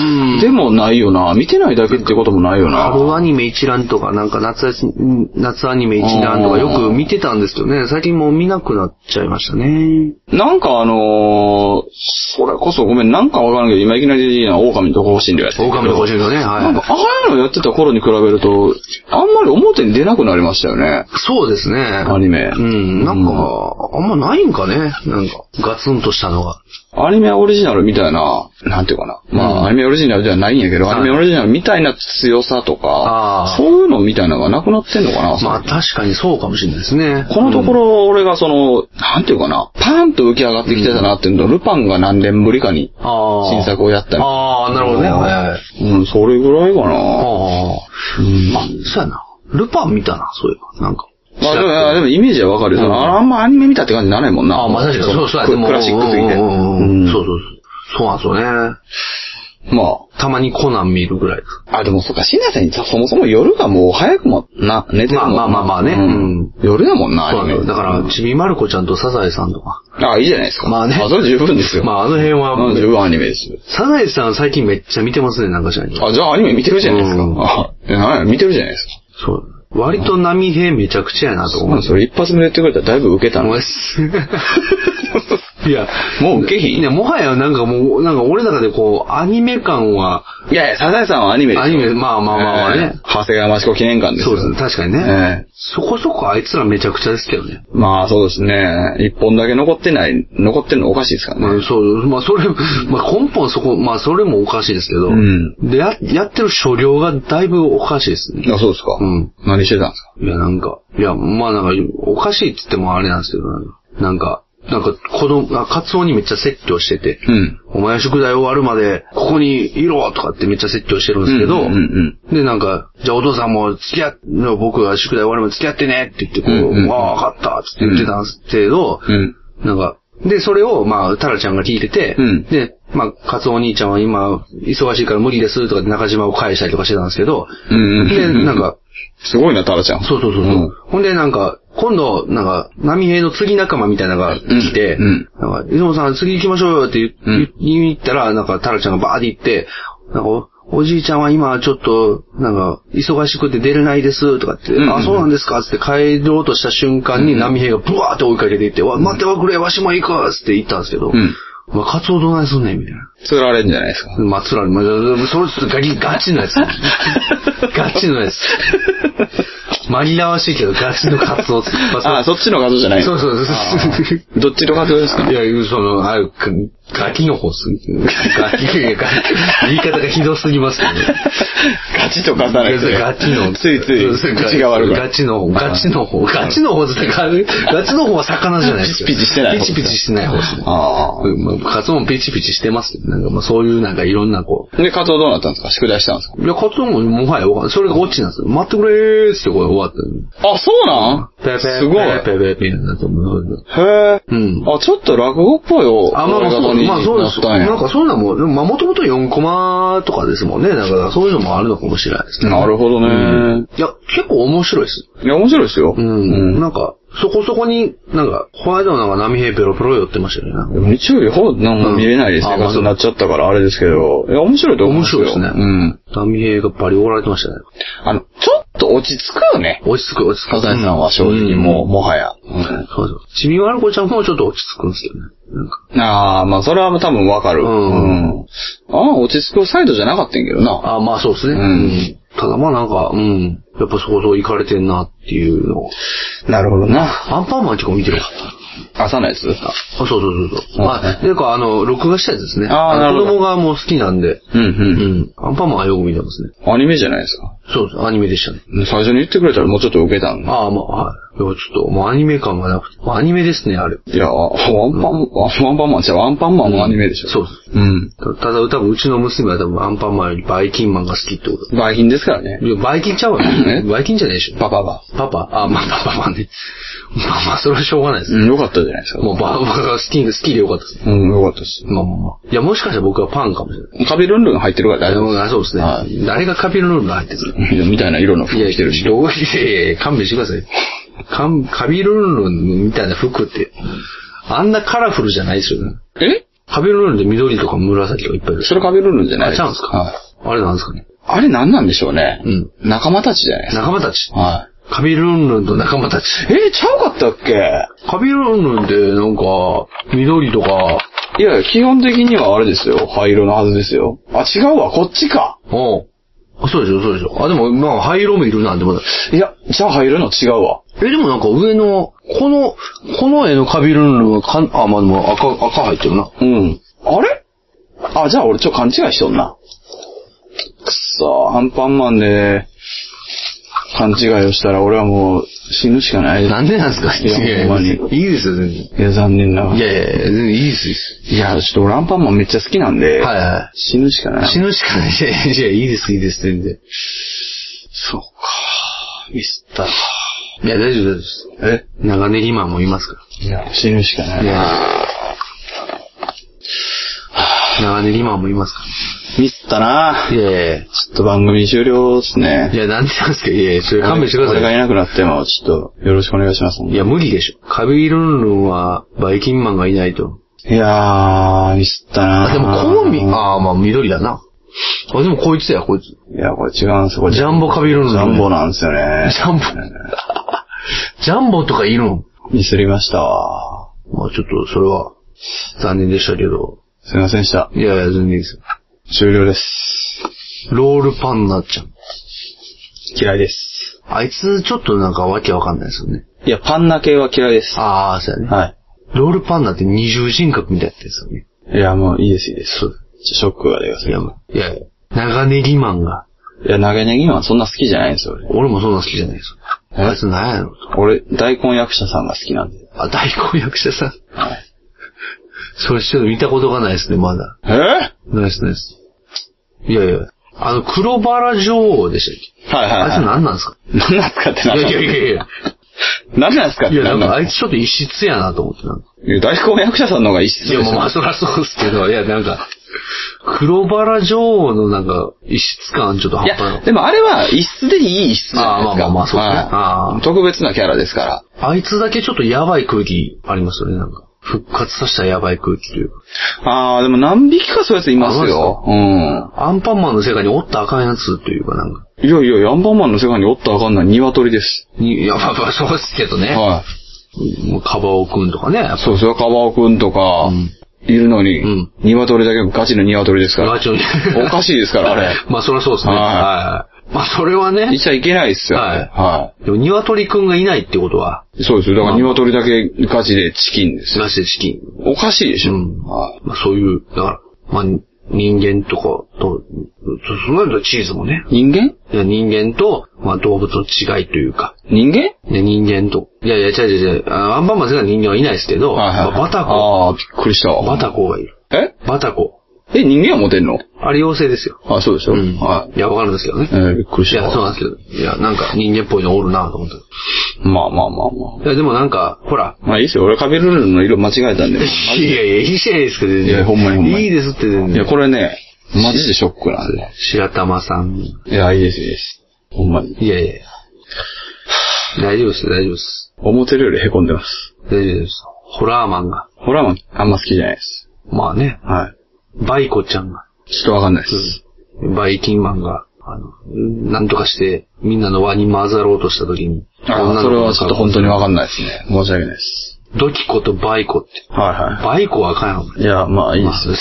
Speaker 1: うん。
Speaker 2: でもないよな。見てないだけってこともないよな。
Speaker 1: 春アニメ一覧とか、なんか夏休み、夏アニメ一覧とかよく見てたんですけどね、最近もう見なくなっちゃいましたね。
Speaker 2: なんかあのー、それこそごめん、なんかわからんけど、今いきなりな、狼と香辛料やってるけど
Speaker 1: 狼の個人のね、はい。
Speaker 2: なんか、ああいうのやってた頃に比べると、あんまり表に出なくなりましたよね。
Speaker 1: そうですね。ア
Speaker 2: ニメ
Speaker 1: うん。なんか、あんまないんかね。なんか、ガツンとしたのが。
Speaker 2: アニメオリジナルみたいな、なんていうかな。まあ、
Speaker 1: うん
Speaker 2: アニメオリジナルではないんやけど、
Speaker 1: はい
Speaker 2: アニメオリジナルみたいな強さとか
Speaker 1: あ、ー
Speaker 2: そういうのみたいなのがなくなってんのかな。
Speaker 1: まあ確かにそうかもしれないですね。
Speaker 2: このところ、俺がその、なんていうかな、パーンと浮き上がってきてたなっていうのと、ルパンが何年ぶりかに、
Speaker 1: あー
Speaker 2: 新作をやったり
Speaker 1: ああ、なるほどね。はいはい。
Speaker 2: うん、それぐらいか
Speaker 1: ああ、
Speaker 2: な。うん
Speaker 1: あ、そうやな。ルパン見たな、そういえば。なんか。
Speaker 2: まあでも、あでもイメージはわかるよ。
Speaker 1: うん
Speaker 2: ああんまアニメ見たって感じにならないもんな。
Speaker 1: ああ、まあ確かに。そうそうや
Speaker 2: ク
Speaker 1: でも
Speaker 2: クラシックすぎて。
Speaker 1: うんうんうん
Speaker 2: うん
Speaker 1: そうそうそう。そうなんですよね。
Speaker 2: ま
Speaker 1: たまにコナン見るぐらいです。
Speaker 2: あ、あ、でもそっか、新内さんにさそもそも夜がもう早くもな、寝てるもんな
Speaker 1: まあまあまあまあね
Speaker 2: うん
Speaker 1: うん
Speaker 2: 夜やもんな、ア
Speaker 1: そう
Speaker 2: ニ
Speaker 1: なんですよ。
Speaker 2: メ。
Speaker 1: だから、ちびまる子ちゃんとサザエさんとか。
Speaker 2: ああ、いいじゃないですか。
Speaker 1: まあね
Speaker 2: それ十分ですよ。
Speaker 1: まあ、あの辺は、
Speaker 2: うん十分アニメですよ。
Speaker 1: サザエさん最近めっちゃ見てますね、なんかしらに。
Speaker 2: あ、じゃあアニメ見てるじゃないですか。
Speaker 1: うん
Speaker 2: あ、いやなんや見てるじゃないですか。
Speaker 1: そう。割と波平めちゃくちゃやなと
Speaker 2: そ
Speaker 1: 思 う。
Speaker 2: それ一発目で言ってくれたらだいぶ受けた
Speaker 1: も
Speaker 2: の
Speaker 1: う
Speaker 2: に。
Speaker 1: いや、
Speaker 2: もう受けひん
Speaker 1: いや、もはやなんかもう、なんか俺の中でこう、アニメ感は、
Speaker 2: いやいや、サザエさんはアニメですよ
Speaker 1: アニメまあまあまあまあね
Speaker 2: えー長谷川町子記念館です
Speaker 1: そう
Speaker 2: よ
Speaker 1: ですね、確かにね。
Speaker 2: ええ
Speaker 1: そこそこあいつらめちゃくちゃですけどね。
Speaker 2: まあそうですね。一本だけ残ってない、残ってるのおかしいですからね。
Speaker 1: まあ、そう、まあ、それ、まあ、根本そこ、まあ、それもおかしいですけど、
Speaker 2: うん
Speaker 1: で、や、やってる所領がだいぶおかしいですね。
Speaker 2: あ、そうですか。
Speaker 1: うん。
Speaker 2: 何してたんですか
Speaker 1: いや、なんか、いや、まあ、なんか、おかしいって言ってもあれなんですけど、なんか、なんか、子供、あカツオにめっちゃ説教してて、
Speaker 2: うん。
Speaker 1: お前は宿題終わるまで、ここにいろとかってめっちゃ説教してるんですけど、
Speaker 2: うんうんうん
Speaker 1: で、なんか、じゃあお父さんも付き合っ、僕が宿題終わるまで付き合ってねって言って、こう、
Speaker 2: うんうんうん
Speaker 1: わあ、わかったって言ってたんですけど、
Speaker 2: うん。
Speaker 1: なんか、で、それを、まあ、タラちゃんが聞いてて、
Speaker 2: うん
Speaker 1: で、まあ、カツオお兄ちゃんは今、忙しいから無理ですとかで中島を返したりとかしてたんですけど、
Speaker 2: うんうん
Speaker 1: で、なんか、
Speaker 2: すごいな、タラちゃん。
Speaker 1: そうそうそうそう、
Speaker 2: うん
Speaker 1: ほんで、なんか、今度、なんか、波平の次仲間みたいなのが来て、
Speaker 2: うん
Speaker 1: なんか、出雲さん次行きましょうよって言,、
Speaker 2: うん
Speaker 1: 言ったら、なんか、タラちゃんがバーって行って、なんかお、おじいちゃんは今ちょっと、なんか、忙しくて出れないですとかって、
Speaker 2: んうん
Speaker 1: あ、そうなんですかつって帰ろうとした瞬間に波平がブワーって追いかけていって、わ、待ってはくれ、わしも行くわつって言ったんですけど、
Speaker 2: うん
Speaker 1: まあ、カツオどないすんねんみたいな。
Speaker 2: 釣られるんじゃないですか。
Speaker 1: まあ、つらまあ、それちょっとガキ、ガチの やつ。ガチのやつ。紛らわしいけど、ガチのカツオっすま
Speaker 2: あ、
Speaker 1: そ
Speaker 2: そっちの画像じゃない
Speaker 1: そうそうそう
Speaker 2: う。どっちの画像です か
Speaker 1: いや、その、ある、ガキの方っす。ガキ、いやガキ、言い方がひどすぎますけどね。
Speaker 2: ガチと重
Speaker 1: い
Speaker 2: ね
Speaker 1: やそれ
Speaker 2: て。
Speaker 1: ガチの。
Speaker 2: ついつ
Speaker 1: そう
Speaker 2: い、
Speaker 1: そう
Speaker 2: 口が悪くな
Speaker 1: ガ
Speaker 2: る。
Speaker 1: チの、ガチの方。ガチの方っつって、ガガチの方は魚じゃないですよ
Speaker 2: ピチピチしてない
Speaker 1: ピチピチしてない方っすね。
Speaker 2: あ
Speaker 1: まあカツオもピチピチしてますけど、なんかまあそういうなんかいろんなこう、
Speaker 2: あ。で、カツオどうなったんですか宿題したんです
Speaker 1: いや、カツオももはやわかんない。それがオチなんですよ。待ってくれーっつってこれ終わったの。
Speaker 2: かあ、そうなんすごい。
Speaker 1: ペペペペペペペ
Speaker 2: へえ。
Speaker 1: うん。
Speaker 2: あ、ちょっと落語っぽいよ。
Speaker 1: あ、まあまあそう、まあそうです。
Speaker 2: な
Speaker 1: なんかそういうのも、でもまあもともと4コマとかですもんね。だからそういうのもあるのかもしれないですね。
Speaker 2: なるほどね、
Speaker 1: いや、結構面白いです。
Speaker 2: いや、面白いですよ。
Speaker 1: うん。
Speaker 2: う
Speaker 1: なんか、そこそこに、なんか、この間もなんか波平ペロペロ寄ってましたよね。
Speaker 2: でも日曜日ほぼなんか見れないですね。
Speaker 1: うんあ
Speaker 2: ガスになっちゃったからあれですけど。いや、面白いと思い
Speaker 1: 面
Speaker 2: ますよ。
Speaker 1: 白いですね。
Speaker 2: うん。。
Speaker 1: 波平がバリおられてましたね。
Speaker 2: あの、ちょっと落ち着くよね。
Speaker 1: 落ち着く、落ち着く。
Speaker 2: サザエさんは正直もう、
Speaker 1: ん
Speaker 2: もはや。
Speaker 1: そうそう。ちみまる子ちゃんもちょっと落ち着くんですよね。なんか。
Speaker 2: ああ、まあそれは多分わかる。
Speaker 1: うん
Speaker 2: うんああ、落ち着くサイドじゃなかったんやけどな。
Speaker 1: あまあそうですね。
Speaker 2: うん
Speaker 1: ただまあなんか、うん。やっぱそこそこ行かれてんなっていうのを。
Speaker 2: なるほどな。
Speaker 1: アンパンマン結構見てるわ。
Speaker 2: 朝のやつ
Speaker 1: あ、そうそうそうそう。
Speaker 2: うん
Speaker 1: まあ、なんかあの、録画したやつですね。
Speaker 2: あー
Speaker 1: の
Speaker 2: なるほど
Speaker 1: 子供がもう好きなんで。う。
Speaker 2: うんうん
Speaker 1: アンパンマンはよく見てますね。
Speaker 2: ん。アニメじゃないですか。
Speaker 1: そうです。アニメでしたね。
Speaker 2: 最初に言ってくれたらもうちょっと受けたのに。
Speaker 1: ああ、まあ、はい。いや、ちょっと、もうアニメ感がなくて。まあアニメですね、あれ。
Speaker 2: いや、ワンパン、ワンパンマンじゃワンパンマンのアニメでしょ。
Speaker 1: そうです。
Speaker 2: うん。
Speaker 1: たただ、多分うちの娘は多分アンパンマンよりバイキンマンが好きってこと。
Speaker 2: バイキンですからね。
Speaker 1: いや、バイキンちゃうわね。
Speaker 2: え
Speaker 1: バイキンじゃないでしょ。
Speaker 2: パパが。
Speaker 1: パパあ、まあ、パパマンね。まあまあ、それはしょうがないです。
Speaker 2: うん、よかったじゃないですか。
Speaker 1: もうバーバーが好き、好きでよかったです。
Speaker 2: うん、よかったです。
Speaker 1: まあまあまあ。いや、もしかしたら僕はパンかもしれない。
Speaker 2: カビルンルン入ってるから大丈夫
Speaker 1: あそうですね。
Speaker 2: は
Speaker 1: 誰がカビルルンルン入ってる
Speaker 2: です。みたいな色の服
Speaker 1: いや、
Speaker 2: 着てるし。
Speaker 1: どういやいやいや勘弁してくだ さい。カンカビルンルンみたいな服って、あんなカラフルじゃないですよね。
Speaker 2: え
Speaker 1: カビルンルンで緑とか紫とかいっぱいいる。
Speaker 2: それカビルンルンじゃない
Speaker 1: あ、ちゃうんです
Speaker 2: はい
Speaker 1: かあれなんですかね。
Speaker 2: あれ何なんでしょうね。
Speaker 1: うん
Speaker 2: 仲間たちじゃないですか。
Speaker 1: 仲間たち。
Speaker 2: は
Speaker 1: カビルンルンと仲間たち。
Speaker 2: い。えー、ちゃうかったっけ
Speaker 1: カビルンルンってなんか、緑とか、
Speaker 2: いや、基本的にはあれですよ。灰色のはずですよ。あ、違うわ、こっちか。
Speaker 1: おうあそうでしょ、そうでしょ。あ、でも、まあ、灰色もいるなんてまだ。
Speaker 2: いや、じゃあ灰色の違うわ。
Speaker 1: え、でもなんか上の、この、この絵のカビルンルンはかん、あ、まあでも赤、赤入ってるな。
Speaker 2: うん。あれあ、じゃあ俺ちょっと勘違いしとんな。くそー、アンパンマンで、勘違いをしたら俺はもう死ぬしかない。
Speaker 1: なんでなんですか
Speaker 2: いやほんまに
Speaker 1: いいですよ、全然。
Speaker 2: いや、残念ながら。
Speaker 1: い
Speaker 2: いや、
Speaker 1: やいやいや、全然いいです、いいです。
Speaker 2: ちょっと俺アンパンマンめっちゃ好きなんで、
Speaker 1: はいは。
Speaker 2: 死ぬしかないい。
Speaker 1: 死ぬしかない。いやいやいや、いいです、いいです、全然。
Speaker 2: そうか。ミスった。
Speaker 1: いや、大丈夫、大丈夫です。
Speaker 2: え
Speaker 1: 長ネギマンもいますか
Speaker 2: いや、死ぬしかな
Speaker 1: ら。
Speaker 2: い。
Speaker 1: や長ネギマンもいますか
Speaker 2: ミスったないちょ
Speaker 1: やいやい
Speaker 2: っと番組終了です
Speaker 1: や。い
Speaker 2: ね。
Speaker 1: や、なんでなんですかいやいや、それ勘弁してくだ
Speaker 2: 俺が
Speaker 1: さ
Speaker 2: い
Speaker 1: い。
Speaker 2: なくなっても、ちょっとよろしくお願いします。
Speaker 1: いや、無理でしょ。カビルンルンは、バイキンマンがいないと。
Speaker 2: いやー、ミスったな
Speaker 1: あ、でも、こうみ、ああ、まあ、緑だな。あ、でも、こいつや、こいつ。ジ
Speaker 2: いや、これ違うんですよ。これ
Speaker 1: ャンボカビルンルン。
Speaker 2: ジャンボなんですよね。
Speaker 1: ジャンボ。 ジャンボとかいるん
Speaker 2: ミスりましたわ。
Speaker 1: まあちょっと、それは、残念でしたけど。
Speaker 2: すいませんでした。
Speaker 1: いやいや、全然いいですよ。
Speaker 2: 終了です。
Speaker 1: ロールパンナちゃん。
Speaker 2: 嫌いです。
Speaker 1: あいつ、ちょっとなんかわけわかんないですよね。
Speaker 2: いや、パンナ系は嫌いです。
Speaker 1: ああ、そうやね。
Speaker 2: は
Speaker 1: ロールパンナって二重人格みたいなやつですよね。
Speaker 2: い。いや、もういいです、いいです。
Speaker 1: そう。
Speaker 2: ちょショックが出ます
Speaker 1: いや、もういやいや。長ネギマンが、
Speaker 2: いや、投げネギマンそんな好きじゃないんですよ、俺。
Speaker 1: 俺もそんな好きじゃないです
Speaker 2: え
Speaker 1: よ。あいつなんやろと。
Speaker 2: 俺、大根役者さんが好きなんで。
Speaker 1: あ、大根役者さん。それちょっと見たことがないですね、まだ。
Speaker 2: えー、はい
Speaker 1: ナイスナイス。いやいや。あの、黒バラ女王でしたっけ
Speaker 2: はい、
Speaker 1: あいつ
Speaker 2: は
Speaker 1: 何なんですか
Speaker 2: い。何なんすかって
Speaker 1: い
Speaker 2: な
Speaker 1: やいやいやいや。
Speaker 2: 何なんすかっ
Speaker 1: い
Speaker 2: て
Speaker 1: や、なんかあ
Speaker 2: ん
Speaker 1: いつちょっと異質やなと思ってなんか。
Speaker 2: いや大根役者さんの方が一
Speaker 1: い
Speaker 2: 質
Speaker 1: や、
Speaker 2: で
Speaker 1: まあまあ
Speaker 2: す
Speaker 1: そらそうですけど、いや、なんか、黒バラ女王のなんか、異質感ちょっと
Speaker 2: い
Speaker 1: 半端な
Speaker 2: や、
Speaker 1: い。
Speaker 2: でもあれは一質でいい一質じ
Speaker 1: あ
Speaker 2: ゃないですか。
Speaker 1: ーまあまあまあそうですね
Speaker 2: はい
Speaker 1: あー
Speaker 2: 特別なキャラですから。
Speaker 1: あいつだけちょっとやばい空気ありますよね、なんか。復活させたやばい空気というか。
Speaker 2: ああ、でも何匹かそういうやついますよ。うん。
Speaker 1: アンパンマンの世界におったあかんやつというかなんか。
Speaker 2: いやいや、ヤンバーマンの世界におったらあかんない鶏です。
Speaker 1: にいや、まあまあそうですけどね。
Speaker 2: は
Speaker 1: もうカバオくんとかね。やっ
Speaker 2: い。そうそう、カバオくんとか、
Speaker 1: ん
Speaker 2: いるのに、
Speaker 1: うん
Speaker 2: 鶏だけガチの鶏です
Speaker 1: ぱ
Speaker 2: から。
Speaker 1: ちょっと
Speaker 2: おかしいですから、あれ。
Speaker 1: まあそりゃそうですね。
Speaker 2: はい
Speaker 1: はい。まあそれはね
Speaker 2: 言っ、ちゃいけないっすよ。
Speaker 1: は
Speaker 2: はいい。
Speaker 1: でも鶏くんがいないってことは、
Speaker 2: そうですよ。だか
Speaker 1: ま
Speaker 2: ら
Speaker 1: あ
Speaker 2: 鶏だけガチでチキンですよ。
Speaker 1: なしでチキン。
Speaker 2: おかしいでしょ。
Speaker 1: うん
Speaker 2: はい。
Speaker 1: まあそういう、だから、まあ人間とかと、そそうなるとチーズもね。
Speaker 2: 人間
Speaker 1: いや人間と、まあ動物の違いというか、
Speaker 2: 人間
Speaker 1: ね、人間と。いやいや、違う違う違う。あアンパンマン世界に人間はいないですけど、まあバタコ、
Speaker 2: ああ、びっくりしたわ。
Speaker 1: バタコがいる。
Speaker 2: え
Speaker 1: バタコ。
Speaker 2: え、人間はモテんの
Speaker 1: あれ妖精ですよ。
Speaker 2: あそうでしょ。
Speaker 1: うん。
Speaker 2: はい。
Speaker 1: いや、わかるんですけどね。
Speaker 2: えーびっくり
Speaker 1: い
Speaker 2: した
Speaker 1: や、そう
Speaker 2: わ。
Speaker 1: なんですけど。いや、なんか人間っぽいのおるなと思った。
Speaker 2: まあまあまあまあ。
Speaker 1: いや、でもなんか、ほら。
Speaker 2: まあいいっすよ。俺カビルルンの色間違えたんで。
Speaker 1: いやいや、いいじゃないですか、全然。
Speaker 2: いやほんまにほんまに
Speaker 1: い いですって、全
Speaker 2: いや、
Speaker 1: 然。
Speaker 2: これね、マジでショックなんで。
Speaker 1: 白玉さん。
Speaker 2: いや、いいです、いいです。ほんまに。
Speaker 1: いやいやいや。大丈夫です、大丈夫です。
Speaker 2: 思ってるより凹んでます。
Speaker 1: 大丈夫です。ホラーマンが。
Speaker 2: ホラーマン、あんま好きじゃないです。
Speaker 1: まあね。
Speaker 2: はい。
Speaker 1: バイコちゃんが。
Speaker 2: ちょっとわかんないです。
Speaker 1: バイキンマンが。あの、なんとかして、みんなの輪に混ざろうとした時に。
Speaker 2: あ
Speaker 1: 女の子
Speaker 2: あ、それ
Speaker 1: の
Speaker 2: はちょっと本当にわかんないですね。申し訳ないです。
Speaker 1: ドキコとバイコって。
Speaker 2: はいは
Speaker 1: バイコはあかんやろ。
Speaker 2: い。いや、まあいいです
Speaker 1: い
Speaker 2: よ。いいで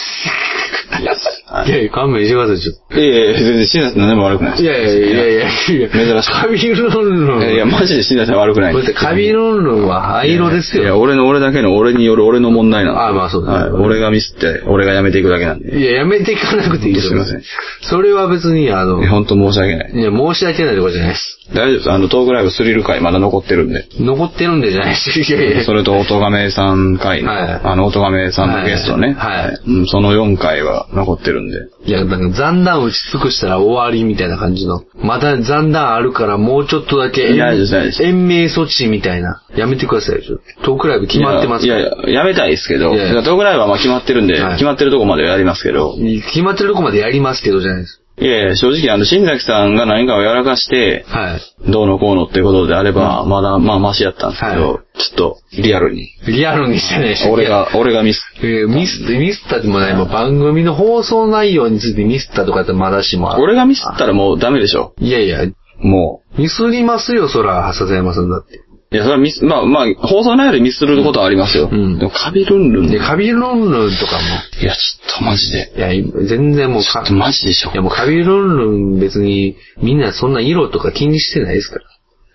Speaker 2: すはい
Speaker 1: やいや、勘弁してください、ちょっと。
Speaker 2: いやいや、全然、シンナさん何も悪くないです。
Speaker 1: いやいやいやいやいや。
Speaker 2: 珍しい
Speaker 1: カビルンルン。
Speaker 2: いやいや、マジでシンナさん悪くない
Speaker 1: だ
Speaker 2: で
Speaker 1: って
Speaker 2: す。
Speaker 1: カビルンルンは灰色です
Speaker 2: いや、
Speaker 1: よ。
Speaker 2: 俺の、俺だけの、俺による俺の問題なんで
Speaker 1: あまあそうだね
Speaker 2: はい。俺がミスって、俺がやめていくだけなんで。
Speaker 1: いや、やめていかなくていいです
Speaker 2: すいません。
Speaker 1: それは別に、あの、い
Speaker 2: いや本当申し訳ない。
Speaker 1: や、申し訳ないとかじゃないです。
Speaker 2: 大丈夫です。あの、トークライブスリル回まだ残ってるんで。
Speaker 1: 残ってるんでじゃないし。いやいや。
Speaker 2: それと、音亀さん回の、
Speaker 1: はい
Speaker 2: あの、音亀さんのゲストね。
Speaker 1: はいはい
Speaker 2: うん、その4回は残ってるんで。
Speaker 1: いや、なんか残弾打ち尽くしたら終わりみたいな感じの。まだ残弾あるからもうちょっとだけ
Speaker 2: いやいやいやいや
Speaker 1: 延命措置みたいな。やめてくださいよ、ちょっと。トークライブ決まってます
Speaker 2: い
Speaker 1: か
Speaker 2: や
Speaker 1: ら
Speaker 2: いや、やめたいですけど、
Speaker 1: いやいや
Speaker 2: だからトークライブはまあ決まってるんで、
Speaker 1: はい
Speaker 2: 決まってるとこまではやりますけど、
Speaker 1: 決まってるとこまでやりますけどじゃないです。
Speaker 2: いやいや、正直あの、新崎さんが何かをやらかして、
Speaker 1: はい。
Speaker 2: どうのこうのってことであれば、まだ、まあ、マシやったんですけど、
Speaker 1: は
Speaker 2: ちょっと、リアルに。
Speaker 1: リアルにしてないし。
Speaker 2: 俺が、俺がミス。
Speaker 1: いや。ミス、ミスったでもない、もう番組の放送内容についてミスったとかだってまだしも。
Speaker 2: 俺がミスったらもうダメでしょ。
Speaker 1: いやいや、
Speaker 2: も
Speaker 1: ミスりますよ、そら、笹山さんだって。
Speaker 2: う。いや、それはミス、まあまあ、放送内容でミスることはありますよ。
Speaker 1: うん
Speaker 2: でも、カビルンルン
Speaker 1: で、
Speaker 2: で。
Speaker 1: カビルンルンとか
Speaker 2: いや、ちょっとマジで。
Speaker 1: も、いや、全然もう
Speaker 2: ちょ
Speaker 1: か
Speaker 2: っと、マジでしょ
Speaker 1: いや。もうカビルンルン別に、みんなそんな色とか気にしてないですから。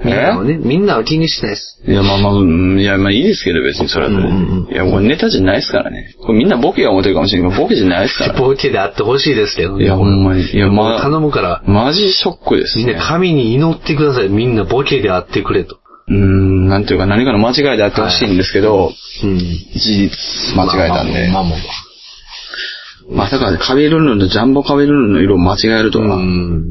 Speaker 1: みんなはね、みんなは気にしてないです。
Speaker 2: いや、まあまあ、うんいや、まあいいですけど、別にそれは、
Speaker 1: うんうんうん
Speaker 2: いや、これネタじゃないですからね。これみんなボケが思ってるかもしれないけど、ボケじゃないですから。
Speaker 1: ボケであってほしいですけどね。
Speaker 2: いや、ほんまに。いや、
Speaker 1: も
Speaker 2: ま
Speaker 1: う
Speaker 2: あ、
Speaker 1: 頼むから、
Speaker 2: マジショックです
Speaker 1: みん
Speaker 2: ね
Speaker 1: な。神に祈ってください。みんなボケであってくれと。
Speaker 2: うーん、なんていうか何かの間違いであってほしいんですけど、
Speaker 1: うん。
Speaker 2: 事実間違えたんで。
Speaker 1: まあまあまあまあ
Speaker 2: まさかカビルンルンとジャンボカビルンルンの色を間違えると
Speaker 1: まあ
Speaker 2: は。
Speaker 1: うん。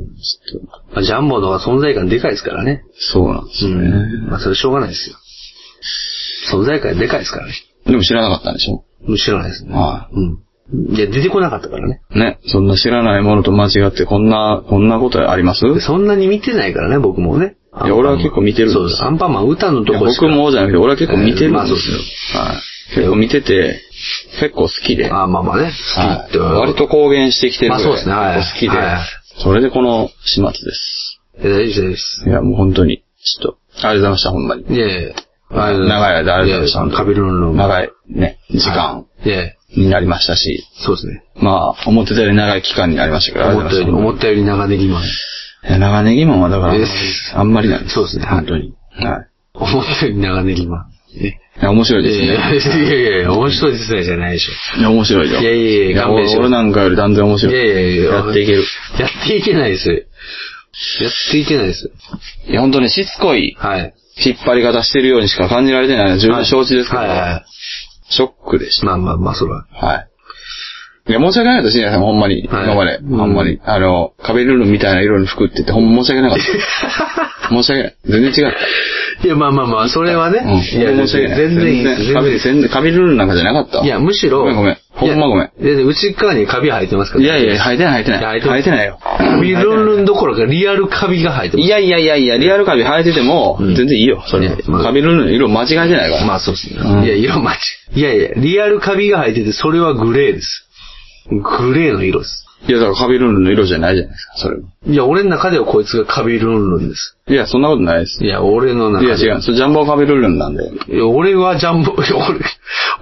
Speaker 1: ジャンボの方が存在感でかいですからね。
Speaker 2: そうなんですよね。
Speaker 1: まあ、それしょうがないですよ。存在感でかいですからね。
Speaker 2: でも知らなかったんでしょ
Speaker 1: むしろないですね。
Speaker 2: は
Speaker 1: うん。いや、出てこなかったからね。
Speaker 2: ね、そんな知らないものと間違ってこんな、こんなことあります
Speaker 1: でそんなに見てないからね、僕もね。
Speaker 2: いや俺は結構見てるんです
Speaker 1: そうです。アンパンマン歌のとこしか
Speaker 2: 僕。もじゃなくて、俺は結構見て
Speaker 1: え
Speaker 2: るんですよ。
Speaker 1: ーまあそうですよ
Speaker 2: はい。結構見てて、結構好きで。
Speaker 1: あーまあまあね。好きって
Speaker 2: はい割と公言してきてる
Speaker 1: まあ
Speaker 2: ぐら
Speaker 1: そ
Speaker 2: い
Speaker 1: うですねはい
Speaker 2: 結構好きで、
Speaker 1: はい
Speaker 2: それでこの始末です。
Speaker 1: いや大丈夫です。
Speaker 2: いや、もう本当に、ちょっと、ありがとうございました、ほんまに。
Speaker 1: いやいや。ありがとうございます
Speaker 2: 長い間ありがとうございました
Speaker 1: や
Speaker 2: 本当に。
Speaker 1: カビルンの。
Speaker 2: 長い、ね、時間
Speaker 1: いやいや
Speaker 2: になりましたし、
Speaker 1: そうですね。
Speaker 2: まあ、思ってたより長い期間になりましたから、あり
Speaker 1: 思
Speaker 2: が
Speaker 1: っ
Speaker 2: と
Speaker 1: た
Speaker 2: う
Speaker 1: より、
Speaker 2: ございま
Speaker 1: 思ったより長ネギマン。
Speaker 2: したいや長ネギマンはだから
Speaker 1: えー、
Speaker 2: あんまりなんです。
Speaker 1: そうですねはい
Speaker 2: 本当に。はい。
Speaker 1: 思ったより長ネギマン。ね
Speaker 2: いや、面白い
Speaker 1: い
Speaker 2: ですね。
Speaker 1: やいやいやいや、面白いですねじゃないでしょ。
Speaker 2: いや、面白いよ。
Speaker 1: いやいやいや勘弁して
Speaker 2: 俺俺なんかより断然面白い。
Speaker 1: いやいやいや
Speaker 2: やっていける。
Speaker 1: やっていけないですよ。やっていけないですよ。
Speaker 2: いや、本当ね、しつこい
Speaker 1: はい。
Speaker 2: 引っ張り方してるようにしか感じられてないのは自分の承知ですけど、
Speaker 1: はいはいはい。
Speaker 2: ショックでした。
Speaker 1: まあまあまあ、そら。
Speaker 2: はい。いや、申し訳ないです、深夜さん、ほんまに。
Speaker 1: はい
Speaker 2: 今まで、
Speaker 1: うん
Speaker 2: ほんまに。あの、壁ルールみたいな色の服って言って、ほんま申し訳なか った。申し訳ない。全然違う。
Speaker 1: いや、まあまあまあ、それはね。
Speaker 2: うん。
Speaker 1: いや、
Speaker 2: 申
Speaker 1: 全
Speaker 2: し訳
Speaker 1: 然
Speaker 2: ない。
Speaker 1: いいです。全
Speaker 2: 壁
Speaker 1: 然いいです。
Speaker 2: 全然、壁ルールなんかじゃなかったわ。
Speaker 1: いや、むしろ。
Speaker 2: ごめんごめん。ほんまごめん。
Speaker 1: いや、いや内側にカビ生えてますから。
Speaker 2: いやいや、履いてない履いてない。
Speaker 1: いや
Speaker 2: 履
Speaker 1: 履
Speaker 2: い
Speaker 1: い
Speaker 2: て
Speaker 1: て
Speaker 2: ないよ。
Speaker 1: カビルンルンどころかリアルカビが生えてます。
Speaker 2: いやいやいやいや、リアルカビ生えてても、
Speaker 1: うん
Speaker 2: 全然いいよ、それ
Speaker 1: いやまあ
Speaker 2: カビルールの色間違えてないから。
Speaker 1: まあそうですね。
Speaker 2: うん
Speaker 1: いや、色待ち。いやいや、リアルカビが生えてて、それはグレーです。グレーの色です。
Speaker 2: いや、だからカビルールの色じゃないじゃないですか、それはい
Speaker 1: や、俺の中ではこいつがカビルンルンです。
Speaker 2: いや、そんなことないです。
Speaker 1: いや、俺の中
Speaker 2: い
Speaker 1: で
Speaker 2: や、
Speaker 1: は。
Speaker 2: 違う。それジャンボカビルールなんで。
Speaker 1: いや、俺はジャンボ、いや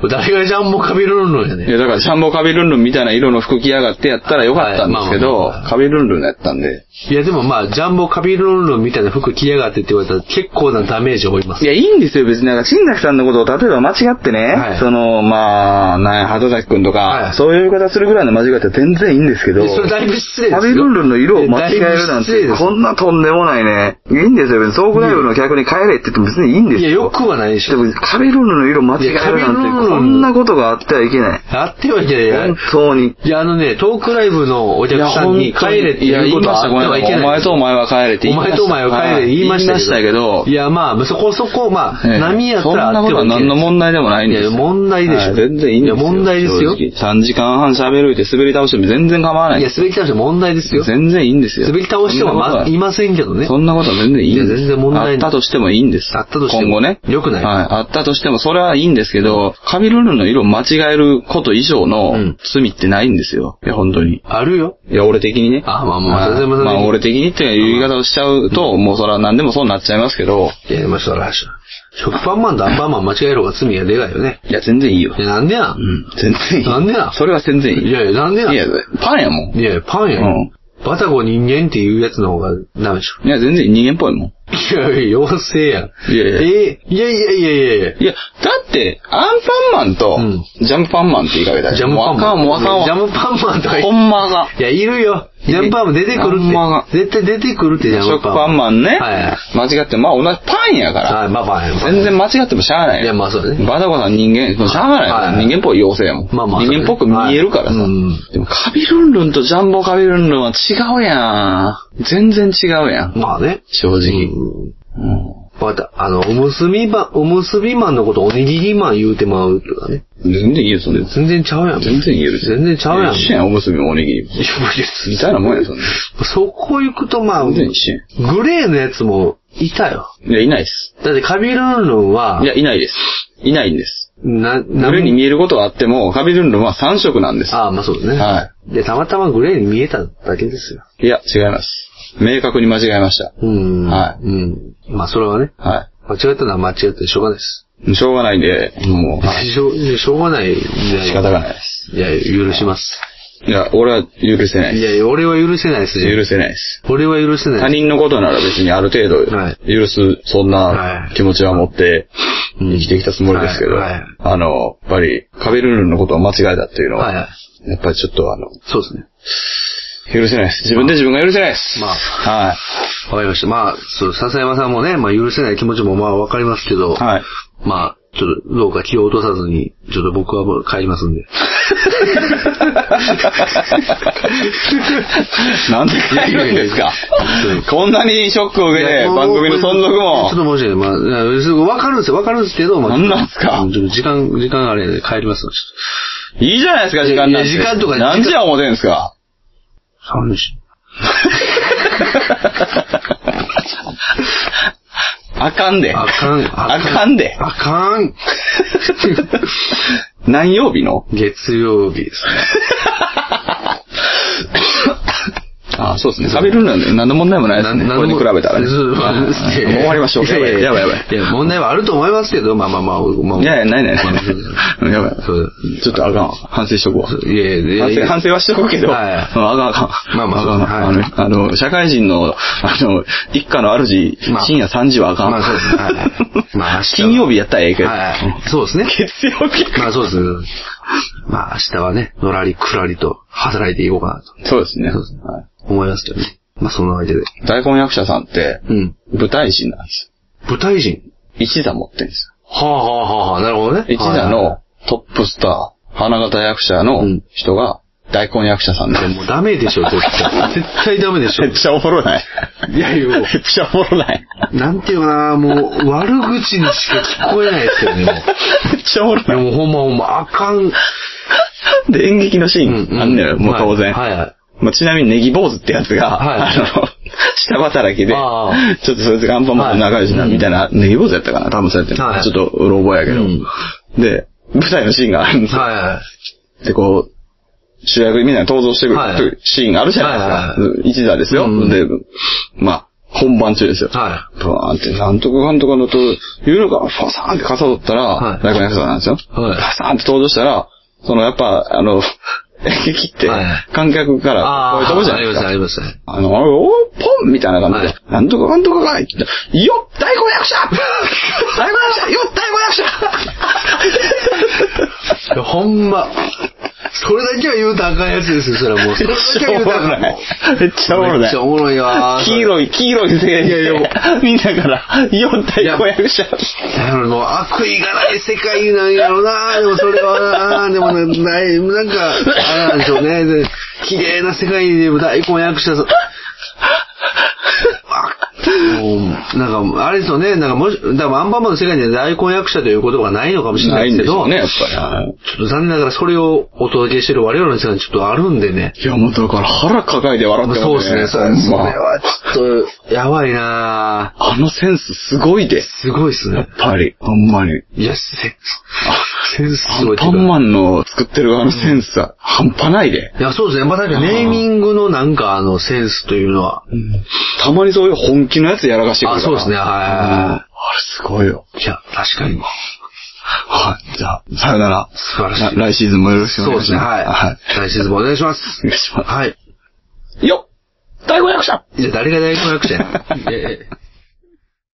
Speaker 1: 俺、誰がジャンボカビルンルンや
Speaker 2: い
Speaker 1: ね
Speaker 2: や、だから、シャンボカビルンルンみたいな色の服着やがってやったらよかったんですけど
Speaker 1: はいまあまあま、あ
Speaker 2: カビルンルンやったんで。
Speaker 1: ん。いや、でもまあ、ジャンボカビルンルンみたいな服着やがってって言われたら結構なダメージを負います。
Speaker 2: いや、いいんですよ、別に。なんか、新崎さんのことを、例えば間違ってね、
Speaker 1: はい
Speaker 2: その、まあ、なんや、鳩崎くんとか、
Speaker 1: はい
Speaker 2: そういう言い方するぐらいの間違いって全然いいんですけど、
Speaker 1: いやそれだいぶ失礼ですよ
Speaker 2: カビルンルンの色を間違える
Speaker 1: いや
Speaker 2: なん
Speaker 1: だいぶ失礼
Speaker 2: て
Speaker 1: で、す
Speaker 2: こんなとんでもないね。いいんですよ、別に。ソークライブの客に帰れって言っても別にいいんです
Speaker 1: いや、
Speaker 2: よ。
Speaker 1: よくはないでし
Speaker 2: で
Speaker 1: ょ。
Speaker 2: も、カビルンルンの色間違える
Speaker 1: いやカビルン
Speaker 2: なん
Speaker 1: ル
Speaker 2: て、
Speaker 1: ン
Speaker 2: こんなことがあってはいけない。
Speaker 1: あってはいけないいや。
Speaker 2: 本当に。
Speaker 1: いや、あのね、トークライブのお客さんに帰れっていうことはあってはいけない。
Speaker 2: お前とお前は帰れって
Speaker 1: お
Speaker 2: 言いまし
Speaker 1: 前
Speaker 2: た。
Speaker 1: とお前は帰れ言いました
Speaker 2: けど。
Speaker 1: いや、まあ、そこそこ、まあ、
Speaker 2: ええ
Speaker 1: 波やったら
Speaker 2: そんな
Speaker 1: あって
Speaker 2: こと
Speaker 1: は
Speaker 2: はい
Speaker 1: けない。
Speaker 2: 何の問題でもないんですよ。
Speaker 1: いや問題でしょ
Speaker 2: はい全然いいんですよ。
Speaker 1: いや問題ですよ
Speaker 2: 3時間半喋るって滑り倒しても全然構わないい。
Speaker 1: や、滑り倒しても問題ですよ。
Speaker 2: 全然いいんですよ。
Speaker 1: 滑り倒しても
Speaker 2: そんなこ
Speaker 1: ま
Speaker 2: とは
Speaker 1: あいませんけどね。
Speaker 2: そんなことは全然いいんです。
Speaker 1: いや全然問題ない
Speaker 2: あったとしてもいいんです。
Speaker 1: あったとしても
Speaker 2: 今後ね。
Speaker 1: 良くない
Speaker 2: はい。あったとしても、それはいいんですけど、カビルールの色を間違えること以上
Speaker 1: う
Speaker 2: の
Speaker 1: ん
Speaker 2: 罪ってないんですよ。いや、本当に。
Speaker 1: あるよ。
Speaker 2: いや、俺的にね。
Speaker 1: あまあまあ
Speaker 2: はい
Speaker 1: それでもそれで
Speaker 2: まあ、俺的にっていう言い方をしちゃうと、もうそれは何でもそうなっちゃいますけど、
Speaker 1: いや、まあ、そら、食パンマンとアンパンマン間違えろが罪がでかいよね。
Speaker 2: いや、全然いいよ
Speaker 1: い。や、なんでや。
Speaker 2: うんん、全然いい。
Speaker 1: なんでや
Speaker 2: それは全然いい。
Speaker 1: いやいや、なんでやん。
Speaker 2: いや、パンやもん。
Speaker 1: いや、パンやん。
Speaker 2: うん
Speaker 1: バタコ人間っていうやつの方がダメでし
Speaker 2: いや、全然人間っぽいもん。
Speaker 1: ょ。いやいや、妖精やん。
Speaker 2: いやいや
Speaker 1: えーいやいやいやいやいや。
Speaker 2: いや、だって、アンパンマンと
Speaker 1: うん、
Speaker 2: ジャムパンマンって言いかけたら
Speaker 1: ジャムパンマン。
Speaker 2: もうあかんわ、
Speaker 1: ジャ
Speaker 2: もう
Speaker 1: ムパンマンとか
Speaker 2: あかん
Speaker 1: 言
Speaker 2: わ。
Speaker 1: って
Speaker 2: ほんまが。
Speaker 1: いや、いるよ。ジャムパンマン出てくる
Speaker 2: ほんまが
Speaker 1: って。絶対出てくるって、ジャム
Speaker 2: 食
Speaker 1: パン
Speaker 2: パンマンね。
Speaker 1: はいはい。
Speaker 2: 間違って、まあ同じパンやから。
Speaker 1: はい、まあまあ、
Speaker 2: 全然間違ってもしゃあない。
Speaker 1: いやまあそうだね
Speaker 2: バタコさん人間、もうしゃあない
Speaker 1: は
Speaker 2: よ。
Speaker 1: い
Speaker 2: 人間っぽい妖精やもん。
Speaker 1: まあまあ
Speaker 2: 人間っぽく見えるからさ。
Speaker 1: はいうん
Speaker 2: でもカビルンルンとジャンボカビルンルンは違うやん。全然違うやん。
Speaker 1: まあね。
Speaker 2: 正直。
Speaker 1: うん
Speaker 2: うん
Speaker 1: また、あの、おむすびまん、おむすびまんのことおにぎりまん言うてまうとかね。
Speaker 2: 全然いいよ、それ。
Speaker 1: 全然ちゃうやん。
Speaker 2: 全然いいよ。別に
Speaker 1: 全然ちゃうやん。
Speaker 2: 一緒やん、おむすびもおにぎりも。
Speaker 1: いや別に
Speaker 2: みたいなもんや、そんな。
Speaker 1: そこ行くとまあ、
Speaker 2: 全
Speaker 1: グ
Speaker 2: 然一緒や
Speaker 1: レーのやつもいたよ。
Speaker 2: ん。いや、いないです。、
Speaker 1: だってカビルンルンはい
Speaker 2: や、いないです。いないんです。
Speaker 1: な、な
Speaker 2: グレーに見えることはあっても、カビルンルンは3色なんです。
Speaker 1: ああ、まあそうだね。。
Speaker 2: はい
Speaker 1: で、たまたまグレーに見えただけですよ。
Speaker 2: いや、違います。明確に間違えました。
Speaker 1: うん。
Speaker 2: はい
Speaker 1: うん。まあそれはね、
Speaker 2: は
Speaker 1: 間違ったのは間違ってしょうがないです。
Speaker 2: い。しょうがないんで、もう、は い
Speaker 1: しょう、しょうがない。
Speaker 2: 仕
Speaker 1: 仕
Speaker 2: 方がないです。
Speaker 1: いや、許します。
Speaker 2: いや、俺は許せない
Speaker 1: い
Speaker 2: で
Speaker 1: や、俺は許せないです
Speaker 2: す。
Speaker 1: よ。
Speaker 2: 許せないです。
Speaker 1: 俺は許せな
Speaker 2: 他
Speaker 1: いです。
Speaker 2: 人のことなら別にある程度
Speaker 1: はい
Speaker 2: 許す、そんな気持ちは持って
Speaker 1: うん
Speaker 2: 生きてきたつもりですけど、
Speaker 1: はいはい
Speaker 2: あの、やっぱりカビルルンのことを間違えたっていうの
Speaker 1: はいは
Speaker 2: は、
Speaker 1: い。
Speaker 2: やっぱりちょっとあの、
Speaker 1: そうですね。
Speaker 2: 許せないです。自分で自分が許せないです。
Speaker 1: まあ
Speaker 2: はい。
Speaker 1: わかりました。まあ、そう、笹山さんもね、まあ許せない気持ちもまあわかりますけど、
Speaker 2: はい。
Speaker 1: まあ、ちょっと、どうか気を落とさずに、ちょっと僕はもう帰りますん で。
Speaker 2: なんで帰るんですかこんなにショックを受けて、番組の存続も
Speaker 1: ちょっ。と申し訳ない。まあ、いやわかるんですよ、わかるんですけど、まあ、
Speaker 2: なんなんすか
Speaker 1: ちょっと時間、時間があれやで帰りますわち
Speaker 2: いいじゃないですか、時間なんて。
Speaker 1: いやいや時間とか
Speaker 2: 何時や思てんすか。
Speaker 1: 寂しい。
Speaker 2: あかんで。
Speaker 1: あかん、
Speaker 2: あかんで。
Speaker 1: あか ん。
Speaker 2: 何曜日の
Speaker 1: 月曜日ですね。
Speaker 2: あそうですね。喋るなんで何の問題もないですね。これに比べた らね。
Speaker 1: そう
Speaker 2: はいもう終わりましょう。
Speaker 1: いや
Speaker 2: やばいやばいやばい。
Speaker 1: いや、問題はあると思いますけど、まあまあまあ、まあ。
Speaker 2: いやいや、ないないない
Speaker 1: まあ
Speaker 2: うん。やばい
Speaker 1: そう。
Speaker 2: ちょっとあかんわ。反省しとくわ。
Speaker 1: そういやいやいや
Speaker 2: 反
Speaker 1: い
Speaker 2: 省、
Speaker 1: や。
Speaker 2: 反省はしとくけど、うん
Speaker 1: はい
Speaker 2: あかんあかん。
Speaker 1: まあまあ
Speaker 2: あかん。あ
Speaker 1: そう
Speaker 2: の
Speaker 1: ですねはい
Speaker 2: あの、社会人の、あの、一家の主
Speaker 1: ま、あ
Speaker 2: 深夜3時はあかん。
Speaker 1: まあそうですねはいまあ明日は
Speaker 2: 金曜日やったらええけど。
Speaker 1: はい。そうですね。
Speaker 2: 月曜日。
Speaker 1: まあそうです。まあ明日はね、のらりくらりと働いていこうかなと
Speaker 2: そうですね。
Speaker 1: そうですね
Speaker 2: は
Speaker 1: 思いますけどね。まあその相手で。
Speaker 2: い大根役者さんって、
Speaker 1: うん。
Speaker 2: 舞台人なんです
Speaker 1: 舞台人。
Speaker 2: よ。一座持ってるんです
Speaker 1: は
Speaker 2: よ。
Speaker 1: あはあはあはあ、なるほどね。
Speaker 2: 一座のトップスター、花形役者の
Speaker 1: うん
Speaker 2: 人が、大根役者さんな
Speaker 1: は
Speaker 2: ん
Speaker 1: い。
Speaker 2: で
Speaker 1: いやもうダメでしょ、絶対。 絶対ダメでし
Speaker 2: す。めっ
Speaker 1: ょ。
Speaker 2: ちゃおもろない。
Speaker 1: いやいや
Speaker 2: めっちゃおもろない。
Speaker 1: なんていうかな、もう、悪口にしか聞こえないですよね、もう。
Speaker 2: めっちゃおもろ
Speaker 1: で
Speaker 2: ない。
Speaker 1: もほんまほんま、あかん。
Speaker 2: で、演劇のシーン、あんねよ、もう当然。
Speaker 1: はいはい。
Speaker 2: まあ、ちなみにネギ坊主ってやつが、
Speaker 1: はい
Speaker 2: あの、 下働きで、ちょ
Speaker 1: あ
Speaker 2: っ
Speaker 1: あ
Speaker 2: とそいつがアンパンマンと仲良しな、
Speaker 1: はい
Speaker 2: みたいな、ネギ坊主やったかな多分そうやってる、
Speaker 1: はい
Speaker 2: ちょっと、うろ覚えやけど、
Speaker 1: うん
Speaker 2: で、舞台のシーンがあるんですよ。
Speaker 1: はいはい。
Speaker 2: で、こう、主役みんなに登場してくる、
Speaker 1: はい
Speaker 2: というシーンがあるじゃないですか。
Speaker 1: はい
Speaker 2: 一座ですよ、
Speaker 1: うん
Speaker 2: で、まあ、本番中ですよ。
Speaker 1: は
Speaker 2: ブワーンって、なんとかかんとかのと、いうのが、ファサーンってかさどったら、
Speaker 1: はい
Speaker 2: 大根役者なんですよ。
Speaker 1: はい
Speaker 2: ファサーンって登場したら、そのやっぱ、あの、 演劇って
Speaker 1: はい、
Speaker 2: 観客から、こういうとこじゃない
Speaker 1: あり
Speaker 2: です
Speaker 1: ます。
Speaker 2: か
Speaker 1: あります。
Speaker 2: あの、おー、ポンみたいな感じで、
Speaker 1: はい
Speaker 2: なんとかかんとかかいって言ったらよっ大根役者 大根役者よっ大根役者
Speaker 1: いやほんま。それだけは言うたらあかんやつですよ、それはもう。それだけは言うたらあかん。
Speaker 2: めっちゃおもろない。
Speaker 1: めっちゃおもろいわ。
Speaker 2: 黄色い、黄色い声援
Speaker 1: いやいやも
Speaker 2: で、みんなから、4対5役者。
Speaker 1: だからもう悪意がない世界なんやろなでもそれはなでもなない、なんか、あれなんでしょうね。で綺麗な世界で大根役者さん。あもうなんか、あれですよね、なんかもし、だからアンパンマンの世界には大根役者ということがないのかもしれな
Speaker 2: ないいん
Speaker 1: ですけ
Speaker 2: でしょ
Speaker 1: ど、
Speaker 2: うね、やっぱり。
Speaker 1: ちょっと残念ながらそれをお届けしてる我々の世界にちょっとあるんでね。
Speaker 2: いや、もうだから腹抱えて笑って
Speaker 1: そうですね、そうです。それ
Speaker 2: ほんま
Speaker 1: はちょっと、やばいな
Speaker 2: あのセンスすごいで。
Speaker 1: すごいっす
Speaker 2: や
Speaker 1: ね。
Speaker 2: っぱり、ほんまに。
Speaker 1: いや、センス、センス
Speaker 2: ア
Speaker 1: すごいっ
Speaker 2: ン
Speaker 1: てい
Speaker 2: パ
Speaker 1: うか
Speaker 2: ンマンの作ってるあのセンスは、半端ないで。
Speaker 1: いや、そうですね。まあ、確かにネーミングのなんか、あの、センスというのは。
Speaker 2: たまにそういう本気のやつやらかしてくるから。
Speaker 1: あそうですねはい
Speaker 2: うんあれすごいよ。
Speaker 1: いや、確かに。
Speaker 2: はい。じゃあ、さよなら。
Speaker 1: 素晴らしい
Speaker 2: な来シーズンもよろしくお
Speaker 1: そう
Speaker 2: 願い
Speaker 1: で
Speaker 2: し
Speaker 1: すね。
Speaker 2: ます。
Speaker 1: はい。来シーズンもお願いします。
Speaker 2: お願いしま
Speaker 1: はい。
Speaker 2: す。よっ大5役者
Speaker 1: いや、誰が大根役者や。いやいや